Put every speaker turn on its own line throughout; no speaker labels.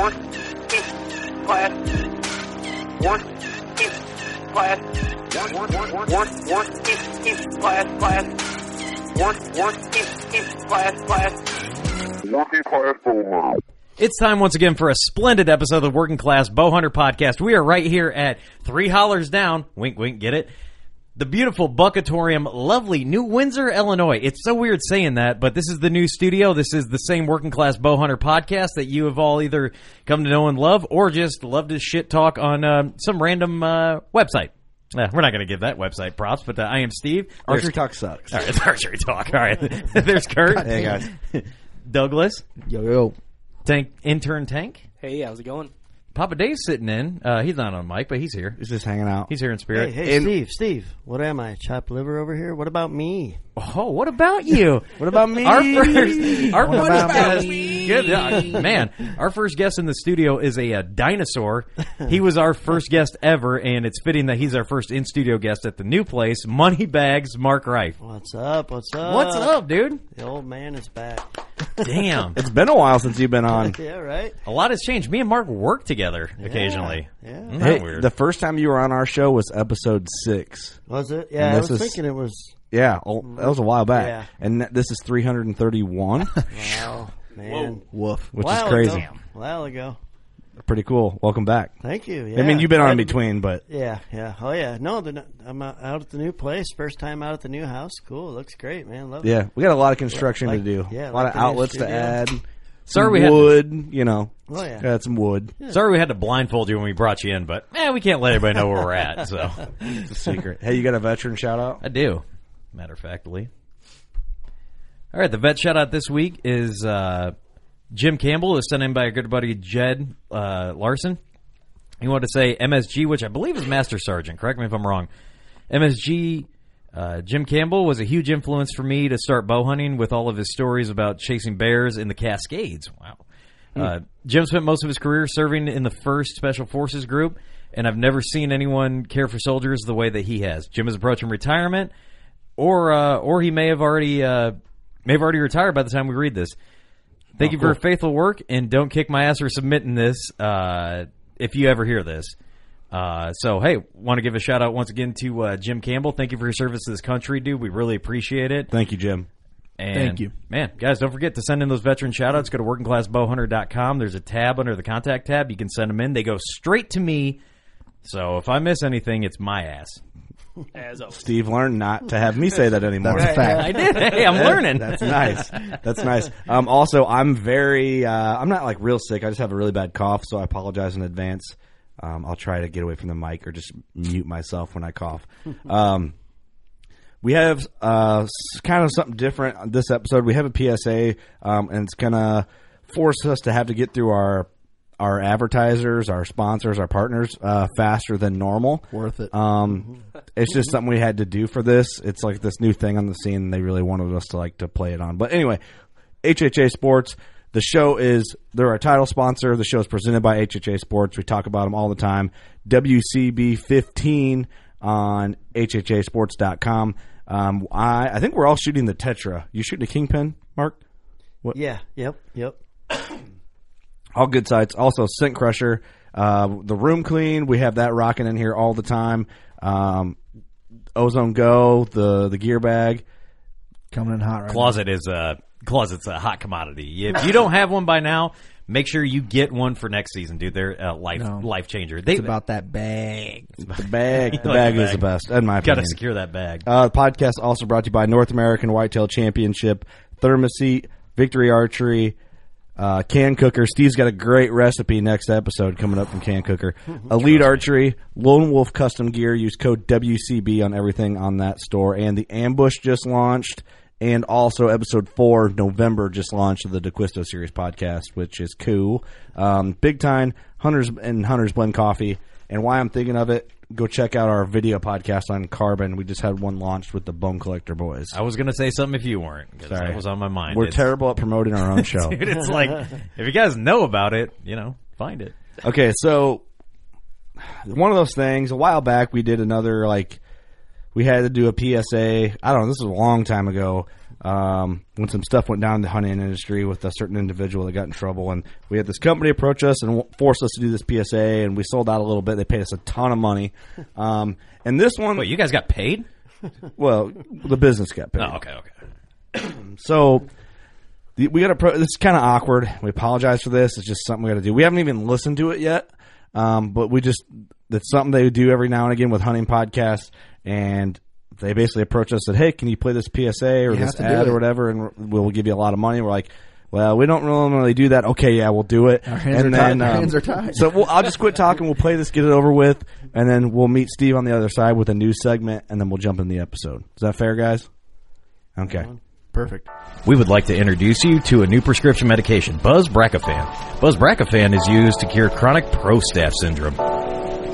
Working class. Working class. Work, work, work, working class, class. Work, working class, class.
It's time once again for a splendid episode of the Working Class Bowhunter Podcast. We are right here at Three Hollers Down. Wink, wink, get it? The beautiful Buckatorium, lovely New Windsor, Illinois. It's so weird saying that, but this is the new studio. This is the same Working Class Bowhunter Podcast that you have all either come to know and love or just love to shit talk on um, some random uh, website. Uh, we're not going to give that website props, but uh, I am Steve. There's-
Archery talk sucks.
All right, it's archery talk. All right. There's Kurt.
Hey guys,
Douglas.
yo yo.
Tank intern Tank.
Hey, how's it going?
Papa Dave's sitting in. Uh, he's not on mic, but he's here.
He's just hanging out.
He's here in spirit.
Hey, Steve, Steve, what am I? Chopped liver over here? What about me?
Oh, what about you?
What about me?
Our first, our
What
first
about
guest, Good, uh, man. Our first guest in the studio is a, uh dinosaur. He was our first guest ever, and it's fitting that he's our first in studio guest at the new place, Moneybags Mark Reif.
What's up? What's up?
What's up, dude?
The old man is back.
Damn,
It's been a while since you've been on.
yeah, right?
a lot has changed. Me and Mark work together occasionally.
Yeah.
Isn't that
Hey,
weird?
the first time you were on our show was episode six.
Was it? Yeah, I
this
was
is-
thinking it was.
Yeah, oh, that was a while back.
Yeah.
And th- this is 331,
Wow, oh, man.
woof, which
While
is crazy.
Ago. While ago.
Pretty cool. Welcome back.
Thank you. Yeah.
I mean, you've been on in between, but
Yeah, yeah. Oh, yeah. No, they're not, I'm out out at the new place. First time out at the new house. Cool. Looks great, man. Love it.
yeah, we got a lot of construction to
Like-
do.
yeah,
a lot
like
of
the new
outlets to
studio.
add.
Sorry
Some
we had to-
wood. You know,
Oh, yeah.
got some wood.
Sorry we had to blindfold you when we brought you in, but eh, we can't let everybody know where we're at. So
It's a secret. hey, you got a veteran shout out?
I do, matter of factly. All right, the vet shout out this week is uh, Jim Campbell is sent in by a good buddy Jed uh, Larson. He wanted to say MSG, which I believe is Master Sergeant. Correct me if I'm wrong. MSG uh, Jim Campbell was a huge influence for me to start bow hunting with all of his stories about chasing bears in the Cascades. Wow. Uh, Jim spent most of his career serving in the 1st Special Forces Group, and I've never seen anyone care for soldiers the way that he has. Jim is approaching retirement, or uh, or he may have already uh, may have already retired by the time we read this. Thank you for your faithful work, and don't kick my ass for submitting this. Uh, if you ever hear this, uh, so hey, want to give a shout out once again to uh, Jim Campbell. Thank you for your service to this country, dude. We really appreciate it.
Thank you, Jim.
And
Thank you.
Man, guys, don't forget to send in those veteran shout outs. Go to workingclassbowhunter.com. There's a tab under the contact tab. You can send them in. They go straight to me. So if I miss anything, it's my ass.
As always.
Steve learned not to have me say that anymore.
That's a fact.
I did. Hey, I'm
That-
learning.
That's nice. That's nice. Um, also, I'm very. Uh, I'm not like real sick. I just have a really bad cough, so I apologize in advance. Um, I'll try to get away from the mic or just mute myself when I cough. Um, we have uh, s- kind of something different on this episode. We have a PSA, um, and it's gonna force us to have to get through our our advertisers, our sponsors, our partners uh, faster than normal.
Worth it. Mm-hmm.
Um, it's just something we had to do for this. It's like this new thing on the scene. and They really wanted us to like to play it on. But anyway, HHA Sports. The show is they're our title sponsor. The show is presented by HHA Sports. We talk about them all the time. WCB fifteen on HHASports.com. Um, I I think we're all shooting the Tetra. You shooting a kingpin, Mark?
Yeah. Yep. Yep.
all good sites. Also, Scent Crusher, uh, the Room Clean. We have that rocking in here all the time. Um, Ozone Go, the the gear bag.
Coming in hot right
Closet is a closet's a hot commodity. If you don't have one by now, make sure you get one for next season, dude. They're a life
No.
life changer. They
now. It's about that bag.
The bag, the
the
bag is
bag.
the best, in my
gotta
opinion.
secure that bag.
Uh, the podcast also brought to you by North American Whitetail Championship, Thermoset, Victory Archery, uh, Can Cooker. Steve's got a great recipe next episode coming up from Can Cooker. Elite Archery, Lone Wolf Custom Gear. Use code WCB on everything on that store. And the Ambush just launched. And also, episode four, November, just launched the DeQuisto series podcast, which is cool. Um, Big Time, Hunters and Hunters Blend Coffee. And why I'm thinking of it, go check out our video podcast on carbon. We just had one launched with the Bone Collector Boys.
I was gonna say something if you weren't. 'cause
Sorry.
That was on my mind.
We're
It's-
terrible at promoting our own show.
Dude, it's like if you guys know about it, you know, find it.
okay, so one of those things. A while back, we did another like we had to do a PSA. I don't know. This was a long time ago um, when some stuff went down in the hunting industry with a certain individual that got in trouble, and we had this company approach us and w- force us to do this PSA, and we sold out a little bit. They paid us a ton of money, um, and this one,
Wait, you guys got paid?
well, the business got paid.
Oh, okay, okay.
So the, we got to. Pro- this is kind of awkward. We apologize for this. It's just something we got to do. We haven't even listened to it yet, um, but we just that's something they do every now and again with hunting podcasts, and they basically approach us and said, "Hey, can you play this PSA or
You have
this
to do
ad
it.
or whatever, and we'll give you a lot of money." We're like. Well, we don't normally do that. Okay, yeah, we'll do it.
Our hands
and
are tied.
then,
Our
um,
hands are tied.
So we'll, I'll just quit talking. We'll play this, get it over with, and then we'll meet Steve on the other side with a new segment, and then we'll jump in the episode. Is that fair, guys? Okay.
Perfect.
We would like to introduce you to a new prescription medication, Buzz Bracafan. Buzz Bracafan is used to cure chronic prostaph syndrome.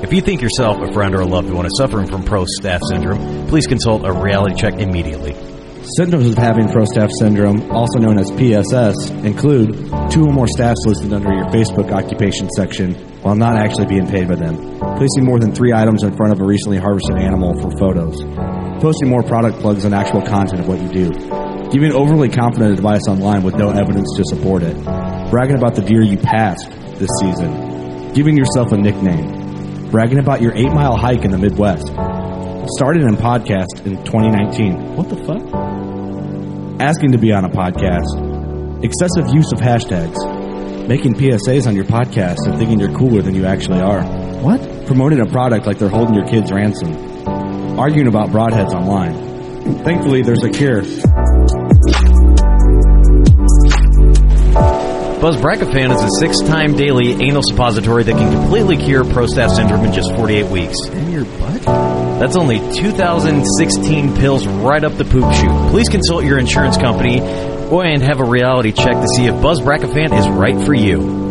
If you think yourself, a friend, or a loved one is suffering from prostaph syndrome, please consult a reality check immediately.
Symptoms of having Prostaph syndrome, also known as PSS, include two or more staffs listed under your Facebook occupation section while not actually being paid by them, placing more than three items in front of a recently harvested animal for photos, posting more product plugs and actual content of what you do, giving overly confident advice online with no evidence to support it, bragging about the deer you passed this season, giving yourself a nickname, bragging about your eight mile hike in the Midwest, starting a podcast in 2019. What the fuck? asking to be on a podcast, excessive use of hashtags, making PSAs on your podcast and thinking you're cooler than you actually are. What? Promoting a product like they're holding your kids ransom, arguing about broadheads online. Thankfully, there's a cure.
Buzz Bracafan is a six-time daily anal suppository that can completely cure prostaph syndrome in just 48 weeks.
In your butt?
That's only 2016 pills right up the poop chute. Please consult your insurance company or and have a reality check to see if Buzz Bracafan is right for you.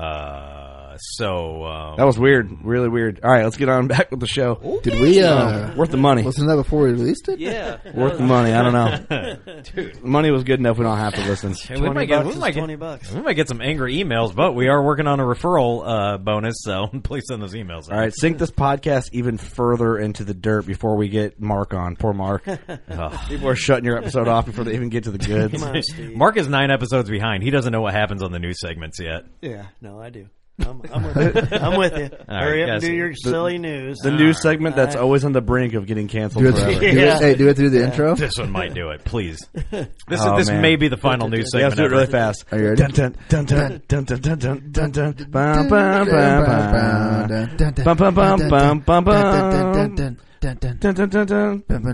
Uh, So um,
That was weird, really weird. All right, let's get on back with the show.
Did we, uh,
No, worth the money?
Listen to that before we released it?
Yeah.
Worth the money? I don't know.
Dude.
money was good enough. We don't have to listen.
Hey, we might get, we might get, we might get some angry emails, but we are working on a referral uh, bonus, so please send those emails. in.
All right, sink this podcast even further into the dirt before we get Mark on. Poor Mark.
Oh.
People are shutting your episode off before they even get to the goods.
Mark is nine episodes behind. He doesn't know what happens on the news segments yet.
Yeah, no, I do. I'm, I'm with you. I'm with you.
All right,
Hurry up and
guys.
do your
The-
silly news.
The news segment that's always on the brink of getting canceled
Do it,
forever.
do it- hey, do it through the intro.
This one might do it. Please. This
Oh,
is, this
man.
may be the final news
Yeah,
segment.
let's do it
ever.
really fast.
Are you ready?
Dun dun dun dun dun dun dun dun dun dun. Bum, bum, bum, bum. Bum, bum, bum, bum, bum, bum. Dun, dun, dun,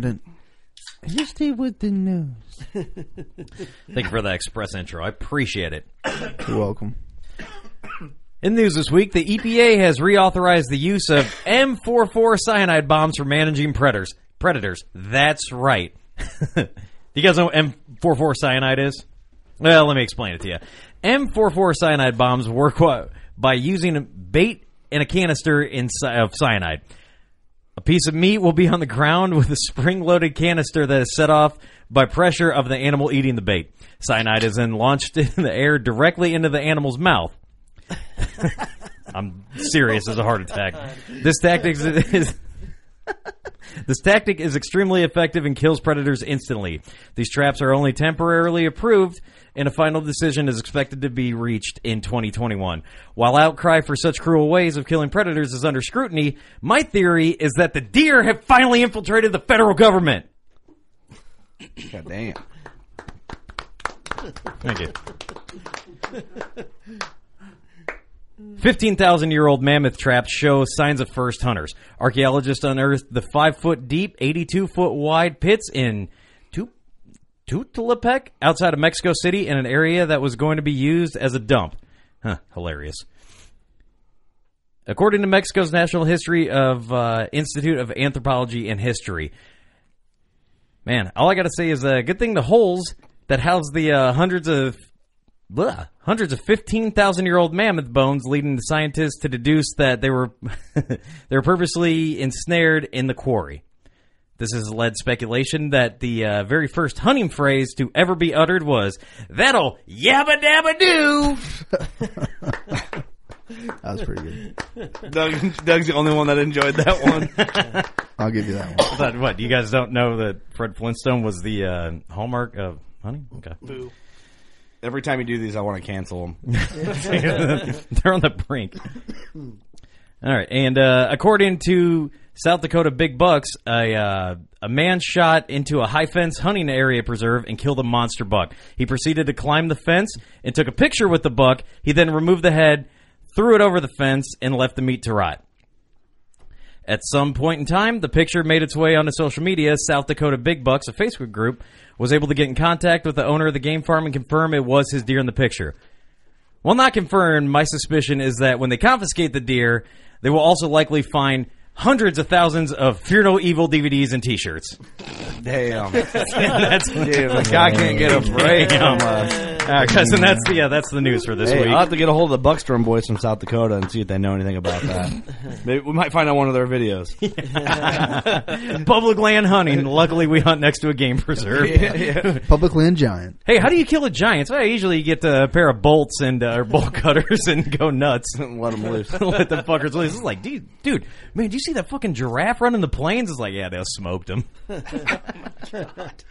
dun.
You stay with the news.
Thank you for that express intro. I appreciate it.
You're welcome.
In news this week, the EPA has reauthorized the use of M44 cyanide bombs for managing predators. Predators. That's right. Do you guys know what M44 cyanide is? Well, let me explain it to you. M44 cyanide bombs work wha- by using bait and a canister inside of cyanide. A piece of meat will be on the ground with a spring loaded canister that is set off by pressure of the animal eating the bait. Cyanide is then launched in the air directly into the animal's mouth. I'm serious as a heart attack. This tactic is, is this tactic is extremely effective and kills predators instantly. These traps are only temporarily approved, and a final decision is expected to be reached in 2021. While outcry for such cruel ways of killing predators is under scrutiny, my theory is that the deer have finally infiltrated the federal government.
God damn.
Thank you. 15,000 year old mammoth traps show signs of first hunters. Archaeologists unearthed the 5 foot deep, 82 foot wide pits in Tu- Tuxtepec outside of Mexico City in an area that was going to be used as a dump. Huh, hilarious. According to Mexico's National History of uh, Institute of Anthropology and History, Man, all I gotta say is a uh, good thing the holes that house the uh, hundreds of bleh, hundreds of fifteen thousand year old mammoth bones, leading the scientists to deduce that they were they were purposely ensnared in the quarry. This has led speculation that the uh, very first hunting phrase to ever be uttered was "That'll yabba dabba do."
That was pretty good.
Doug, Doug's the only one that enjoyed that one.
I'll give you that one.
But what you guys don't know that Fred Flintstone was the uh, hallmark of hunting. Okay.
Every time you do these, I want to cancel them.
They're on the brink. All right, and uh, according to South Dakota Big Bucks, a uh, a man shot into a high fence hunting area preserve and killed a monster buck. He proceeded to climb the fence and took a picture with the buck. He then removed the head, threw it over the fence, and left the meat to rot. At some point in time, the picture made its way onto social media. South Dakota Big Bucks, a Facebook group, was able to get in contact with the owner of the game farm and confirm it was his deer in the picture. Well, not confirmed, my suspicion is that when they confiscate the deer, they will also likely find hundreds of thousands of Fear No Evil DVDs and T-shirts.
Damn.
that's
Dude, the guy can't get a break from us.
All right, guys, and that's the yeah, that's the news for this
Hey,
week.
I'll have to get a hold of the Buckstrom boys from South Dakota and see if they know anything about that. Maybe we might find out one of their videos.
Public land hunting. Luckily, we hunt next to a game preserve.
Public land giant.
Hey, how do you kill a giant? Well, I usually get a pair of bolts and uh, or bolt cutters and go nuts.
Let them loose.
Let the fuckers loose. It's like, dude, dude, man, do you see that fucking giraffe running the plains? It's like, yeah, they smoked him.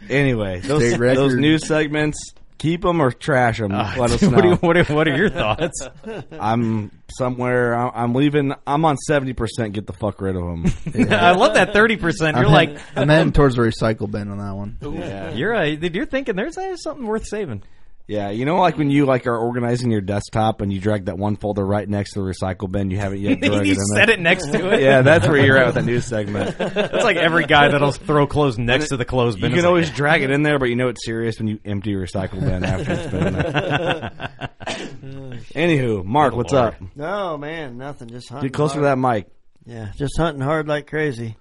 Anyway, those,
State record.
those news segments, keep them or trash them. Let us know.
what, do you, what, are, what are your thoughts?
I'm somewhere. I- I'm leaving. I'm on seventy percent. Get the fuck rid of them.
I love that thirty percent. You're
I'm
like,
heading- I'm heading towards the recycle bin on that one.
you're a, dude, you're thinking there's uh, something worth saving.
yeah, you know, like when you like are organizing your desktop and you drag that one folder right next to the recycle bin. You haven't yet. dragged
you
in
set it next to it.
Yeah, that's where you're at with that news segment.
that's like every guy that'll throw clothes next to the clothes
You
bin.
can
It's like,
always drag it in there, but you know it's serious when you empty your recycle bin after it's been in there. Anywho, Mark, what's
Lord.
up?
No, man, nothing. Just hunting.
Get closer to
hard.
that mic.
Yeah, just hunting hard like crazy.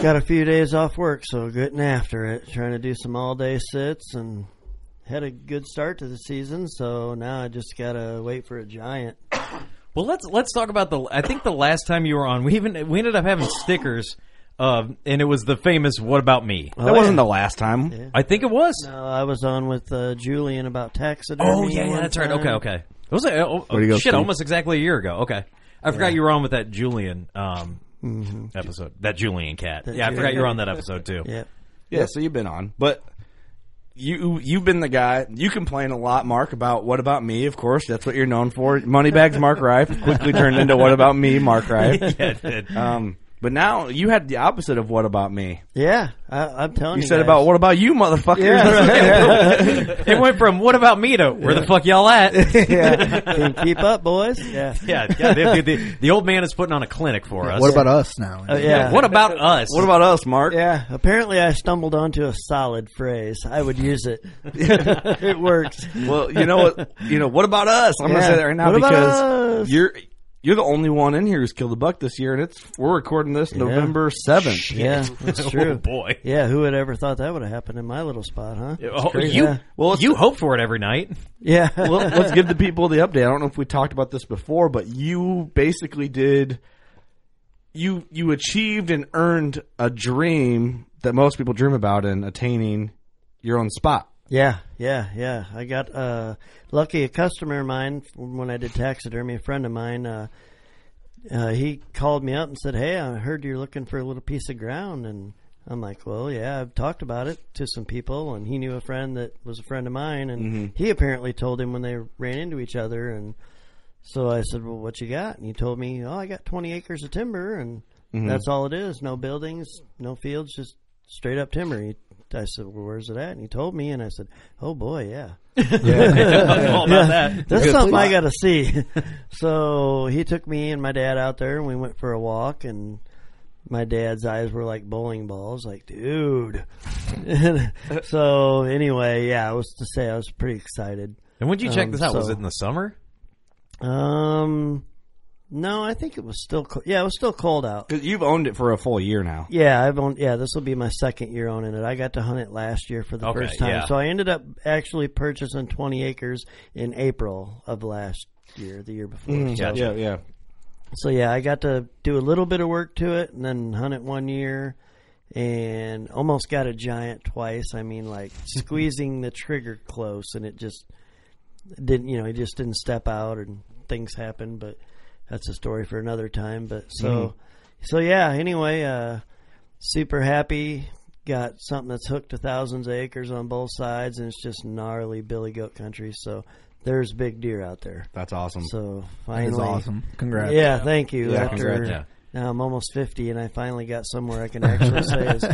Got a few days off work, so getting after it. Trying to do some all day sits and had a good start to the season, so now I just gotta wait for a giant.
Well, let's let's talk about the. I think the last time you were on, we even we ended up having stickers, uh, and it was the famous "What about me?"
That wasn't the last time.
I think it was.
No, I was on with uh, Julian about taxidermy.
Oh yeah, yeah,
one
that's right.
time.
Okay, okay. It was a, oh,
Where'd he go,
shit
Steve?
almost exactly a year ago. Okay, I forgot you were on with that Julian um,
Mm-hmm.
episode. That Julian cat.
That
yeah, I forgot
Julian
you were on that
cat.
episode too.
Yeah.
Yeah, so you've been on, but you you've been the guy. You complain a lot, Mark, about what about me? Of course, that's what you're known for. Moneybags, Mark Rife quickly turned into what about me, Mark Rife.
Yeah, it did.
Um, but now you had the opposite of what about me.
Yeah, I, I'm telling
You
you.
said
guys.
about what about you, motherfucker?
it went from "What about me?" to "Where the fuck y'all at?"
yeah, Can you keep up, boys. Yeah,
yeah, yeah, the, the- the old man is putting on a clinic for us.
What about us now?
Oh, yeah.
What about us?
What about us, Mark?
Yeah, apparently I stumbled onto a solid phrase. I would use it. it works.
Well, you know what? You know what about us? I'm gonna
Yeah.
say that right now
What about
because
us?
you're you're the only one in here who's killed a buck this year, and it's we're recording this November seventh.
Yeah, that's true.
Oh, boy.
Yeah, who would ever thought that would have happened in my little spot, huh? It's
Oh,
crazy.
you
Yeah.
well, you hope for it every night.
Yeah.
well, let's give the people the update. I don't know if we talked about this before, but you basically did you you achieved and earned a dream that most people dream about in attaining your own spot.
Yeah, yeah, yeah. I got uh, lucky. A customer of mine, when I did taxidermy, a friend of mine, uh, uh, he called me up and said, "Hey, I heard you're looking for a little piece of ground," and I'm like, "Well, yeah, I've talked about it to some people, and he knew a friend that was a friend of mine, and he apparently told him when they ran into each other, and so I said, "Well, what you got?" And he told me, "Oh, I got 20 acres of timber, and
Mhm.
that's all it is. No buildings, no fields, just straight up timber." He, I said, "Well, where's it at?" And he told me, and I said, "Oh boy, yeah."
All about that.
That's
Good
something I
spot.
got to see. so he took me and my dad out there, and we went for a walk. And my dad's eyes were like bowling balls, like dude. so anyway, yeah, I was to say I was pretty excited.
And when would you check
Um,
this out? was
so-
it in the summer?
Um, no, I think it was still co- yeah, it was still cold out.
'Cause You've owned it for a full year now.
Yeah, I've owned. Yeah, this will be my second year owning it. I got to hunt it last year for the
Okay,
first time,
yeah.
so I ended up actually purchasing twenty acres in April of last year, the year before.
Mm,
so,
yeah, yeah.
So yeah, I got to do a little bit of work to it, and then hunt it one year, and almost got a giant twice. I mean, like squeezing the trigger close, and it just didn't. You know, it just didn't step out, and things happened. But that's a story for another time. But so.
Mm-hmm.
Mhm.
So yeah, anyway, uh, super happy. Got something that's hooked to thousands of acres on both sides, and it's just gnarly billy goat country. So there's big deer out there.
That's awesome.
So
That is
finally,
awesome. Congrats.
Yeah, thank you.
Yeah,
After
congrats. Yeah.
now I'm almost fifty, and I finally got somewhere I can actually say is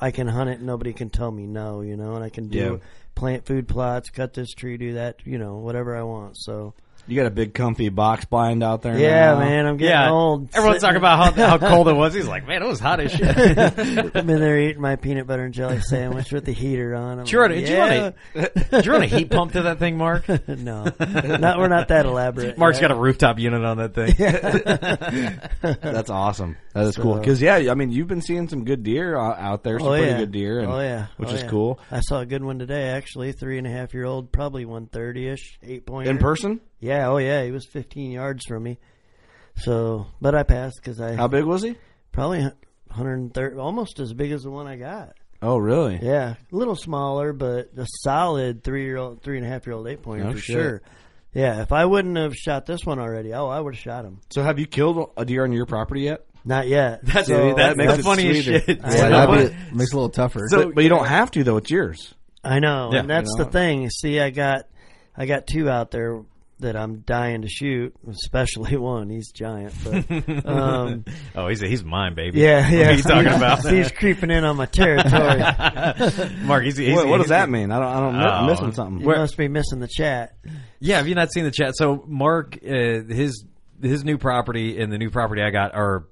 I can hunt it. and Nobody can tell me no, you know, and I can do
Yeah.
plant food plots, cut this tree, do that, you know, whatever I want. So
You got a big comfy box blind out there.
Yeah,
now.
man, I'm getting
Yeah.
old.
Everyone's talking
Sitting-
about how- how cold it was. He's like, "Man, it was hot as shit."
I've been there eating my peanut butter and jelly sandwich with the heater on. I'm
Did you, run a,
like,
did, you run a, did you run a heat pump to that thing, Mark? no,
not we're not that elaborate.
Mark's
yet.
got a rooftop unit on that thing.
That's awesome. That is
So-
cool. Because yeah, I mean, you've been seeing some good deer o- out there. Some
Oh,
pretty
yeah.
good deer. And,
oh yeah,
which
Oh,
is
yeah.
cool.
I saw a good one today, actually. Three and a half year old, probably one thirty ish, eight point.
In person?
Yeah. Oh yeah, he was fifteen yards from me. So, but I passed because I.
How big was he?
Probably one hundred thirty, almost as big as the one I got.
Oh, really?
Yeah, a little smaller, but a solid three year old, three and a half year old eight pointer
No
for
shit.
sure. Yeah, if I wouldn't have shot this one already, oh, I would have shot him.
So have you killed a deer on your property yet?
Not yet.
That's-
So-
dude, that's the funniest
sweeter.
shit.
I know.
That'd be- makes it a little tougher.
So- but, you don't have to though. It's yours.
I know,
Yeah.
and that's
You know.
the thing. See, I got, I got two out there that I'm dying to shoot, especially one. He's giant, but um,
oh, he's he's mine, baby.
yeah, yeah.
What are you talking about?
He's creeping in on my territory.
Mark, he's, he's
what, what
he's-
does that mean? I don't. I don't. I'm
Oh.
missing something.
You
Where-
must be missing the chat.
Yeah, have you not seen the chat? So Mark, uh, his his new property and the new property I got are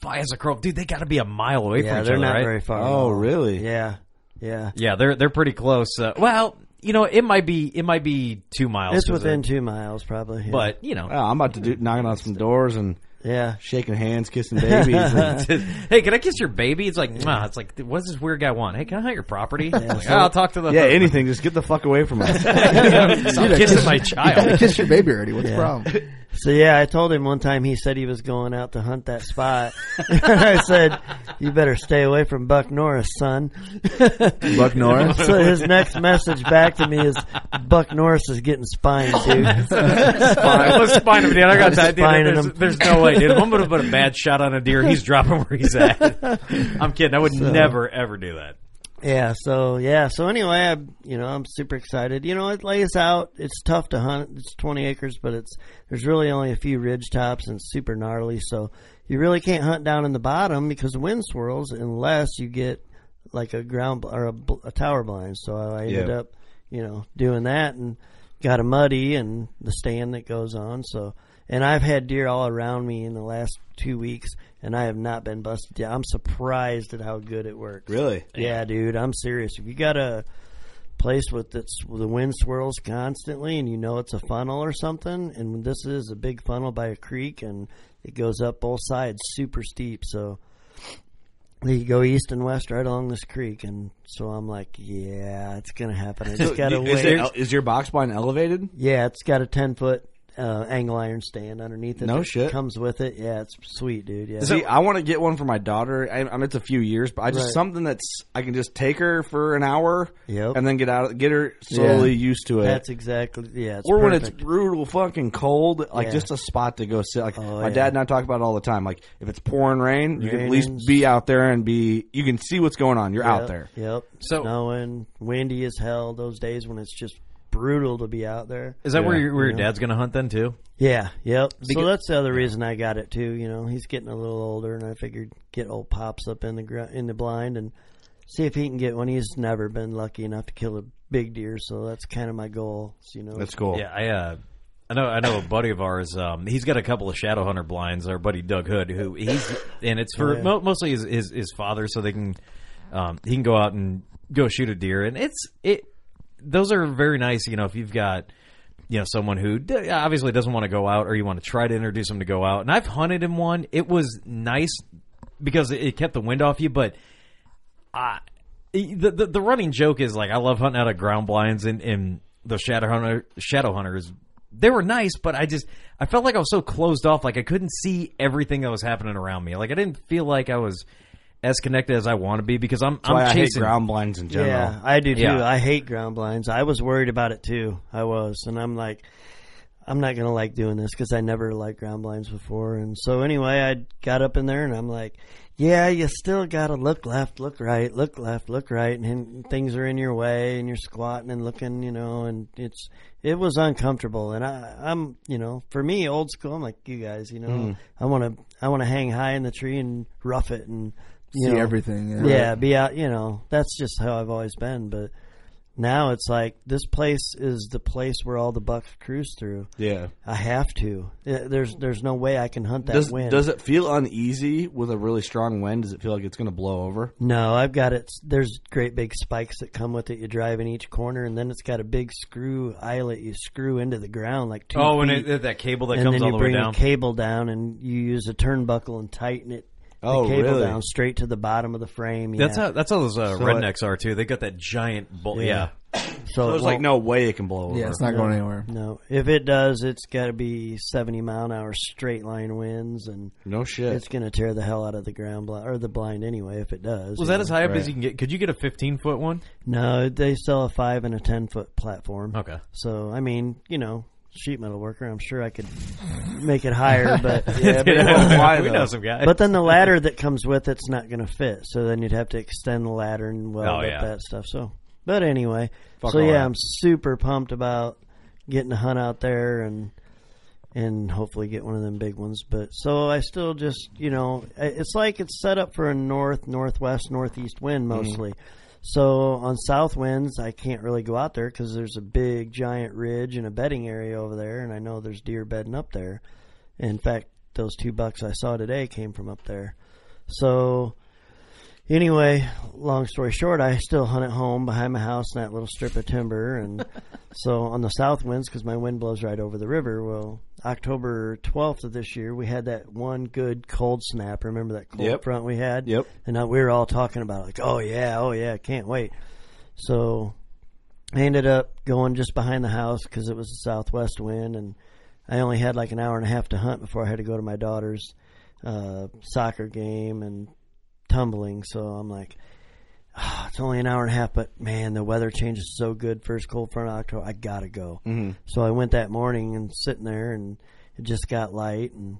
fly as a crow. Dude, they got to be a mile away
yeah,
from each
they're
other,
not
right?
very far. at
Oh,
all.
really?
Yeah, yeah.
Yeah, they're they're pretty close. Uh, well, you know, it might be it might be two miles.
It's
'cause
within Uh,
they're-
two miles, probably. yeah.
but you know,
Wow, I'm about to do knocking on some doors and
yeah,
shaking hands, kissing babies. and-
hey, can I kiss your baby? It's like, nah, it's like, what does this weird guy want? Hey, can I hunt your property? Like, "Oh, I'll talk to the
yeah, anything. Just get the fuck away from us.
I'm kissing my child.
Kiss your baby already. What's the problem?
So yeah, I told him one time he said he was going out to hunt that spot. I said, "You better stay away from Buck Norris, son."
Buck Norris?
so his next message back to me is, "Buck Norris is getting spined, dude."
Spine. Let's spine him, dude. I got
I'm
that. Dude,
spining
there's,
him.
there's no way, dude. If I'm going to put a bad shot on a deer, he's dropping where he's at. I'm kidding. I would
So-
never, ever do that.
Yeah. So yeah. So anyway, I am you know I'm super excited. You know it lays out. It's tough to hunt. It's 20 acres, but it's there's really only a few ridge tops and it's super gnarly. So you really can't hunt down in the bottom because the wind swirls unless you get like a ground bl- or a, bl- a tower blind. So I ended
Yeah.
up you know doing that and got a muddy and the stand that goes on. So and I've had deer all around me in the last two weeks. And I have not been busted down. I'm surprised at how good it works.
Really?
Yeah, dude, I'm serious. If you got a place with that's the wind swirls constantly, and you know it's a funnel or something, and this is a big funnel by a creek, and it goes up both sides, super steep. So you go east and west right along this creek, and so I'm like, yeah, it's gonna happen. I just
So,
gotta
do- is,
wait.
it- is your box blind elevated?
Yeah, it's got a ten foot uh, angle iron stand underneath it.
No
that
shit.
comes with it. Yeah, it's sweet, dude. Yeah.
See, I want to get one for my daughter. I, I mean, it's a few years, but I just
Right.
something that's I can just take her for an hour,
Yep.
and then get out, get her slowly
Yeah.
used to it.
That's exactly yeah. It's
or when
perfect.
it's brutal fucking cold, like
Yeah.
just a spot to go sit. Like my
yeah.
dad and I talk about it all the time. Like if it's pouring rain, you can at least
Rains.
be out there and be you can see what's going on. You're out
Yep,
there.
Yep. Snowing, windy as hell. Those days when it's just brutal to be out there.
Is that where, your, where
You
your
know?
dad's going to hunt then too?
Yeah. Yep. so
Because-
that's the other reason I got it too. You know, he's getting a little older, and I figured get old pops up in the gr- in the blind and see if he can get one. He's never been lucky enough to kill a big deer, so that's kind of my goal. You know,
Yeah, I uh, I know I know a buddy of ours. Um, he's got a couple of shadow hunter blinds. Our buddy Doug Hood, who he's and it's for
Yeah.
mo- mostly his, his his father, so they can um, he can go out and go shoot a deer, and it's it. Those are very nice, you know. If you've got you know someone who d- obviously doesn't want to go out, or you want to try to introduce them to go out, and I've hunted him one. It was nice because it- it kept the wind off you, but I the, the the running joke is like I love hunting out of ground blinds and, and the shadow hunter shadow hunters. They were nice, but I just I felt like I was so closed off, like I couldn't see everything that was happening around me. Like I didn't feel like I was as connected as I want to be because I'm
why I
I'm
hate
chasing
ground blinds in general.
Yeah, I do too.
Yeah.
I hate ground blinds. I was worried about it too. I was, and I'm like, I'm not gonna like doing this because I never liked ground blinds before. And so anyway, I got up in there and I'm like, yeah, you still gotta look left, look right, look left, look right, and things are in your way, and you're squatting and looking, you know, and it's it was uncomfortable. And I, I'm, you know, for me, old school. I'm like you guys, you know,
Hmm.
Mm.
I want to I want to hang high in the tree and rough it and you
See
know,
everything, yeah.
yeah, be out. You know, that's just how I've always been. But now it's like this place is the place where all the bucks cruise through.
Yeah.
I have to. Yeah, There's there's no way I can hunt that
Does
wind.
does it feel uneasy with a really strong wind? Does it feel like it's going to blow over?
No, I've got it. There's great big spikes that come with it. You drive in each corner, and then it's got a big screw eyelet you screw into the ground like two.
Oh, and
feet.
it- that cable that
and
comes
then
all the
you
way
bring
down.
A cable down, and you use a turnbuckle and tighten it.
Oh,
the cable
really?
down straight to the bottom of the frame.
That's
yeah.
how that's how those uh,
So it-
rednecks are too. They got that giant bull. Yeah.
So
there's
it
like
won't-
no way it can blow over.
No, No, if it does, it's got to be seventy mile an hour straight line winds, and
No shit.
it's going to tear the hell out of the ground blind or the blind anyway. If it does,
Was
you
that as
know.
high up as you can get? Could you get a 15 foot one?
No, they sell a five and a ten foot platform.
Okay.
So I mean, you know, sheet metal worker. I'm sure I could make it higher, but
Yeah, but it won't fly, We know though. some guys.
But then the ladder that comes with it's not going to fit. So then you'd have to extend the ladder and weld
Oh,
up
yeah.
that stuff. So, but anyway,
Fuck
so
all
yeah,
that.
I'm super pumped about getting to hunt out there and and hopefully get one of them big ones. But so I still just you know I- it's like it's set up for a north, northwest, northeast wind
Mm-hmm.
mostly. So on south winds, I can't really go out there because there's a big giant ridge and a bedding area over there, and I know there's deer bedding up there. In fact, those two bucks I saw today came from up there. So anyway, long story short, I still hunt at home behind my house in that little strip of timber, and so on the south winds because my wind blows right over the river. Well, October twelfth of this year, we had that one good cold snap. Remember that cold
Yep.
front we had?
Yep.
And uh, we were all talking about it, like, oh yeah, oh yeah, can't wait. So I ended up going just behind the house because it was the southwest wind, and I only had like an hour and a half to hunt before I had to go to my daughter's uh, soccer game and tumbling. So I'm like, "Ah, it's only an hour and a half, but man, the weather changes so good. First cold front of October, I gotta go.
Mhm.
So I went that morning and sitting there, and it just got light and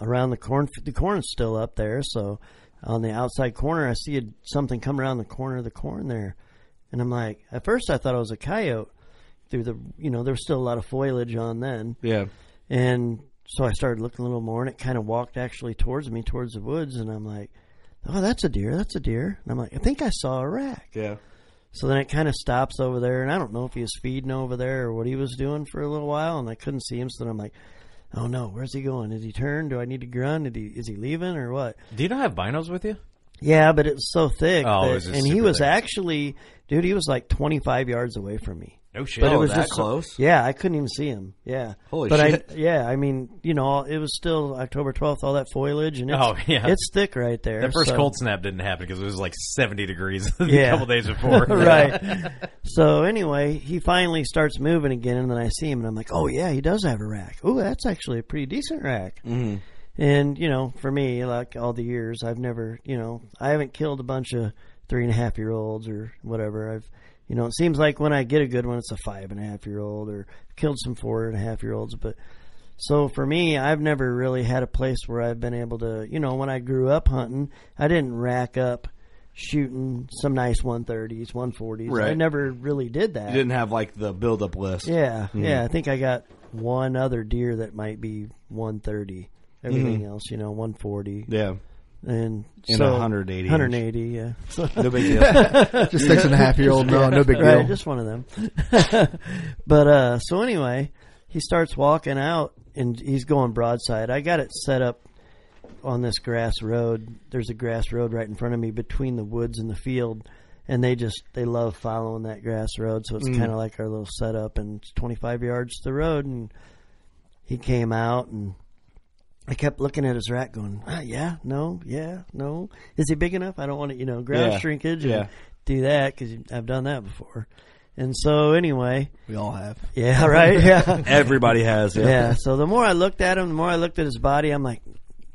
around the corn. The corn's still up there, so on the outside corner, I see a- something come around the corner of the corn there, and I'm like, at first I thought it was a coyote. Through the, you know, there was still a lot of foliage on then.
Yeah.
And so I started looking a little more, and it kind of walked actually towards me, towards the woods, and I'm like, oh, that's a deer, that's a deer, and I'm like, I think I saw a rack.
Yeah.
So then it kind of stops over there, and I don't know if he was feeding over there or what he was doing for a little while, and I couldn't see him. So then I'm like, "Oh no, where's he going? Did he turn? Do I need to grunt? Did he is he leaving or what?"
Do you not have binos with you?
Yeah, but it was so thick,
Oh, it
that-
was just
and he
super
was
thick.
actually, dude, he was like 25 yards away from me.
No shit.
But it
Oh,
was
that
just so-
close?
yeah, I couldn't even see him. Yeah,
Holy
but
shit.
I, yeah, I mean, you know, it was still October 12th, all that foliage, and it's,
oh yeah,
it's thick right there.
That first
so-
cold snap didn't happen because it was like seventy degrees a
yeah.
couple days before.
right. So anyway, he finally starts moving again, and then I see him, and I'm like, "Oh yeah, he does have a rack. Oh, that's actually a pretty decent rack."
Mhm.
And you know, for me, like all the years, I've never, you know, I haven't killed a bunch of three and a half year olds or whatever. I've, you know, it seems like when I get a good one, it's a five and a half year old, or killed some four and a half year olds, but. So for me, I've never really had a place where I've been able to, you know, when I grew up hunting, I didn't rack up shooting some nice 130s, 140s. I
Right.
never really did that.
You didn't have like the build up list.
Yeah,
Mhm.
yeah. I think I got one other deer that might be 130. Everything
Mhm.
else, you know, 140.
Yeah.
And,
And
so,
180 inch.
180, yeah.
No big deal. Just six and a half year old, no- no big
Right,
deal.
just one of them. but uh, so anyway, he starts walking out and he's going broadside. I got it set up on this grass road. There's a grass road right in front of me between the woods and the field. And they just they love following that grass road, so it's
Mm.
kind of like our little setup. And it's 25 yards to the road, and he came out, and I kept looking at his rack, going, ah, "Yeah, no, yeah, no. Is he big enough? I don't want to, you know, ground
Yeah.
shrinkage.
Yeah.
And do that because I've done that before. And so anyway,
We all have.
Yeah, right. Yeah,
Everybody has, yeah.
So the more I looked at him, the more I looked at his body. I'm like,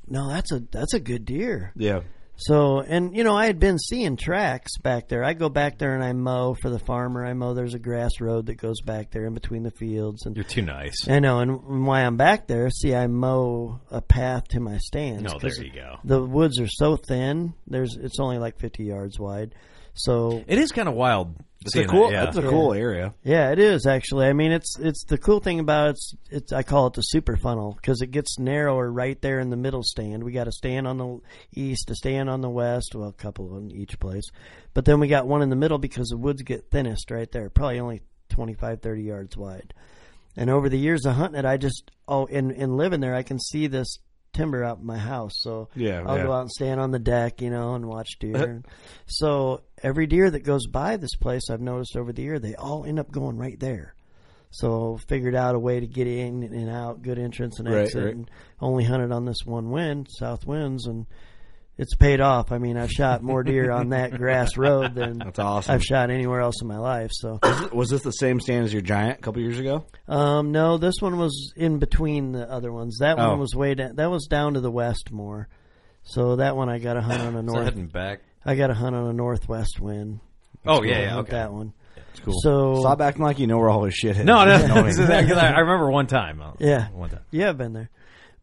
no, that's a that's a good deer.
Yeah.
So and you know I had been seeing tracks back there. I go back there and I mow for the farmer. I mow. There's a grass road that goes back there in between the fields. And
You're too nice.
I know. And why I'm back there, see, I mow a path to my stands.
No, Oh, there
'cause
you go.
The woods are so thin. There's it's only like 50 yards wide. So
It is kind of wild. seeing that, yeah.
Yeah. Yeah, it is actually. I mean, it's it's the cool thing about it's it's I call it the super funnel because it gets narrower right there in the middle stand. We got a stand on the east, a stand on the west, well, a couple in each place, but then we got one in the middle because the woods get thinnest right there, probably only 25, 30 yards wide. And over the years of hunting it, I just oh, and and living there, I can see this timber out in my house. So
Yeah,
I'll
yeah. Uh-huh.
go out and stand on the deck, you know, and watch deer. so every deer that goes by this place, I've noticed over the year, they all end up going right there. So figured out a way to get in and out, good entrance and
Right,
exit,
right.
and only hunted on this one wind, south winds, and it's paid off. I mean, I've shot more deer on that grass road than
That's awesome.
I've shot anywhere else in my life. So
Was this the same stand as your giant a couple years ago?
um, no, this one was in between the other ones. That
Oh.
one was way down. That was down to the west more. So that one I got a hunt on a
So
north.
heading back.
I got a hunt on a northwest wind.
Oh,
That's
yeah,
cool.
yeah,
I hunt
okay.
That one.
It's
cool.
So
Stop acting like you know where all this shit is.
No, no, no. This is- 'cause I I remember one time. uh,
Yeah.
one time.
Yeah, I've been there.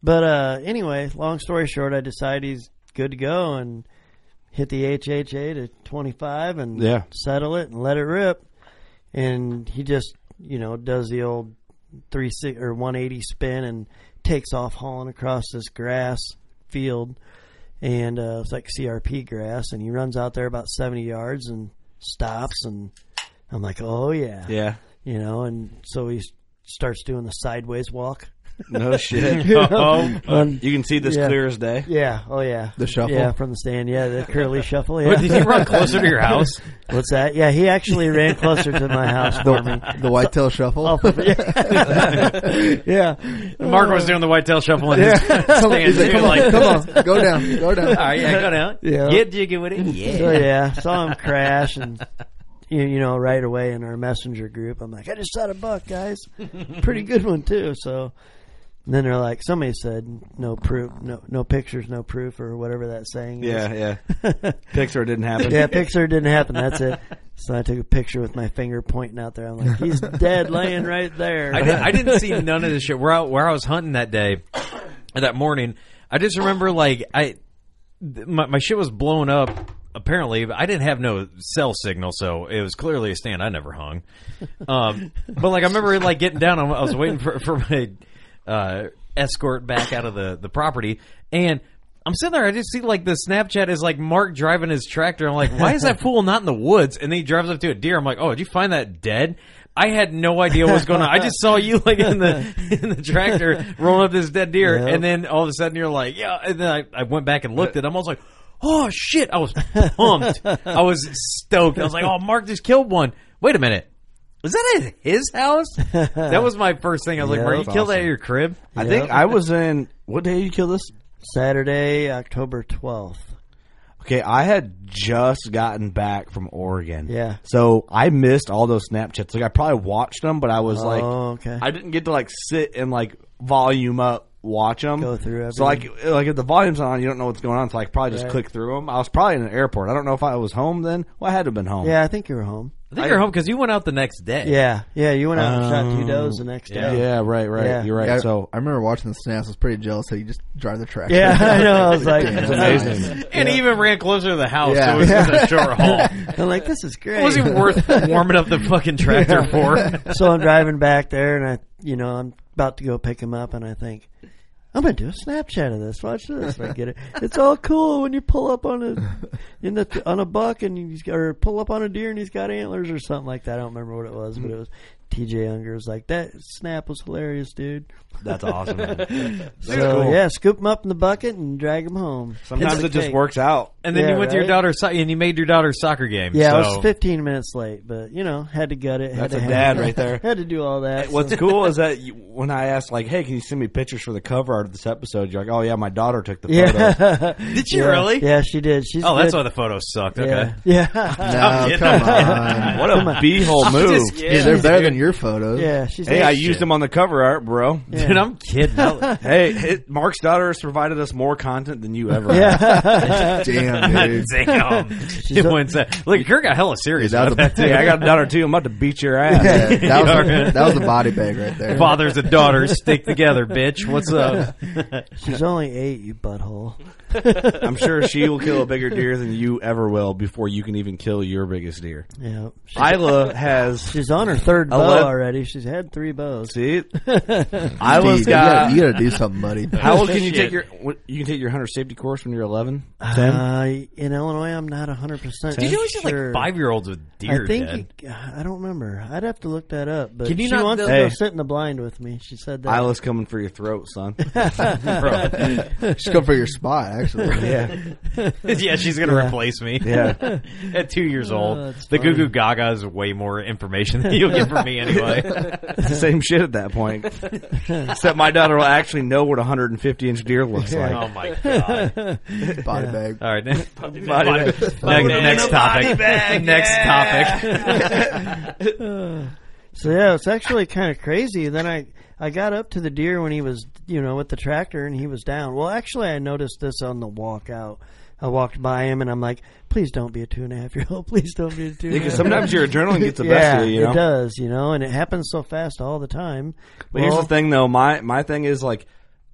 But uh, anyway, long story short, I decide he's good to go and hit the HHA to 25 and
Yeah.
settle it and let it rip. And he just, you know, does the old 360 or 180 spin and takes off hauling across this grass field. And uh, it's like CRP grass. And he runs out there about 70 yards and stops. And I'm like, oh, yeah.
Yeah.
You know, and so he s- starts doing the sideways walk.
No shit.
You know?
Oh,
Um,
you can see this
yeah.
clear as day.
Yeah. Oh yeah.
The shuffle?
Yeah, from the stand. Yeah, the curly shuffle. Yeah.
Wait, did he run closer to your house?
What's that? Yeah, he actually ran closer to my house for me.
The, the whitetail shuffle.
Oh, for- yeah. yeah.
Mark was doing the whitetail shuffle in his
Yeah. Come on,
stand,
he's like,
too,
"Come on,
like-
come on, go down, go down."
All right, yeah, go down.
Yeah.
Get jiggy with it. Yeah.
So, yeah. Saw him crash and you, you know, right away in our messenger group. I'm like, I just shot a buck, guys. Pretty good one too. So and then they're like, somebody said, no proof, no no pictures, no proof, or whatever that saying is.
Yeah, yeah. Pixar didn't happen.
yeah, picture didn't happen. That's it. So I took a picture with my finger pointing out there. I'm like, he's dead laying right there.
I, did, I didn't see none of this shit. Where I, where I was hunting that day, or that morning, I just remember like I, th- my, my shit was blown up. Apparently, but I didn't have no cell signal, so it was clearly a stand I never hung. Um, but like I remember like getting down, I was waiting for for my uh, escort back out of the the property, and. I'm sitting there. I just see like the Snapchat is like Mark driving his tractor. I'm like, why is that fool not in the woods? And then he drives up to a deer. I'm like, oh, did you find that dead? I had no idea what was going on. I just saw you like in the in the tractor rolling up this dead deer,
Yep.
and then all of a sudden you're like, yeah. And then I, I went back and looked at him. I was like, oh shit! I was pumped. I was stoked. I was like, oh, Mark just killed one. Wait a minute. Was that at his house? That was my first thing. I was like,
Yep.
where you killed that at
Awesome.
your crib?
I think I was in.
What day did you kill this? Saturday, October 12th.
Okay, I had just gotten back from Oregon.
Yeah.
So I missed all those Snapchats. Like I probably watched them, but I was
Oh,
like,
okay.
I didn't get to like sit and like volume up, watch them.
Go through
So like,
everything.
like if the volume's on, you don't know what's going on. So like, probably just
Right.
click through them. I was probably in an airport. I don't know if I was home then. Well, I had to have been home.
Yeah, I think you were home.
I think you're home because you went out the next day.
Yeah, yeah, you went out and shot two
Um,
does the next
yeah.
day.
Yeah, right, right.
Yeah.
You're right.
Yeah, I-
so
I remember watching the snaps. I was pretty jealous how you just drive the tractor.
Yeah, I know. I was like,
Damn.
And he even ran closer to the house,
Yeah.
so it was just a short haul.
I'm like, this is great.
It wasn't worth warming up the fucking tractor for.
so I'm driving back there, and I, you know, I'm about to go pick him up, and I think I'm gonna do a Snapchat of this. Watch this. And I get it. It's all cool when you pull up on a in the on a buck, and he's got, or pull up on a deer, and he's got antlers or something like that. I don't remember what it was, but it was. TJ Unger was like, that snap was hilarious, dude.
That's awesome, man.
so,
Cool.
yeah, scoop him up in the bucket and drag him home.
Sometimes it just works out.
And then
Yeah,
you went to your
right?
daughter's so- and you made your daughter's soccer game.
Yeah,
so.
I was 15 minutes late, but you know, had to gut it. Had
That's
to
a
handle
dad
it.
right there.
had to do all that.
What's
so-
cool is that you, when I asked, like, "Hey, can you send me pictures for the cover art of this episode?" You're like, "Oh yeah, my daughter took the photos."
Yeah.
Did she
Yeah.
really?
Yeah, she did. She's
oh, that's
good.
why the photo sucked.
Yeah.
Okay.
Yeah.
I'm
No,
kidding.
come
on. What a
Come on.
b-hole
I'm
move.
just
Yeah,
kidding.
they're better
than your photos.
Yeah, she's
hey,
like,
I used them on the cover art, bro.
Yeah. Dude, I'm
kidding.
hey, it, Mark's daughter has provided us more content than you ever.
Yeah.
have.
Damn, dude.
Damn. it went sad. Look, Kirk got hella serious.
Yeah, that was
about
a-
that, too.
Yeah,
I got a daughter too. I'm about to beat your ass.
Yeah, that, was, that was a body bag right there.
Fathers and daughters stick together, bitch. What's up?
She's only eight, you butthole.
I'm sure she will kill a bigger deer than you ever will before you can even kill your biggest deer.
Yeah. She's-
Isla has.
She's on her third bow
Eleven-
already. She's had three bows.
See,
Dude,
Isla's
you gotta-
got.
you gotta do something, buddy.
How old can you
Shit.
take your? What, you can take your hunter safety course when you're 11.
Uh, in Illinois, I'm not 100%
Did you always just
sure.
like five year olds with deer
I think
dead?
you- I don't remember. I'd have to look that up. But
Can you
she
not-
wants to
Hey.
go sit in the blind with me. She said that.
Isla's coming for your throat, son.
Just go for your spot, actually.
yeah,
yeah, she's gonna
Yeah. Oh,
replace me.
Yeah.
at two years old,
that's
the Goo
funny.
Goo Gaga is way more information than you'll get from me anyway.
it's the same shit at that point. Except my daughter will actually know what a 150 inch deer looks
oh
like.
my god.
Body bag.
All right. Next, next topic. Next topic.
So yeah, it's actually kind of crazy. Then I I got up to the deer when he was you know with the tractor and he was down. Well, actually, I noticed this on the walk out. I walked by him and I'm like, please don't be a two and a half year old. Please don't be a two. and a half
Because sometimes your adrenaline gets the best of you. you know?
it does, you know, and it happens so fast all the time.
But here's
Well,
the thing, though. My my thing is like,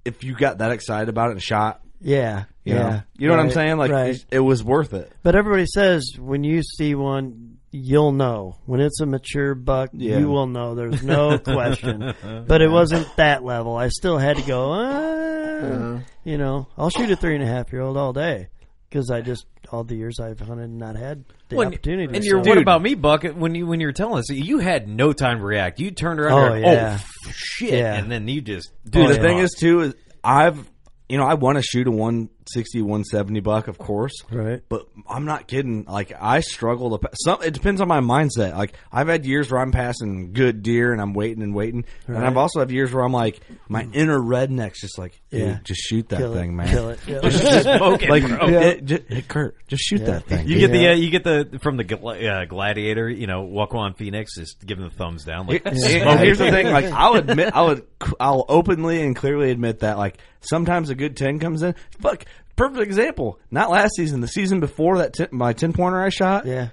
if you got that excited about it and shot,
Yeah,
you
yeah,
know, you know what I'm
right,
saying? Like,
right.
it, it was worth it.
But everybody says when you see one, you'll know. When it's a mature buck,
Yeah.
you will know. There's no question. But it wasn't that level. I still had to go, ah, you know, I'll shoot a three and a half year old all day because I just, all the years I've hunted and not had the
When-
opportunity.
and you're
so-
what about me, Buck? When you when you were telling us, you had no time to react. You turned around.
Oh,
and,
yeah.
oh f- shit!
Yeah.
And then you just
Dude,
bust
the thing
off.
is too is I've you know I want to shoot a one 160, 170 buck, of course.
Right.
But I'm not kidding. Like I struggle to pa- some. It depends on my mindset. Like I've had years where I'm passing good deer and I'm waiting and waiting, and
Right.
I've also had years where I'm like my inner redneck's just like, dude,
Yeah.
just shoot that
Kill it.
thing, man.
Kill it. Yeah.
Just, just poke it,
Like,
bro.
yeah.
It- ju- hey, Kurt, just shoot that thing.
You
dude.
get the uh, you get the from the gla- uh, gladiator, you know, walk on Phoenix, just give him the thumbs down. Like,
Here-
smoke
Here's the
it.
thing: like, I'll admit, I would, I'll openly and clearly admit that, like, sometimes a good ten comes in. Fuck, perfect example. Not last season, the season before that, ten, my ten pointer I shot.
Yeah.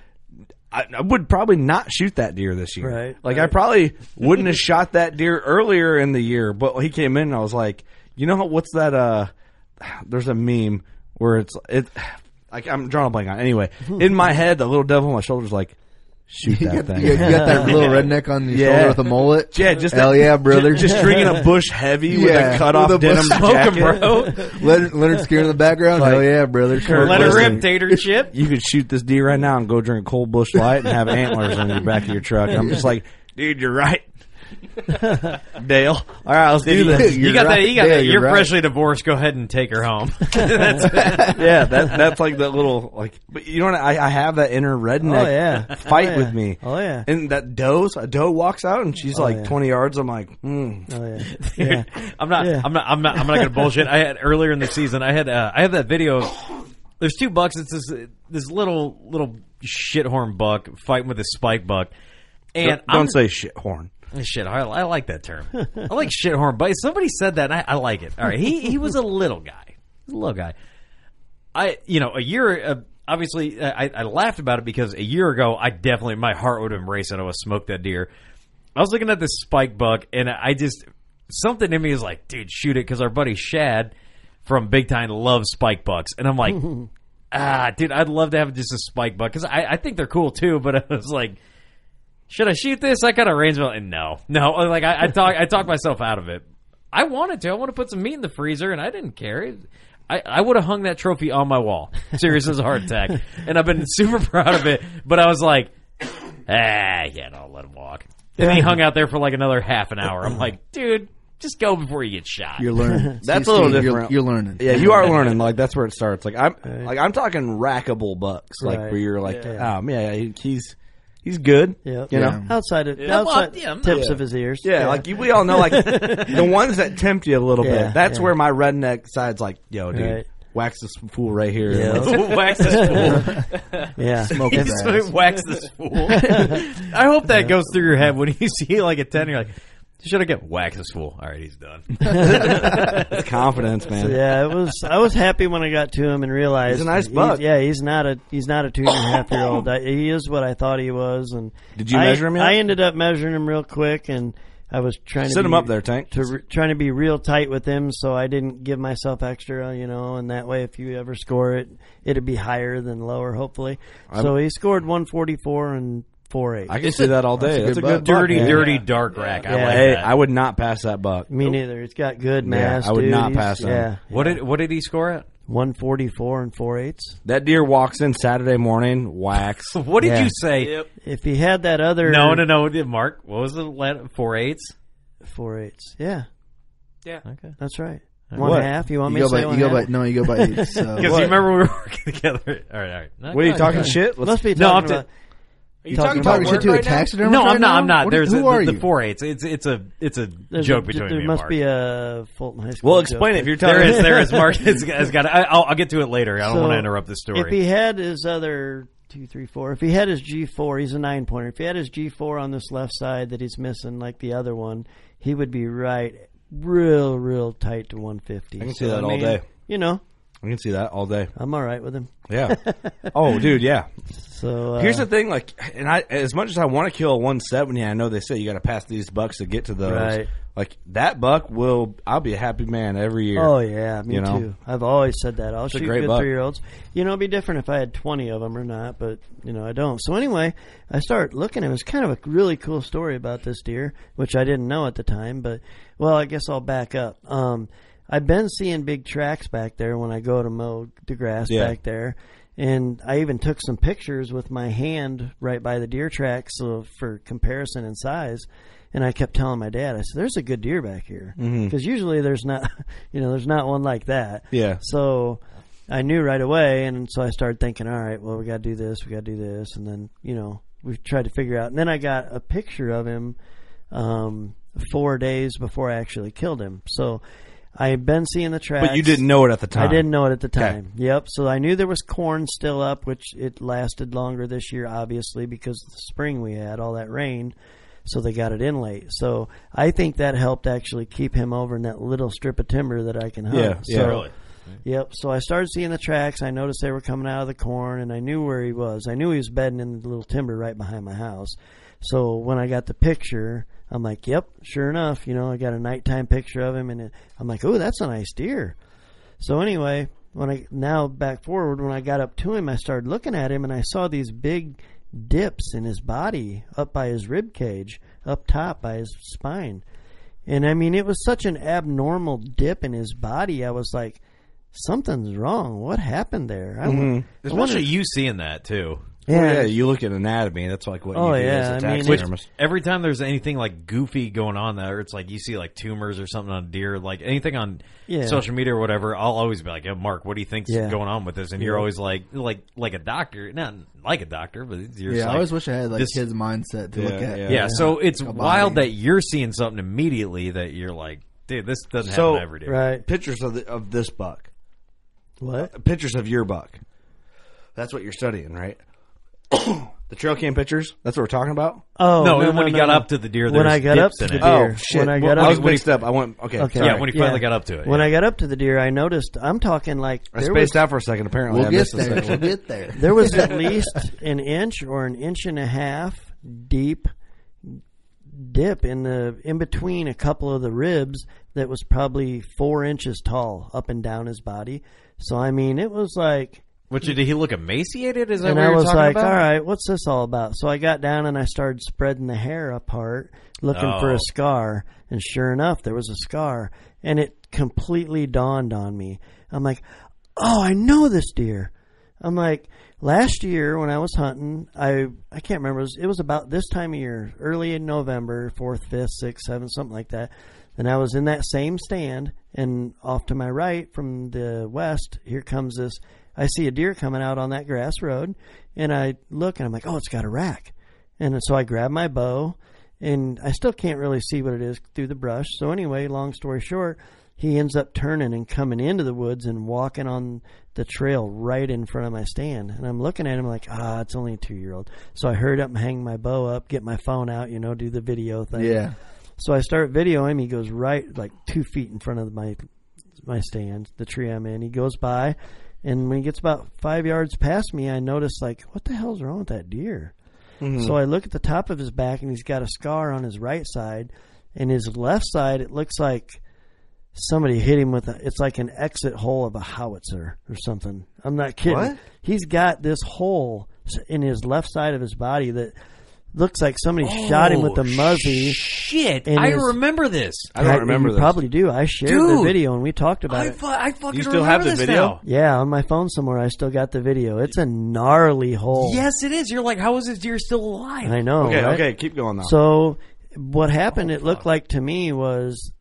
I, I would probably not shoot that deer this year.
Right,
Like, I probably wouldn't have shot that deer earlier in the year, but he came in and I was like, you know, what's that? Uh, there's a meme where it's it. Like, I'm drawing a blank on. it. Anyway, in my head, the little devil on my shoulder's like. Shoot that thing!
You, you got that little redneck on your shoulder with a mullet.
Yeah, just
hell
that-
yeah, brother.
ju- Just, drinking a bush heavy with a cut off
with a
denim
bush-
jacket,
Leonard, Leonard Skinner in the background. hell yeah, brother.
Kurt,
Smoke
listen,
bush.
Tater chip.
You could shoot this deer right now and go drink a cold bush light and have antlers on the back of your truck. I'm just like, dude, you're right, Dale. All right, let's do this.
You got that? You got that? You're, freshly divorced. Go ahead and take her home. That's-
yeah, that, that's like that little like. But you know what? I, I have that inner redneck
Oh, yeah.
fight
Oh, yeah.
with me.
Oh, yeah.
and that doe's a doe walks out and she's
Oh,
like
yeah.
twenty yards. I'm like, mm.
Oh yeah.
Dude,
Yeah.
I'm not.
Yeah.
I'm not. I'm not. I'm not gonna bullshit. I had earlier in the season. I had. Uh, I have that video. of- There's two bucks. It's this this little little shithorn buck fighting with a spike buck, and
don't,
I'm,
don't say shit horn.
Eh, Shit, I, I like that term. I like shithorn buck. Somebody said that, and I, I like it. All right, he he was a little guy, He was a little guy. I you know a year uh, obviously I, I laughed about it because a year ago I definitely my heart would have been racing. I would have smoked that deer. I was looking at this spike buck and I just something in me is like, dude, shoot it because our buddy Shad from Big Time loves spike bucks, and I'm like, ah, dude, I'd love to have just a spike buck because I, I think they're cool too. But I was like. Should I shoot this? I got a range mount, and no, no. Like I, I talk, I talked myself out of it. I wanted to. I want to put some meat in the freezer, and I didn't care. It- I, I would have hung that trophy on my wall. Serious as a heart attack, and I've been super proud of it. But I was like, ah, yeah, no, let him walk. And he hung out there for like another half an hour. I'm like, dude, just go before you get shot.
You're learning.
That's
See,
a little
Steve, you're-
different.
You're, learning.
Yeah, you are learning. Like that's where it starts. Like I'm, like I'm talking rackable bucks. Like
Right.
where you're like,
Yeah.
um, yeah, yeah, he's he's good.
Yeah.
you know.
Outside of
Yeah, well,
outside
yeah, I'm not-
tips of his ears.
Yeah, like you, we all know, like the ones that tempt you a little
Yeah,
bit. That's
yeah.
where my redneck side's like, yo, dude,
Right.
wax this fool right here.
Yeah.
Wax this fool.
Yeah. Smoke his
He's-
ass.
Wax this fool. I hope that goes through your head when you see like a 10, you're like, should I get wax this fool? All right, he's done.
It's confidence, man.
So, yeah, it was. I was happy when I got to him and realized
He's a nice
that
buck.
yeah, he's not a he's not a two and a half year old. I, he is what I thought he was. And
Did you
I-
measure him yet?
I ended up measuring him real quick, and I was trying to
Sit him
be-
up there, Tank.
To re- trying to be real tight with him, so I didn't give myself extra, you know. And that way, if you ever score it, it'd be higher than lower, hopefully.
I'm-
so he scored one forty four and four eight.
I can see that all day. That's a good, buck,
dirty,
man.
dirty dark rack. I like
hey,
that.
I would not pass that buck.
Me neither. It's got good
Yeah,
mass.
I would
dude.
not
He's-
pass him.
Yeah,
what did what did he score at?
one forty four and four eighths.
That deer walks in Saturday morning, wax.
What did
Yeah.
you say?
If he had that other
No, no, no. Mark, what was the letter? Four eights.
four eights, yeah,
Yeah. Okay.
that's right. One
What?
half. You want
You
me
go
to say
by.
one
You go by.
half?
No, you go by. eight, So.
Because
What?
you remember we were working together. All right, all right. No,
What are you
go
talking
ahead.
shit? Let's-
Must be
No, I'm
talking
ta-
about.
you
You
talking
talking shit to a
right now?
taxidermist?
No,
right
I'm not.
now?
I'm not.
What-
There's
who
a,
are you?
the, the four eights. It's it's a it's a
there's a-
joke between
there
me and
must
Mark.
be a Fulton High School.
Well, explain
joke.
it if you're talking.
there is there is Mark has, has got. I, I'll, I'll get to it later. I don't
So,
want to interrupt the story.
If he had his other two, three, four, if he had his G four, he's a nine pointer. If he had his G four on this left side that he's missing, like the other one, he would be right, real, real tight to one fifty.
I can see that all day.
You know,
I can see that all day.
I'm all right with him.
Yeah. oh, dude, yeah.
So uh,
Here's the thing, like, and I as much as I want to kill a 170, I know they say you got to pass these bucks to get to those.
Right.
Like that buck will, I'll be a happy man every year.
Oh yeah, me
You know?
too. I've always said that. I'll
a
shoot
great
good
buck.
three year olds. You know, it'd be different if I had twenty of them or not, but you know, I don't. So anyway, I start looking at him. It's kind of a really cool story about this deer, which I didn't know at the time. But well, I guess I'll back up. Um, I've been seeing big tracks back there when I go to mow the grass
Yeah.
back there. And I even took some pictures with my hand right by the deer track, so for comparison in size. And I kept telling my dad, I said, "There's a good deer back here," because usually there's not, you know, there's not one like that.
Yeah.
So I knew right away, and so I started thinking, all right, well, we got to do this, we got to do this, and then you know we tried to figure out. And then I got a picture of him um, four days before I actually killed him. So I had been seeing the tracks,
you didn't know it at the
I
time.
didn't know it at the
Okay.
time. Yep. So I knew there was corn still up, which it lasted longer this year, obviously, because of the spring we had all that rain. So they got it in late. So I think that helped actually keep him over in that little strip of timber that I can hunt.
Yeah, yeah.
So-
Really?
Yep. So I started seeing the tracks. I noticed they were coming out of the corn, and I knew where he was. I knew he was bedding in the little timber right behind my house. So when I got the picture, I'm like, "Yep, sure enough." You know, I got a nighttime picture of him, and it, I'm like, "Oh, that's a nice deer." So anyway, when I now back forward, when I got up to him, I started looking at him, and I saw these big dips in his body up by his rib cage, up top by his spine. And I mean, it was such an abnormal dip in his body. I was like, something's wrong. What happened there? I, wa- I
Especially
wonder-
you seeing that too.
Yeah. yeah, you look at anatomy. That's like what
Oh,
you do
yeah,
as a
I mean,
Which,
taxidermist.
every time there's anything like goofy going on there, it's like you see like tumors or something on deer, like anything on
Yeah.
social media or whatever. I'll always be like, "Yo, Mark, what do you think's
Yeah.
going on with this?" And you're
Yeah.
always like, like, like a doctor, not like a doctor, but you're
yeah,
just
I
like,
always wish I had like
this-
his mindset to look at.
Yeah, so it's
Like a
wild
body.
that you're seeing something immediately that you're like, dude, this doesn't
so
happen every day.
pictures of the, of this buck. Uh,
What
pictures of your buck? That's what you're studying, right? the trail cam pictures. That's what we're talking about.
Oh,
No, no, when no, he no, got no. up to the deer, When there's I got dips up to in the it. deer.
Oh shit!
When I
I,
got
well, I
up-
was mixed up. I went okay. sorry.
When I got up to the deer, I noticed. I'm talking like
I
there
spaced
was-
out for a second, apparently. We'll I missed get the there. second We'll one. get there.
There was at least an inch or an inch and a half deep dip in the in between a couple of the ribs that was probably four inches tall up and down his body. So I mean, it was like
Which did he look emaciated? Is that
and
what
I
you're
was
talking
like,
about?
"All right, what's this all about?" So I got down and I started spreading the hair apart, looking for
Oh.
a scar. And sure enough, there was a scar, and it completely dawned on me. I'm like, "Oh, I know this deer." I'm like, last year when I was hunting, I I can't remember. It was, it was about this time of year, early in November, fourth, fifth, sixth, seventh, something like that. And I was in that same stand, and off to my right from the west, here comes this. I see a deer coming out on that grass road, and I look, and I'm like, oh, it's got a rack. And so I grab my bow, and I still can't really see what it is through the brush. So anyway, long story short, he ends up turning and coming into the woods and walking on the trail right in front of my stand. And I'm looking at him like, ah, it's only a two year old. So I hurried up and hang my bow up, get my phone out, you know, do the video thing.
Yeah.
So I start videoing him. He goes right like two feet in front of my my stand, the tree I'm in. He goes by, and when he gets about five yards past me, I notice like, what the hell's wrong with that deer?
Mhm.
So I look at the top of his back, and he's got a scar on his right side, and his left side it looks like somebody hit him with a. It's like an exit hole of a howitzer or something. I'm not kidding.
What?
He's got this hole s- in his left side of his body that. Looks like somebody shot him with the
Oh,
muzzy.
shit.
and
I
his-
remember this. I
don't
Yeah,
remember
you
this.
Probably do. I shared the
Dude,
video and we talked about
I,
it.
fu- I fucking
still have
remember
the
this
video?
now.
Yeah, on my phone somewhere. I still got the video. It's a gnarly hole.
Yes, it is. You're like, how is this deer still alive?
I know.
Okay,
right?
okay, keep going now.
So, what happened? it looked like to me was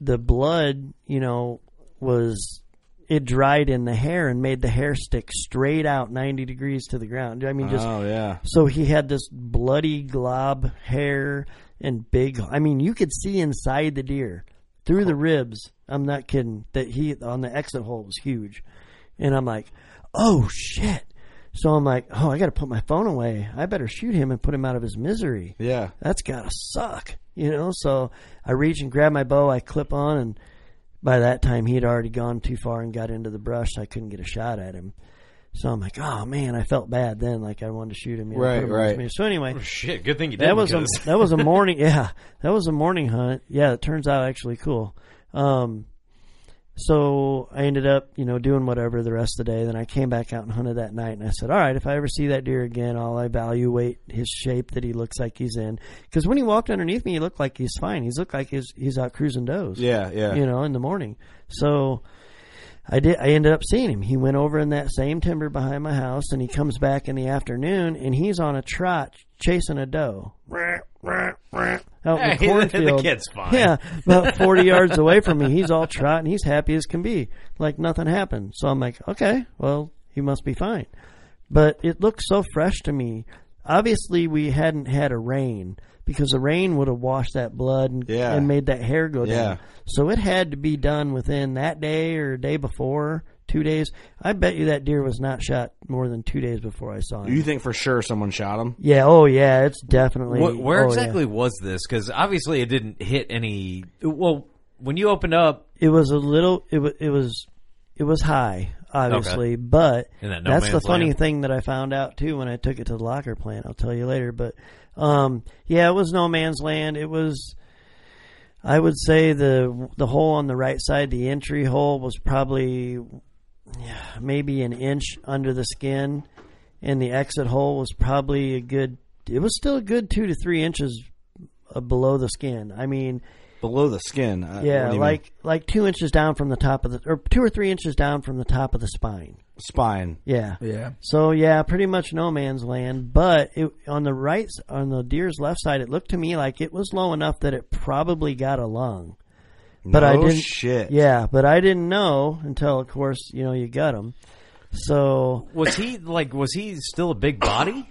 the blood. You know, was it dried in the hair and made the hair stick straight out ninety degrees to the ground. I mean, just
Oh, yeah.
So he had this bloody glob hair and big. I mean, you could see inside the deer through the ribs. I'm not kidding. That he on the exit hole was huge, and I'm like, oh shit. So I'm like, oh, I got to put my phone away. I better shoot him and put him out of his misery.
Yeah.
that's gotta suck, you know. So I reach and grab my bow. I clip on, and by that time he had already gone too far and got into the brush. So I couldn't get a shot at him. So I'm like, oh man, I felt bad then. Like I wanted to shoot him. you know,
Right,
put him on his
right.
misery. So anyway,
Shit, good thing you did.
that was a,
because-
that was a morning. Yeah, that was a morning hunt. Yeah, it turns out actually cool. Um, so I ended up, you know, doing whatever the rest of the day. Then I came back out and hunted that night, and I said, "All right, if I ever see that deer again, I'll evaluate his shape that he looks like he's in." Because when he walked underneath me, he looked like he's fine. He's looked like he's he's out cruising does.
Yeah, yeah.
You know, in the morning. So I did. I ended up seeing him. He went over in that same timber behind my house, and he comes back in the afternoon, and he's on a trot chasing a doe. out in the
Hey, the- the
cornfield.
kid's fine.
Yeah, about forty yards away from me, he's all trotting. He's happy as can be, like nothing happened. So I'm like, okay, well, he must be fine. But it looked so fresh to me. Obviously, we hadn't had a rain because the rain would have washed that blood and,
Yeah.
and made that hair go down.
Yeah.
So it had to be done within that day or day before, two days. I bet you that deer was not shot more than two days before I saw him.
You think for sure someone shot him?
Yeah. Oh, yeah. It's definitely.
Wh- where
oh, yeah.
exactly was this? Because obviously it didn't hit any. Well, when you opened up,
It was a little. It was. It was. It was high, obviously,
Okay.
but
In that no
that's the
man's
funny
land.
thing that I found out too when I took it to the locker plant. I'll tell you later, but um, yeah, it was no man's land. It was. I would say the the hole on the right side, the entry hole, was probably yeah, maybe an inch under the skin, and the exit hole was probably a good. It was still a good two to three inches uh, below the skin. I mean,
Below the skin. uh, what
yeah,
do you
like like two inches down from the top of the, or two or three inches down from the top of the spine.
mean? spine.
Yeah,
Yeah.
So yeah, pretty much no man's land. But it, on the right, s- on the deer's left side, it looked to me like it was low enough that it probably got a lung. But I
No
didn't.
shit.
Yeah, but I didn't know until, of course, you know, you gut him. So
was he like? Was he still a big body?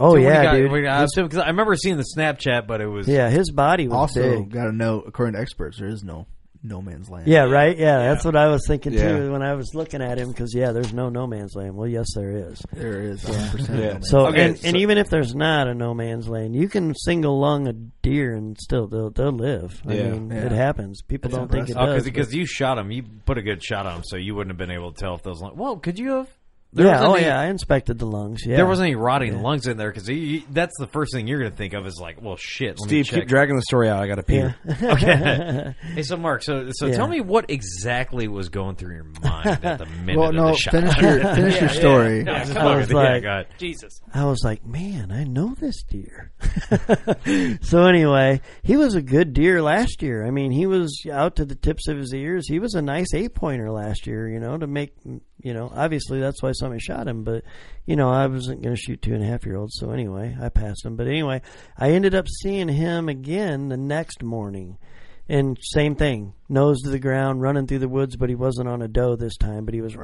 Oh,
when he
yeah,
got-
dude.
when he got- so- 'cause I remember seeing the Snapchat, but it was
yeah, his body was
also
big.
got to know. According to experts, there is no no man's land.
Yeah, right. Yeah, that's what I was thinking
Yeah.
too when I was looking at him because yeah, there's no no man's land. Well, yes, there is.
There is
Yeah.
100% no man's
So,
land.
and,
Okay,
and
so-
even if there's not a no man's land, you can single lung a deer and still they'll, they'll live. I
Yeah.
mean,
Yeah. Oh,
it happens. People don't think it does.
because
but-
you shot him. You put a good shot on him, so you wouldn't have been able to tell if those. Lung- well, could you have?
yeah.
wasn't
Oh
any-
yeah, I inspected the lungs. Yeah.
There wasn't any rotting
Yeah.
lungs in there because that's the first thing you're going to think of is like, well, shit. Let me
Steve,
check.
keep dragging the story out. I got to pee.
okay. Hey, so Mark, so so
Yeah.
tell me what exactly was going through your mind at the minute
Well,
of
no,
the shot.
finish your- finish your story.
Yeah,
I
come on,
was
yeah,
like-
go ahead.
I was like, man, I know this deer. so anyway, he was a good deer last year. I mean, he was out to the tips of his ears. He was a nice eight pointer last year, you know, to make, you know, obviously that's why somebody shot him, but, you know, I wasn't going to shoot two and a half year olds. So anyway, I passed him. But anyway, I ended up seeing him again the next morning. And same thing, nose to the ground, running through the woods, but he wasn't on a doe this time, but he was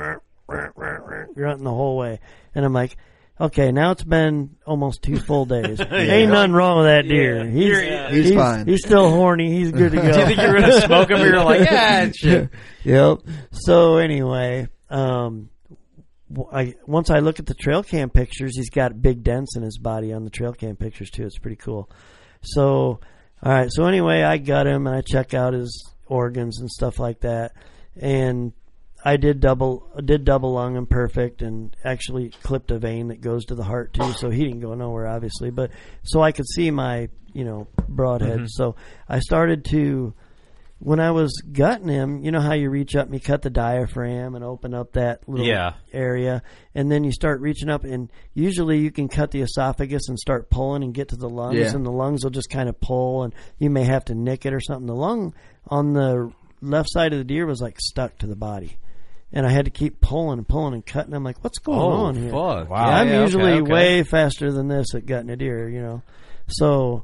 grunting the whole way. And I'm like, okay, now it's been almost two full days. Ain't nothing wrong with that deer.
Yeah.
He's,
uh,
You're- He's fine.
He's still horny. He's good to go.
Do you think you're gonna smoke him or you're like, "Yeah, shit."
yep. So anyway, um, w- I, once I look at the trail cam pictures, he's got big dents in his body on the trail cam pictures too. It's pretty cool. So, all right. So anyway, I got him and I check out his organs and stuff like that. And I did double did double lung and perfect, and actually clipped a vein that goes to the heart too. So he didn't go nowhere, obviously. But so I could see my you know broadhead.
Mhm.
So I started to when I was gutting him. You know how you reach up and you cut the diaphragm and open up that little
Yeah.
area, and then you start reaching up, and usually you can cut the esophagus and start pulling and get to the lungs,
Yeah.
and the lungs will just kind of pull, and you may have to nick it or something. The lung on the left side of the deer was like stuck to the body. And I had to keep pulling and pulling and cutting. I'm like, what's going
Oh,
on here?
fuck.
Yeah,
Wow.
I'm
Yeah, okay,
usually
okay.
way faster than this at gutting a deer, you know. So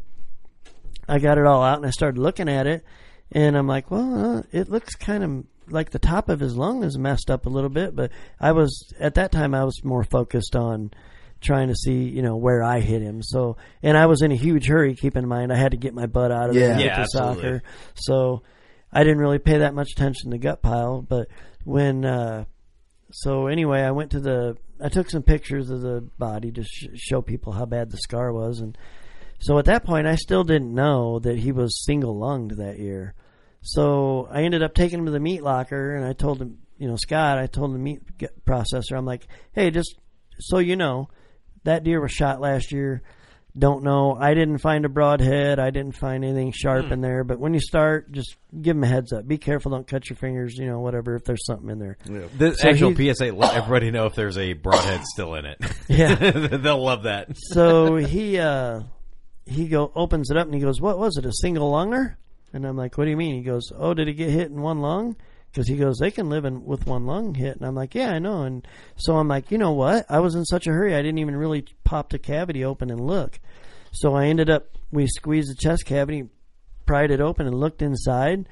I got it all out and I started looking at it, and I'm like, well, uh, it looks kind of like the top of his lung is messed up a little bit, but I was at that time I was more focused on trying to see you know where I hit him. So and I was in a huge hurry. Keep in mind I had to get my butt out of there
Yeah.
and
Yeah,
get to
absolutely.
soccer, so I didn't really pay that much attention to gut pile. But when uh, so anyway, I went to the. I took some pictures of the body to sh- show people how bad the scar was, and so at that point, I still didn't know that he was single lunged that year. So I ended up taking him to the meat locker, and I told him, you know, Scott, I told the meat g- processor, I'm like, hey, just so you know, that deer was shot last year. Don't know. I didn't find a broadhead. I didn't find anything sharp in there. But when you start, just give them a heads up. Be careful. Don't cut your fingers. You know, whatever. If there's something in there.
The
So
actual
he-
PSA let everybody know if there's a broadhead still in it.
Yeah.
they'll love that.
so he uh he go opens it up and he goes, "What was it? A single lunger?" And I'm like, "What do you mean?" He goes, "Oh, did it get hit in one lung?" Because he goes, "They can live in with one lung hit." And I'm like, "Yeah, I know." And so I'm like, "You know what? I was in such a hurry, I didn't even really pop the cavity open and look." So I ended up we squeezed the chest cavity, pried it open, and looked inside.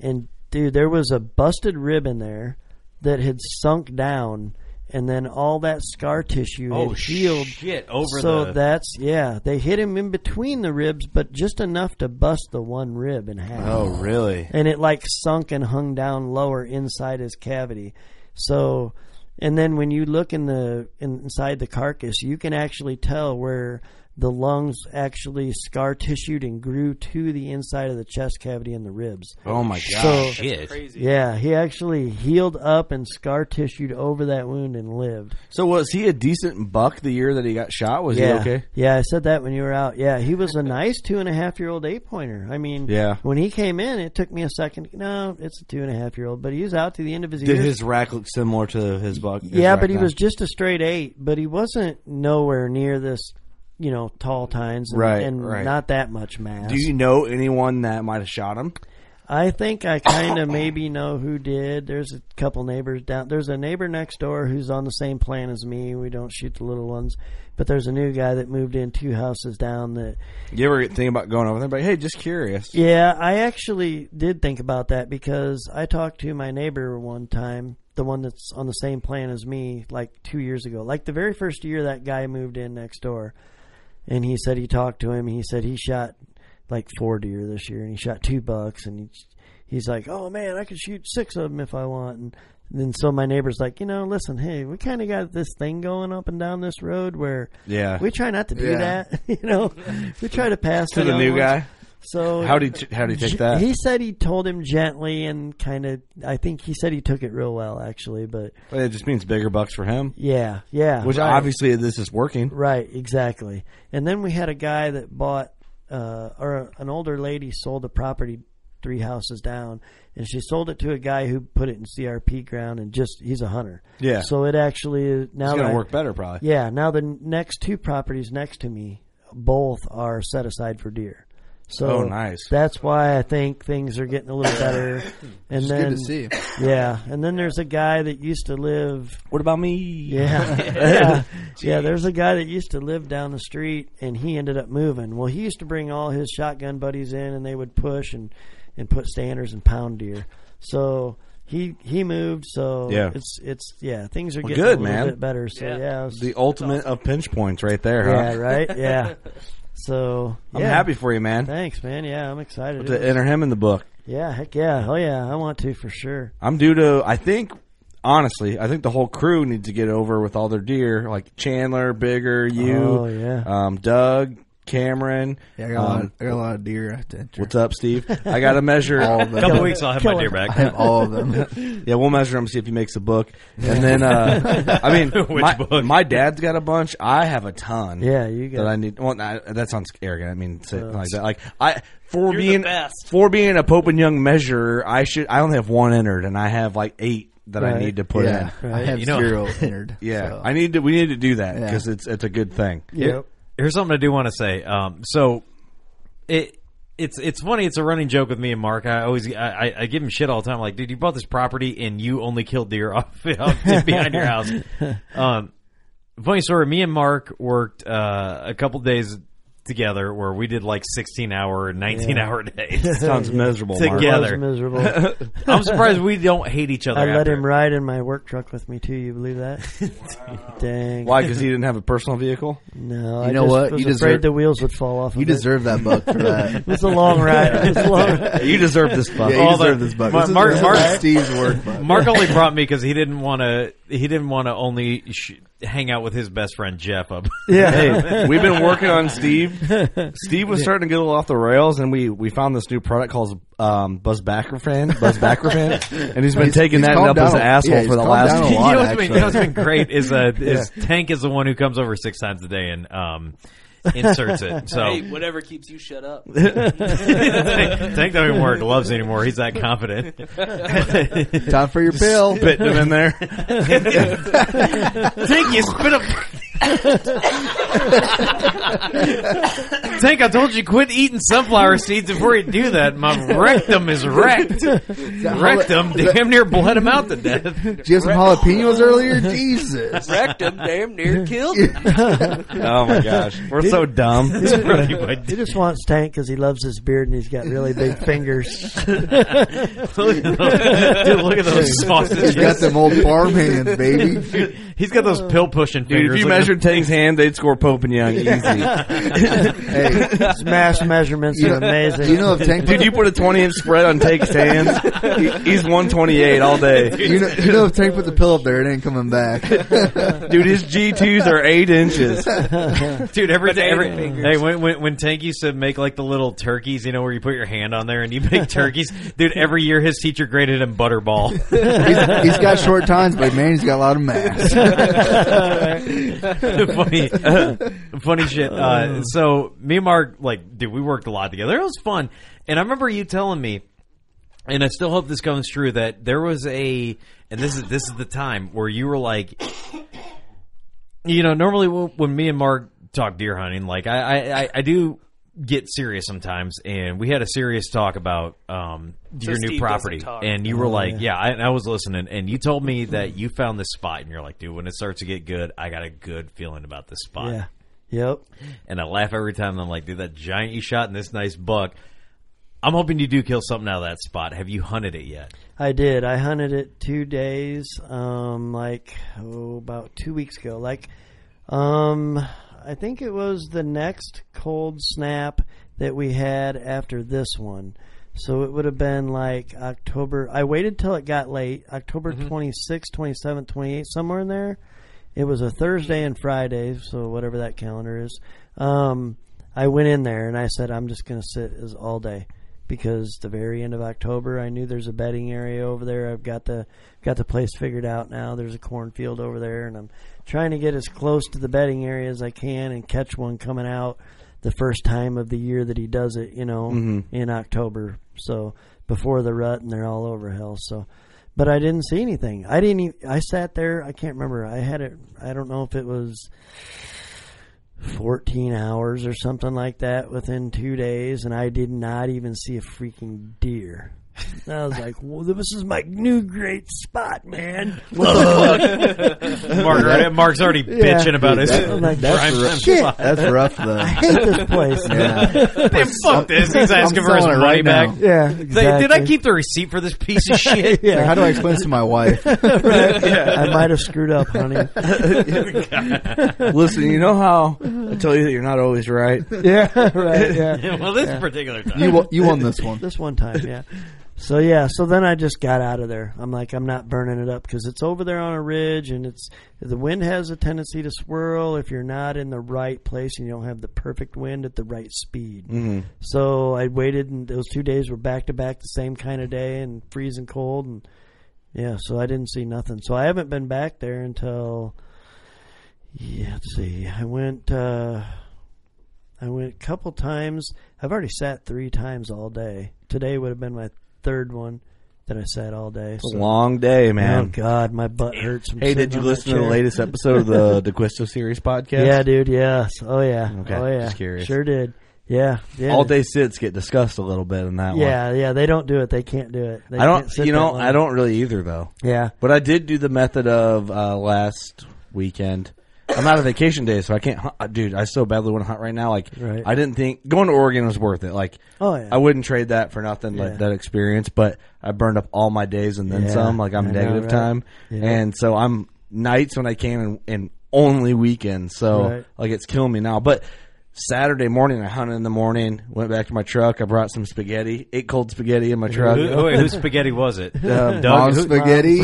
And dude, there was a busted rib in there that had sunk down, and then all that scar tissue
Oh,
had healed.
shit, over
so
the-
that's yeah. They hit him in between the ribs, but just enough to bust the one rib in half.
Oh, really?
And it like sunk and hung down lower inside his cavity. So, and then when you look in the inside the carcass, you can actually tell where the lungs actually scar tissued and grew to the inside of the chest cavity and the ribs.
Oh my
God!
gosh.
So,
That's Shit. crazy.
Yeah, he actually healed up and scar tissued over that wound and lived.
So was he a decent buck the year that he got shot? Was
yeah.
he okay?
Yeah, I said that when you were out. Yeah, he was a nice two and a half year old eight pointer. I mean,
Yeah.
when he came in, it took me a second. No, it's a two and a half year old, but he was out to the end of his
Did
years.
his rack look similar to his buck? his
yeah,
rack
but he
now?
was just a straight eight, but he wasn't nowhere near this, you know, tall tines and,
right
and
right.
not that much mass.
Do you know anyone that might have shot him?
I think I kind of maybe know who did. There's a couple neighbors down. There's a neighbor next door who's on the same plan as me. We don't shoot the little ones, but there's a new guy that moved in two houses down that
You ever think about going over there? But hey, just curious.
Yeah, I actually did think about that because I talked to my neighbor one time, the one that's on the same plan as me, like two years ago. Like the very first year that guy moved in next door, and he said he talked to him. He said he shot like four deer this year, and he shot two bucks, and he, he's like, "Oh man, I could shoot six of them if I want." And then so my neighbor's like, "You know, listen, hey, we kind of got this thing going up and down this road where
Yeah.
we try not to do
Yeah.
that, you know, we try to pass
To
it
the
on
new
once."
guy?
So
How'd he t- how'd he take
J-
that?
He said he told him gently and kind of. I think he said he took it real well, actually. But
Well, It just means bigger bucks for him.
Yeah, yeah,
Which
right.
obviously this is working.
right, exactly. And then we had a guy that bought, uh, or an older lady sold a property three houses down, and she sold it to a guy who put it in CRP ground and just he's a hunter.
Yeah.
So it actually uh, now
It's gonna
that I-
work better, probably.
Yeah. Now the next two properties next to me, both are set aside for deer. So
Oh, nice.
That's why I think things are getting a little better. And
It's good
then
to see.
yeah, and then there's a guy that used to live.
What about me?
Yeah, yeah. Yeah, There's a guy that used to live down the street, and he ended up moving. Well, he used to bring all his shotgun buddies in, and they would push and and put standards and pound deer. So he he moved. So
Yeah.
it's it's yeah, things are
Well,
getting
good,
a little
man.
bit better. So yeah, it was-
The ultimate of pinch points right there, huh?
yeah, right, yeah. So
I'm
yeah.
happy for you, man.
Thanks, man. Yeah, I'm excited. It
To
was-
enter him in the book.
Yeah, heck yeah. Oh yeah, I want to for sure.
I'm due to. I think honestly, I think the whole crew needs to get over with all their deer, like Chandler, Bigger, you,
Oh, yeah.
um, Doug, Cameron.
Yeah, I got, a lot
um,
I got a lot of deer. I have to enter.
What's up, Steve? I got to measure
All of them. Couple
weeks, I'll have my Kill deer back.
I have all of them.
yeah, we'll measure him, see if he makes a book, and then uh, I mean,
Which
my,
book?
my dad's got a bunch. I have a ton.
Yeah, you got-
that. I need. Well, I, that sounds arrogant. I mean, say
Uh,
like that. Like I for
You're the
being
best.
for being a Pope and Young measurer, I should. I only have one entered, and I have like eight that I
Right.
need to put
Yeah,
in.
I have
You know-
zero entered.
Yeah,
so.
I need to. We need to do that
Yeah.
because it's it's a good thing.
Here- here's something I do want to say. Um, so it it's it's funny. It's a running joke with me and Mark. I always I, I- I give him shit all the time. Like, dude, you bought this property and you only killed deer off, off behind your house. Um, funny story. Me and Mark worked uh, a couple days together where we did like 16 hour, 19
Yeah.
hour days.
Sounds miserable, Mark.
Together,
Sounds miserable.
I'm surprised we don't hate each other.
I let
after.
him ride in my work truck with me too. You believe that? Dang.
Why? Because he didn't have a personal vehicle.
No, I
You know
just
what?
Was
You
afraid
deserve-
the wheels would fall off.
You
of it.
deserve that buck for that.
It was a long ride. It was a long.
You deserve this buck.
Yeah, you
All
deserve
the-
this buck.
Mar-
this is,
Mark-
this is
Mark-
Steve's work buck.
Mark only brought me because he didn't want to. He didn't want to only sh- hang out with his best friend Jeff. Up.
Yeah.
hey, we've been working on Steve. Steve was starting to get a little off the rails, and we, we found this new product called um, Buzz Backerfan. Buzz Backerfan, and he's been
He's-
taking
he's
that
calmed
up his
down.
asshole
Yeah, he's
for the
calmed
last.
down
you
a lot,
know what's been,
actually.
you know what's been great is uh, is Tank is the one who comes over six times a day and um, inserts it. So
Hey, whatever keeps you shut up.
Tank Tank doesn't even wear gloves anymore. He's that confident.
Time for your pill.
Spitting him in there.
Tank, you spit up. Tank, I told you quit eating sunflower seeds before you do that. My rectum is wrecked. rectum damn near bled him out to death.
Did you have some jalapenos earlier? Jesus.
Rectum damn near killed
Oh my gosh, we're so dumb.
He,
That's really what I
he just wants Tank because he loves his beard and he's got really big fingers.
Dude, look at those sausages.
He's got them old farm hands, baby.
He's got those pill pushing
Dude,
fingers.
if you
Look at
measured Tank's hand, they'd score Pope and Young easy.
His mass measurements are amazing.
Dude, you put a 20 inch spread on Tank's hands. he- He's 128 all day.
You know, you know if Tank put the pill up there, it ain't coming back.
Dude, his G2s are 8 inches.
Dude, every day, every,
fingers.
hey, when, when when Tank used to make like the little turkeys, you know, where you put your hand on there and you make turkeys. Dude, every year his teacher graded him butterball.
he's, he's got short tines, but man, he's got a lot of mass.
funny, funny shit.
Oh.
Uh, so me and Mark, like, dude, we worked a lot together. It was fun, and I remember you telling me, and I still hope this comes true that there was a, and this is this is the time where you were like, you know, normally when when me and Mark talk deer hunting, like I I, I, I do get serious sometimes, and we had a serious talk about um,
So
your new
Steve doesn't
property,
talk.
and you were
Oh,
like,
yeah.
yeah, I, and I was listening, and you told me that you found this spot, and you're like, dude, when it starts to get good, I got a good feeling about this spot.
Yeah. Yep.
And I laugh every time. I'm like, dude, that giant you shot and this nice buck. I'm hoping you do kill something out of that spot. Have you hunted it yet?
I did. I hunted it two days, um, like oh, about two weeks ago. Like, um, I think it was the next cold snap that we had after this one. So it would have been like October. I waited till it got late, October
Mhm.
twenty sixth, twenty seventh, twenty eighth, somewhere in there. It was a Thursday and Friday, so whatever that calendar is. Um, I went in there and I said, I'm just going to sit as all day because the very end of October, I knew there's a bedding area over there. I've got the got the place figured out now. There's a cornfield over there, and I'm trying to get as close to the bedding area as I can and catch one coming out the first time of the year that he does it. You know,
Mhm.
in October, so before the rut, and they're all over hell. So. But I didn't see anything. I didn't. Even, I sat there. I can't remember. I had it. I don't know if it was 14 hours or something like that within two days, and I did not even see a freaking deer. And I was like, well, this is my new great spot, man. What the fuck?
Mark already- Mark's already bitching about his
I'm like,
That's
"Shit."
rough. Shit. That's rough, though.
I hate this place.
Yeah. Man, fuck this. He's asking
I'm
for his
selling it
money
right
back.
now. Yeah,
Say, Did I
exactly.
keep the receipt for this piece of shit?
Like, How do I explain this to my wife?
Right? I might have screwed up, honey.
Listen, you know how I tell you that you're not always right?
Yeah, right, yeah. Yeah,
well, this particular time.
You won- you won this one.
this one time, yeah. So yeah, so then I just got out of there. I'm like, I'm not burning it up because it's over there on a ridge, and it's the wind has a tendency to swirl if you're not in the right place and you don't have the perfect wind at the right speed.
Mhm.
So I waited, and those two days were back to back, the same kind of day, and freezing cold, and yeah, so I didn't see nothing. So I haven't been back there until yeah, let's see. I went uh I went a couple times. I've already sat three times all day. Today would have been my third one that I sat all day.
It's a long day, man.
Oh god, my butt hurts. from
Hey, did
sitting
you
on that
listen to the
chair.
latest episode of the DeQuisto series podcast?
Yeah, dude, yes. Oh yeah.
Okay,
Oh yeah.
just curious.
Sure did. Yeah. yeah
All day sits get discussed a little bit in that one.
Yeah, yeah, they don't do it. They can't do it. They
I
can't
don't.
sit
You
that
know,
long.
I don't really either though.
Yeah.
but I did do the method of uh, last weekend. I'm out of vacation day, so I can't. Hunt. Uh, Dude, I so badly want to hunt right now. Like,
Right.
I didn't think going to Oregon was worth it. Like,
Oh, yeah.
I wouldn't trade that for nothing.
Yeah.
Like that experience, but I burned up all my days and then
Yeah,
some. Like I'm
I know,
negative
right?
time,
Yeah.
and so I'm nights when I came and, and only weekends. So
Right.
like it's killing me now, but. Saturday morning, I hunted in the morning. Went back to my truck. I brought some spaghetti. Ate cold spaghetti in my truck.
Who, who, whose spaghetti was it?
Uh,
Doug?
Mom's
Who-
spaghetti.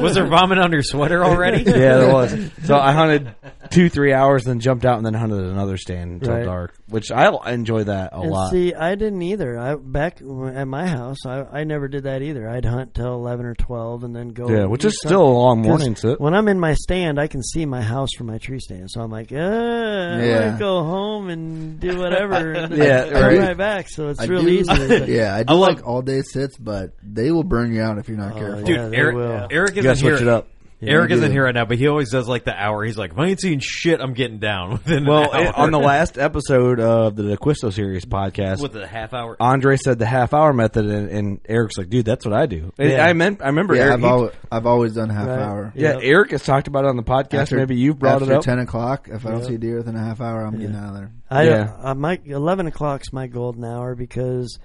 was there vomit on your sweater already?
yeah, there was. So I hunted two, three hours, then jumped out and then hunted another stand until
Right.
dark, which I l- enjoy that a
and
lot.
See, I didn't either. I back w- at my house, I, I never did that either. I'd hunt till eleven or twelve, and then go.
Yeah,
and
which
do
is
something.
still a long
'Cause
morning sit.
When I'm in my stand, I can see my house from my tree stand, so I'm like, uh, I
Yeah.
want to go home and do whatever. And
Yeah,
then come
right.
right back. So it's
I
real
do-
easy. but-
yeah, I do like all day sits, but they will burn you out if you're not careful.
Dude, Eric, Eric isn't
You gotta switch
here.
it up.
Eric
you do.
isn't here right now, but he always does like the hour. He's like, if I ain't seen shit, I'm getting down within
Well,
an
it-
hour.
on the last episode of the DeQuisto series podcast,
With the half hour-
Andre said the half hour method, and, and Eric's like, "Dude, that's what I do." And
Yeah.
I meant, I remember.
Yeah,
Eric,
I've
he-
always, I've always done half
Right.
hour.
Yeah, Eric has talked about it on the podcast.
After-
Maybe you brought it
after
up.
Ten o'clock. If I don't
Yeah.
see a deer within a half hour, I'm getting out of there.
I
yeah.
don't, uh, my eleven o'clock's my golden hour because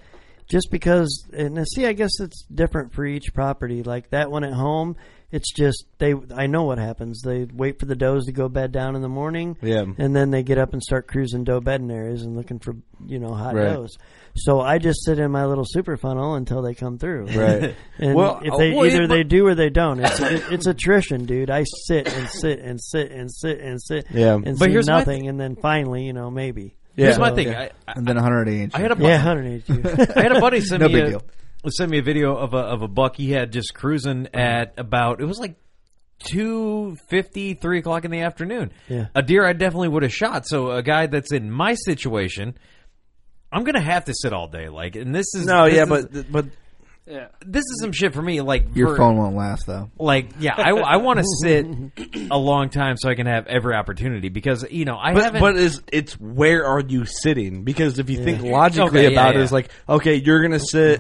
just because and uh, see, I guess it's different for each property. Like that one at home, it's just they. I know what happens. They wait for the does to go bed down in the morning,
Yeah.
and then they get up and start cruising doe bedding areas and looking for you know hot
Right.
does. So I just sit in my little super funnel until they come through.
Right.
and
Well,
if they
well,
either
it-
they do or they don't. It's it, it's attrition, dude. I sit and sit and sit and sit and sit.
Yeah.
and
But
see
here's my
nothing, and then finally, you know, maybe.
Here's my thing. I, I,
and then 180.
I had a bu-
yeah, 182.
I had a buddy send
No
me
big
a,
deal.
send me a video of a of a buck he had just cruising at about it was like two fifty three o'clock in the afternoon.
Yeah.
a deer I definitely would have shot. So a guy that's in my situation, I'm gonna have to sit all day. Like, and this is
No,
this
yeah,
is-
but but
this is some shit for me. Like
Your
for-
phone won't last though.
Like, yeah, I, want to sit a long time so I can have every opportunity because you know I
but,
haven't.
but is it's where are you sitting? Because if you think logically
Okay, yeah,
about it,
yeah.
it's like okay, you're gonna sit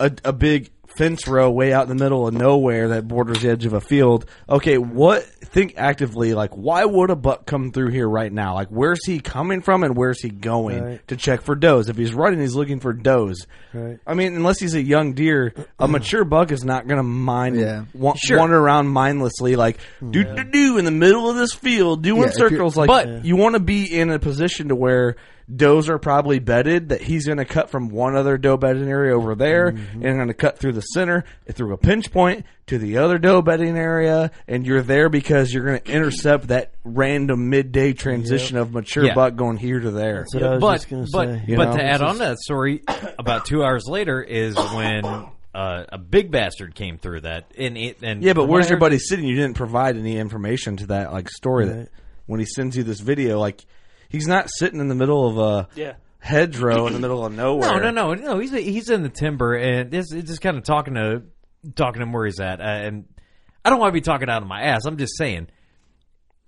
a, a big fence row way out in the middle of nowhere that borders the edge of a field. Okay, what? Think actively. Like, why would a buck come through here right now? Like, where's he coming from and where's he going
Right.
to check for does? If he's running, he's looking for does.
Right.
I mean, unless he's a young deer, a mature buck is not gonna mind
Yeah.
wa-
Sure.
wander around mindlessly like
Hmm.
do do do in the middle of this field doing
Yeah, if you're-
circles like
But-
you want to be in a position to where does are probably bedded that he's going to cut from one other doe bedding area over there
Mm-hmm.
and going to cut through the center through a pinch point to the other doe bedding area and you're there because you're going to intercept that random midday transition of mature
Yeah.
buck going here to there.
That's what I was
but
just gonna
but
say.
You
but
know?
to add
It's
on to that story, about two hours later is when uh, a big bastard came through that and it, and
Yeah, but
from what
where's
I
your
heard-
buddy sitting? You didn't provide any information to that like story
Right.
that when he sends you this video, like he's not sitting in the middle of a
Yeah.
hedgerow in the middle of nowhere.
No, no, no, no. He's he's in the timber and this it's just kind of talking to talking to him where he's at. Uh, and I don't want to be talking out of my ass. I'm just saying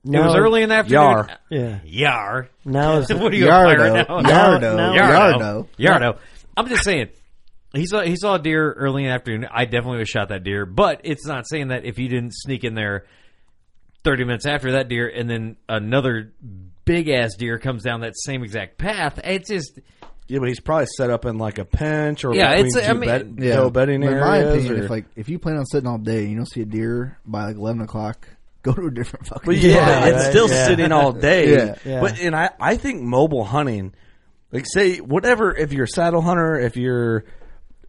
No.
it was early in the afternoon.
Yar.
Yeah.
Yar.
Now is
what are you a
Yardo,
pirate now?
yardo,
Now-
yardo.
Yardo. Yardo. I'm just saying. He saw he saw a deer early in the afternoon. I definitely would have shot that deer, but it's not saying that if you didn't sneak in there thirty minutes after that deer, and then another big ass deer comes down that same exact path. It's just
Yeah, but he's probably set up in like a pinch or
Yeah,
between
it's- I
two
mean-
bed-
Yeah,
doe bedding
But in
areas.
my opinion,
or-
if like if you plan on sitting all day, and you don't see a deer by like eleven o'clock. Go to a different fucking.
But yeah,
spot.
it's still sitting all day.
Yeah.
Yeah.
But and I, I think mobile hunting, like say whatever, if you're a saddle hunter, if you're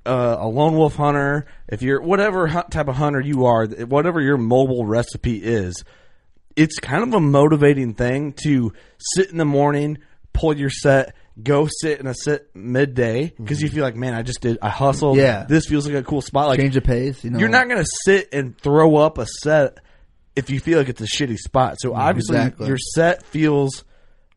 uh, a lone wolf hunter, if you're whatever hu- type of hunter you are, th- whatever your mobile recipe is, it's kind of a motivating thing to sit in the morning, pull your set. Go sit in a sit midday because you feel like, man, I just did, I hustled.
Yeah.
this feels like a cool spot. Like
change the pace. You know,
you're not going to sit and throw up a set if you feel like it's a shitty spot.
Mm,
So obviously,
Exactly.
your set feels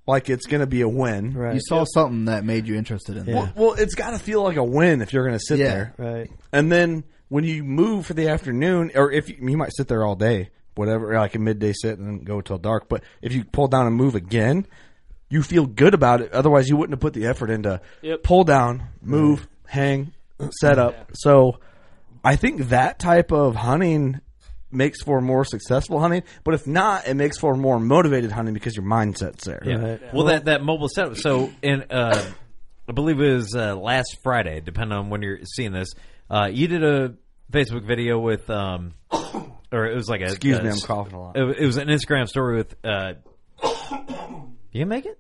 like it's going to be a win.
Right.
You saw something that made you interested in
Yeah.
that.
Well, it's got to feel like a win if you're going to sit
Yeah.
there.
Right.
And then when you move for the afternoon, or if you, you might sit there all day, whatever, like a midday sit and then go till dark. But if you pull down and move again, you feel good about it. Otherwise, you wouldn't have put the effort into
Yep.
pull down, move, hang, set up. So I think that type of hunting makes for more successful hunting. But if not, it makes for more motivated hunting because your mindset's there.
Yeah.
Right.
Well, that that mobile setup. So, in uh, I believe it was uh, last Friday, depending on when you're seeing this. Uh, you did a Facebook video with, um, or it was like a.
Excuse
a-
me, I'm coughing a lot.
It, it was an Instagram story with. Uh, you make it?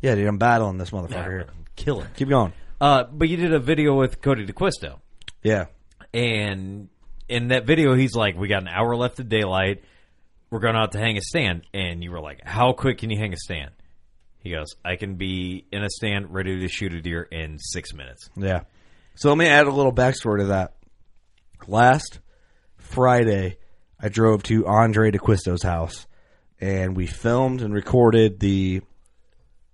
Yeah, dude, I'm battling this motherfucker here.
Killer.
Keep going.
Uh, but you did a video with Cody DeQuisto,
Yeah.
and in that video, he's like, "We got an hour left of daylight. We're going out to hang a stand." And you were like, "How quick can you hang a stand?" He goes, "I can be in a stand ready to shoot a deer in six minutes."
Yeah. So let me add a little backstory to that. Last Friday, I drove to Andre DeQuisto's house and we filmed and recorded the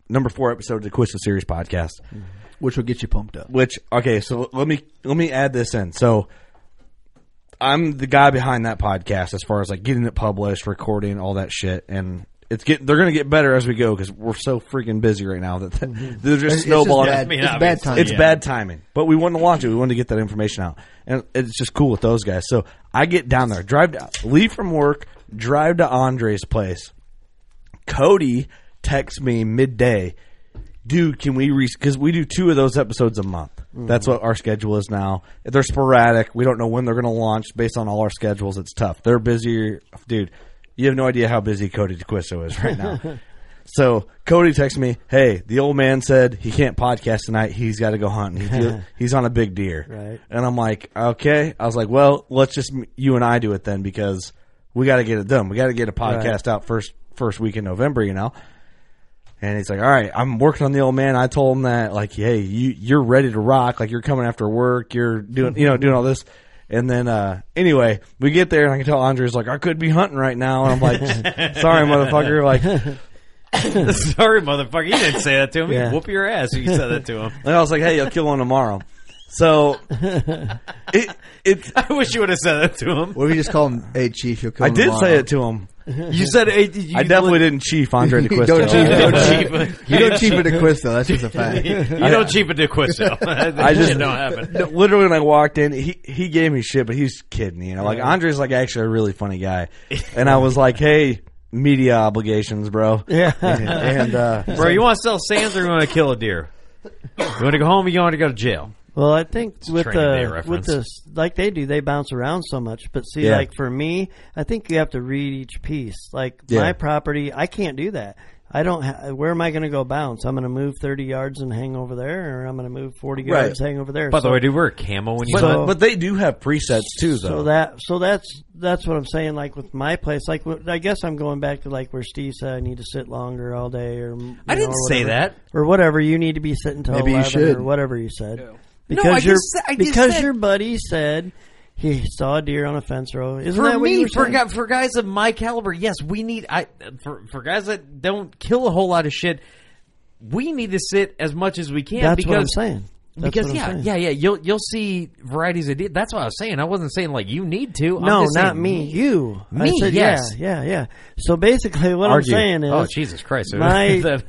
number four episode of the DeQuisto series podcast.
Which will get you pumped up.
Which okay, so let me let me add this in. So I'm the guy behind that podcast as far as like getting it published, recording all that shit, and it's getting they're gonna get better as we go because we're so freaking busy right now that they're
It's
just
just
snowballing.
bad- I mean, it's bad obviously, timing.
It's
yeah.
bad timing, but we wanted to launch it. We wanted to get that information out, and it's just cool with those guys. So I get down there, drive to, leave from work, drive to Andre's place. Cody texts me midday, dude, can we re? Because we do two of those episodes a month. That's what our schedule is now. They're sporadic. We don't know when they're going to launch based on all our schedules. It's tough. They're busier, dude. You have no idea how busy Cody DeQuisto is right now. so Cody texts me, "Hey, the old man said he can't podcast tonight. He's got to go hunting. He's, he's on a big deer."
Right.
And I'm like, "Okay." I was like, "Well, let's just m- you and I do it then because we got to get it done. We got to get a podcast
Right.
out first first week in November, you know." And he's like, "All right, I'm working on the old man. I told him that, like, hey, you you're ready to rock. Like, you're coming after work. You're doing, you know, doing all this." And then, uh, anyway, we get there, and I can tell Andre's like, "I could be hunting right now," and I'm like, "Sorry, motherfucker." Like,
Sorry, motherfucker. You didn't say that to him.
Yeah.
You Whoop your ass if you said that to him.
and I was like, "Hey, I'll kill one tomorrow." So, it, it
I wish you would have said that to him.
What if you just call him, hey, chief, you'll come
I did say it to him.
You said, "Hey, you-
I definitely didn't chief Andre
You
DeQuisto.
don't chief-
you don't
chief- you don't chief a DeQuisto, that's just a fact.
you don't cheap a DeQuisto. That shit don't happen.
no, literally when I walked in, he he gave me shit, but he's kidding. You know, like
Yeah.
Andre's like actually a really funny guy, and I was like, hey, media obligations, bro.
Yeah.
and, and, uh,
Bro, you want to sell sands or you want to kill a deer? You want to go home or you want to go to jail?
Well, I think
It's a
with
Training Day
the
reference.
with the like they do, they bounce around so much. But see,
Yeah.
like for me, I think you have to read each piece. Like
Yeah.
my property, I can't do that. I don't. Ha- where am I going to go bounce? I'm going to move thirty yards and hang over there, or I'm going to move forty
Right.
yards, hang over there.
By the
So-
way, do you wear a camo when you
but,
hunt?
but they do have presets too, though.
So that so that's that's what I'm saying. Like with my place, like what- I guess I'm going back to like where Steve said I need to sit longer all day, or you
I didn't
know,
say
whatever.
that.
or whatever. You need to be sitting till
Maybe you
11
should.
or whatever you said. Because
No, I
your
just sa- I just
because
said-
your buddy said he saw a deer on a fence row. Isn't
for
that what
me,
you were
for,
saying?
gu- for guys of my caliber, yes, we need. I for for guys that don't kill a whole lot of shit, we need to sit as much as we can.
That's
because,
what I'm saying. That's
because
what I'm
yeah,
saying.
yeah, yeah, you'll you'll see varieties of. de- That's what I was saying. I wasn't saying like you need to. I'm
no,
just saying
not me. You. I
Me,
said,
yes.
Yeah, yeah, yeah. So basically, what
Argue.
I'm saying is,
Oh, Jesus Christ.
my,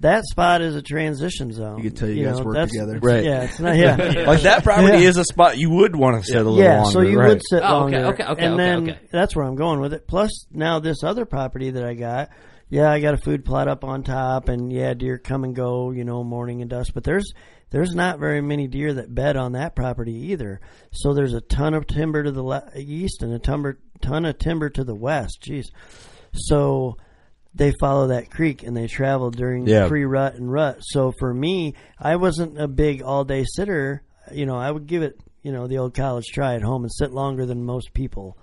that spot is a transition zone. You
could tell you guys work
that's-
together.
Right.
Yeah, it's not. Yeah,
like that property
Yeah.
is a spot you would want to sit a little
yeah,
longer.
so you
right.
would sit
Oh, okay,
longer.
okay, okay,
and
okay,
then
okay.
that's where I'm going with it. Plus, now this other property that I got, yeah, I got a food plot up on top, and yeah, deer come and go, you know, morning and dusk. But there's there's not very many deer that bed on that property either. So there's a ton of timber to the le- east and a timber ton of timber to the west. Jeez, so they follow that creek and they travel during
Yeah.
pre rut and rut. So for me, I wasn't a big all day sitter. You know, I would give it, you know, the old college try at home and sit longer than most people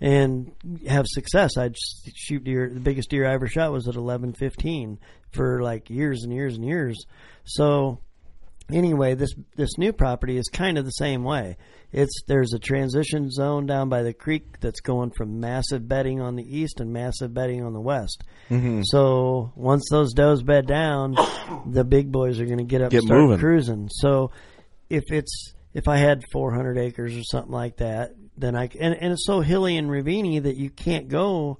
and have success. I'd s- shoot deer. The biggest deer I ever shot was at 11, 15 for like years and years and years. So anyway, this this new property is kind of the same way. It's there's a transition zone down by the creek that's going from massive bedding on the east and massive bedding on the west.
Mhm.
So once those does bed down, the big boys are going to get up,
Get
and start
moving.
cruising. So if it's if I had 400 acres or something like that, then I c- and and it's so hilly and raviny that you can't go.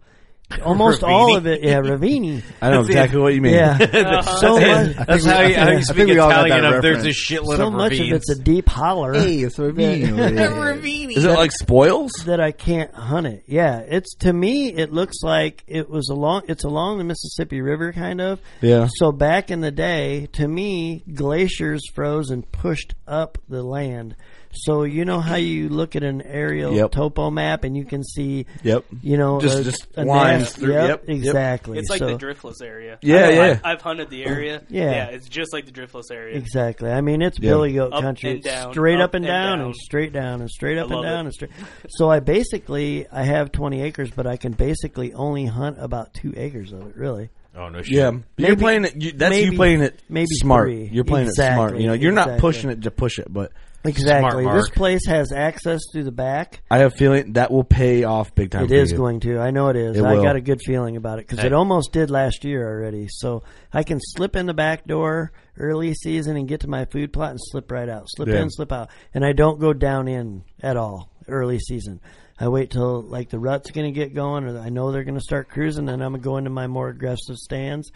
Almost all of it, yeah, ravini.
I know exactly what you mean.
Yeah, so much.
That's how you, how you speak Italian. Up, there's a shitload
so
of
much
ravines.
of it's a deep holler.
Hey, it's ravine over there.
Ravini.
Is it like spoils?
that I can't hunt it. Yeah, it's to me it looks like it was along it's along the Mississippi River kind of.
Yeah.
So back in the day, to me, glaciers froze and pushed up the land. So you know how you look at an aerial
Yep.
topo map and you can see
Yep.
you know
Just-
a-
just
a
lines
nest-
through-
Yep,
yep, yep.
exactly.
It's like
So-
the Driftless area.
Yeah,
I- I-
yeah.
I've hunted the area.
Yeah.
it's just like the Driftless area.
Exactly. I mean, it's
Yeah.
Billy Goat
Up
country.
and
It's
down,
straight
up
up and
and
down,
down.
and straight down and straight
I
up and
love
down
it.
and straight. So I basically I have 20 acres, but I can basically only hunt about two acres of it, really.
Oh no
Yeah, you're playing it. You, that's you
maybe-
playing it
maybe
smart.
three.
You're playing it smart.
Exactly,
You know, you're not
exactly.
pushing it to push it, but
Exactly.
Smart,
this
Mark.
place has access through the back.
I have a feeling that will pay off big time.
It
for
is
you.
going to. I know it is.
It
I
will.
got a good feeling about it because
Hey.
it almost did last year already. So I can slip in the back door early season and get to my food plot and slip right out. Slip
Yeah.
in, slip out, and I don't go down in at all. early season. I wait till like the rut's going to get going, or I know they're going to start cruising, and I'm going to go into my more aggressive stands,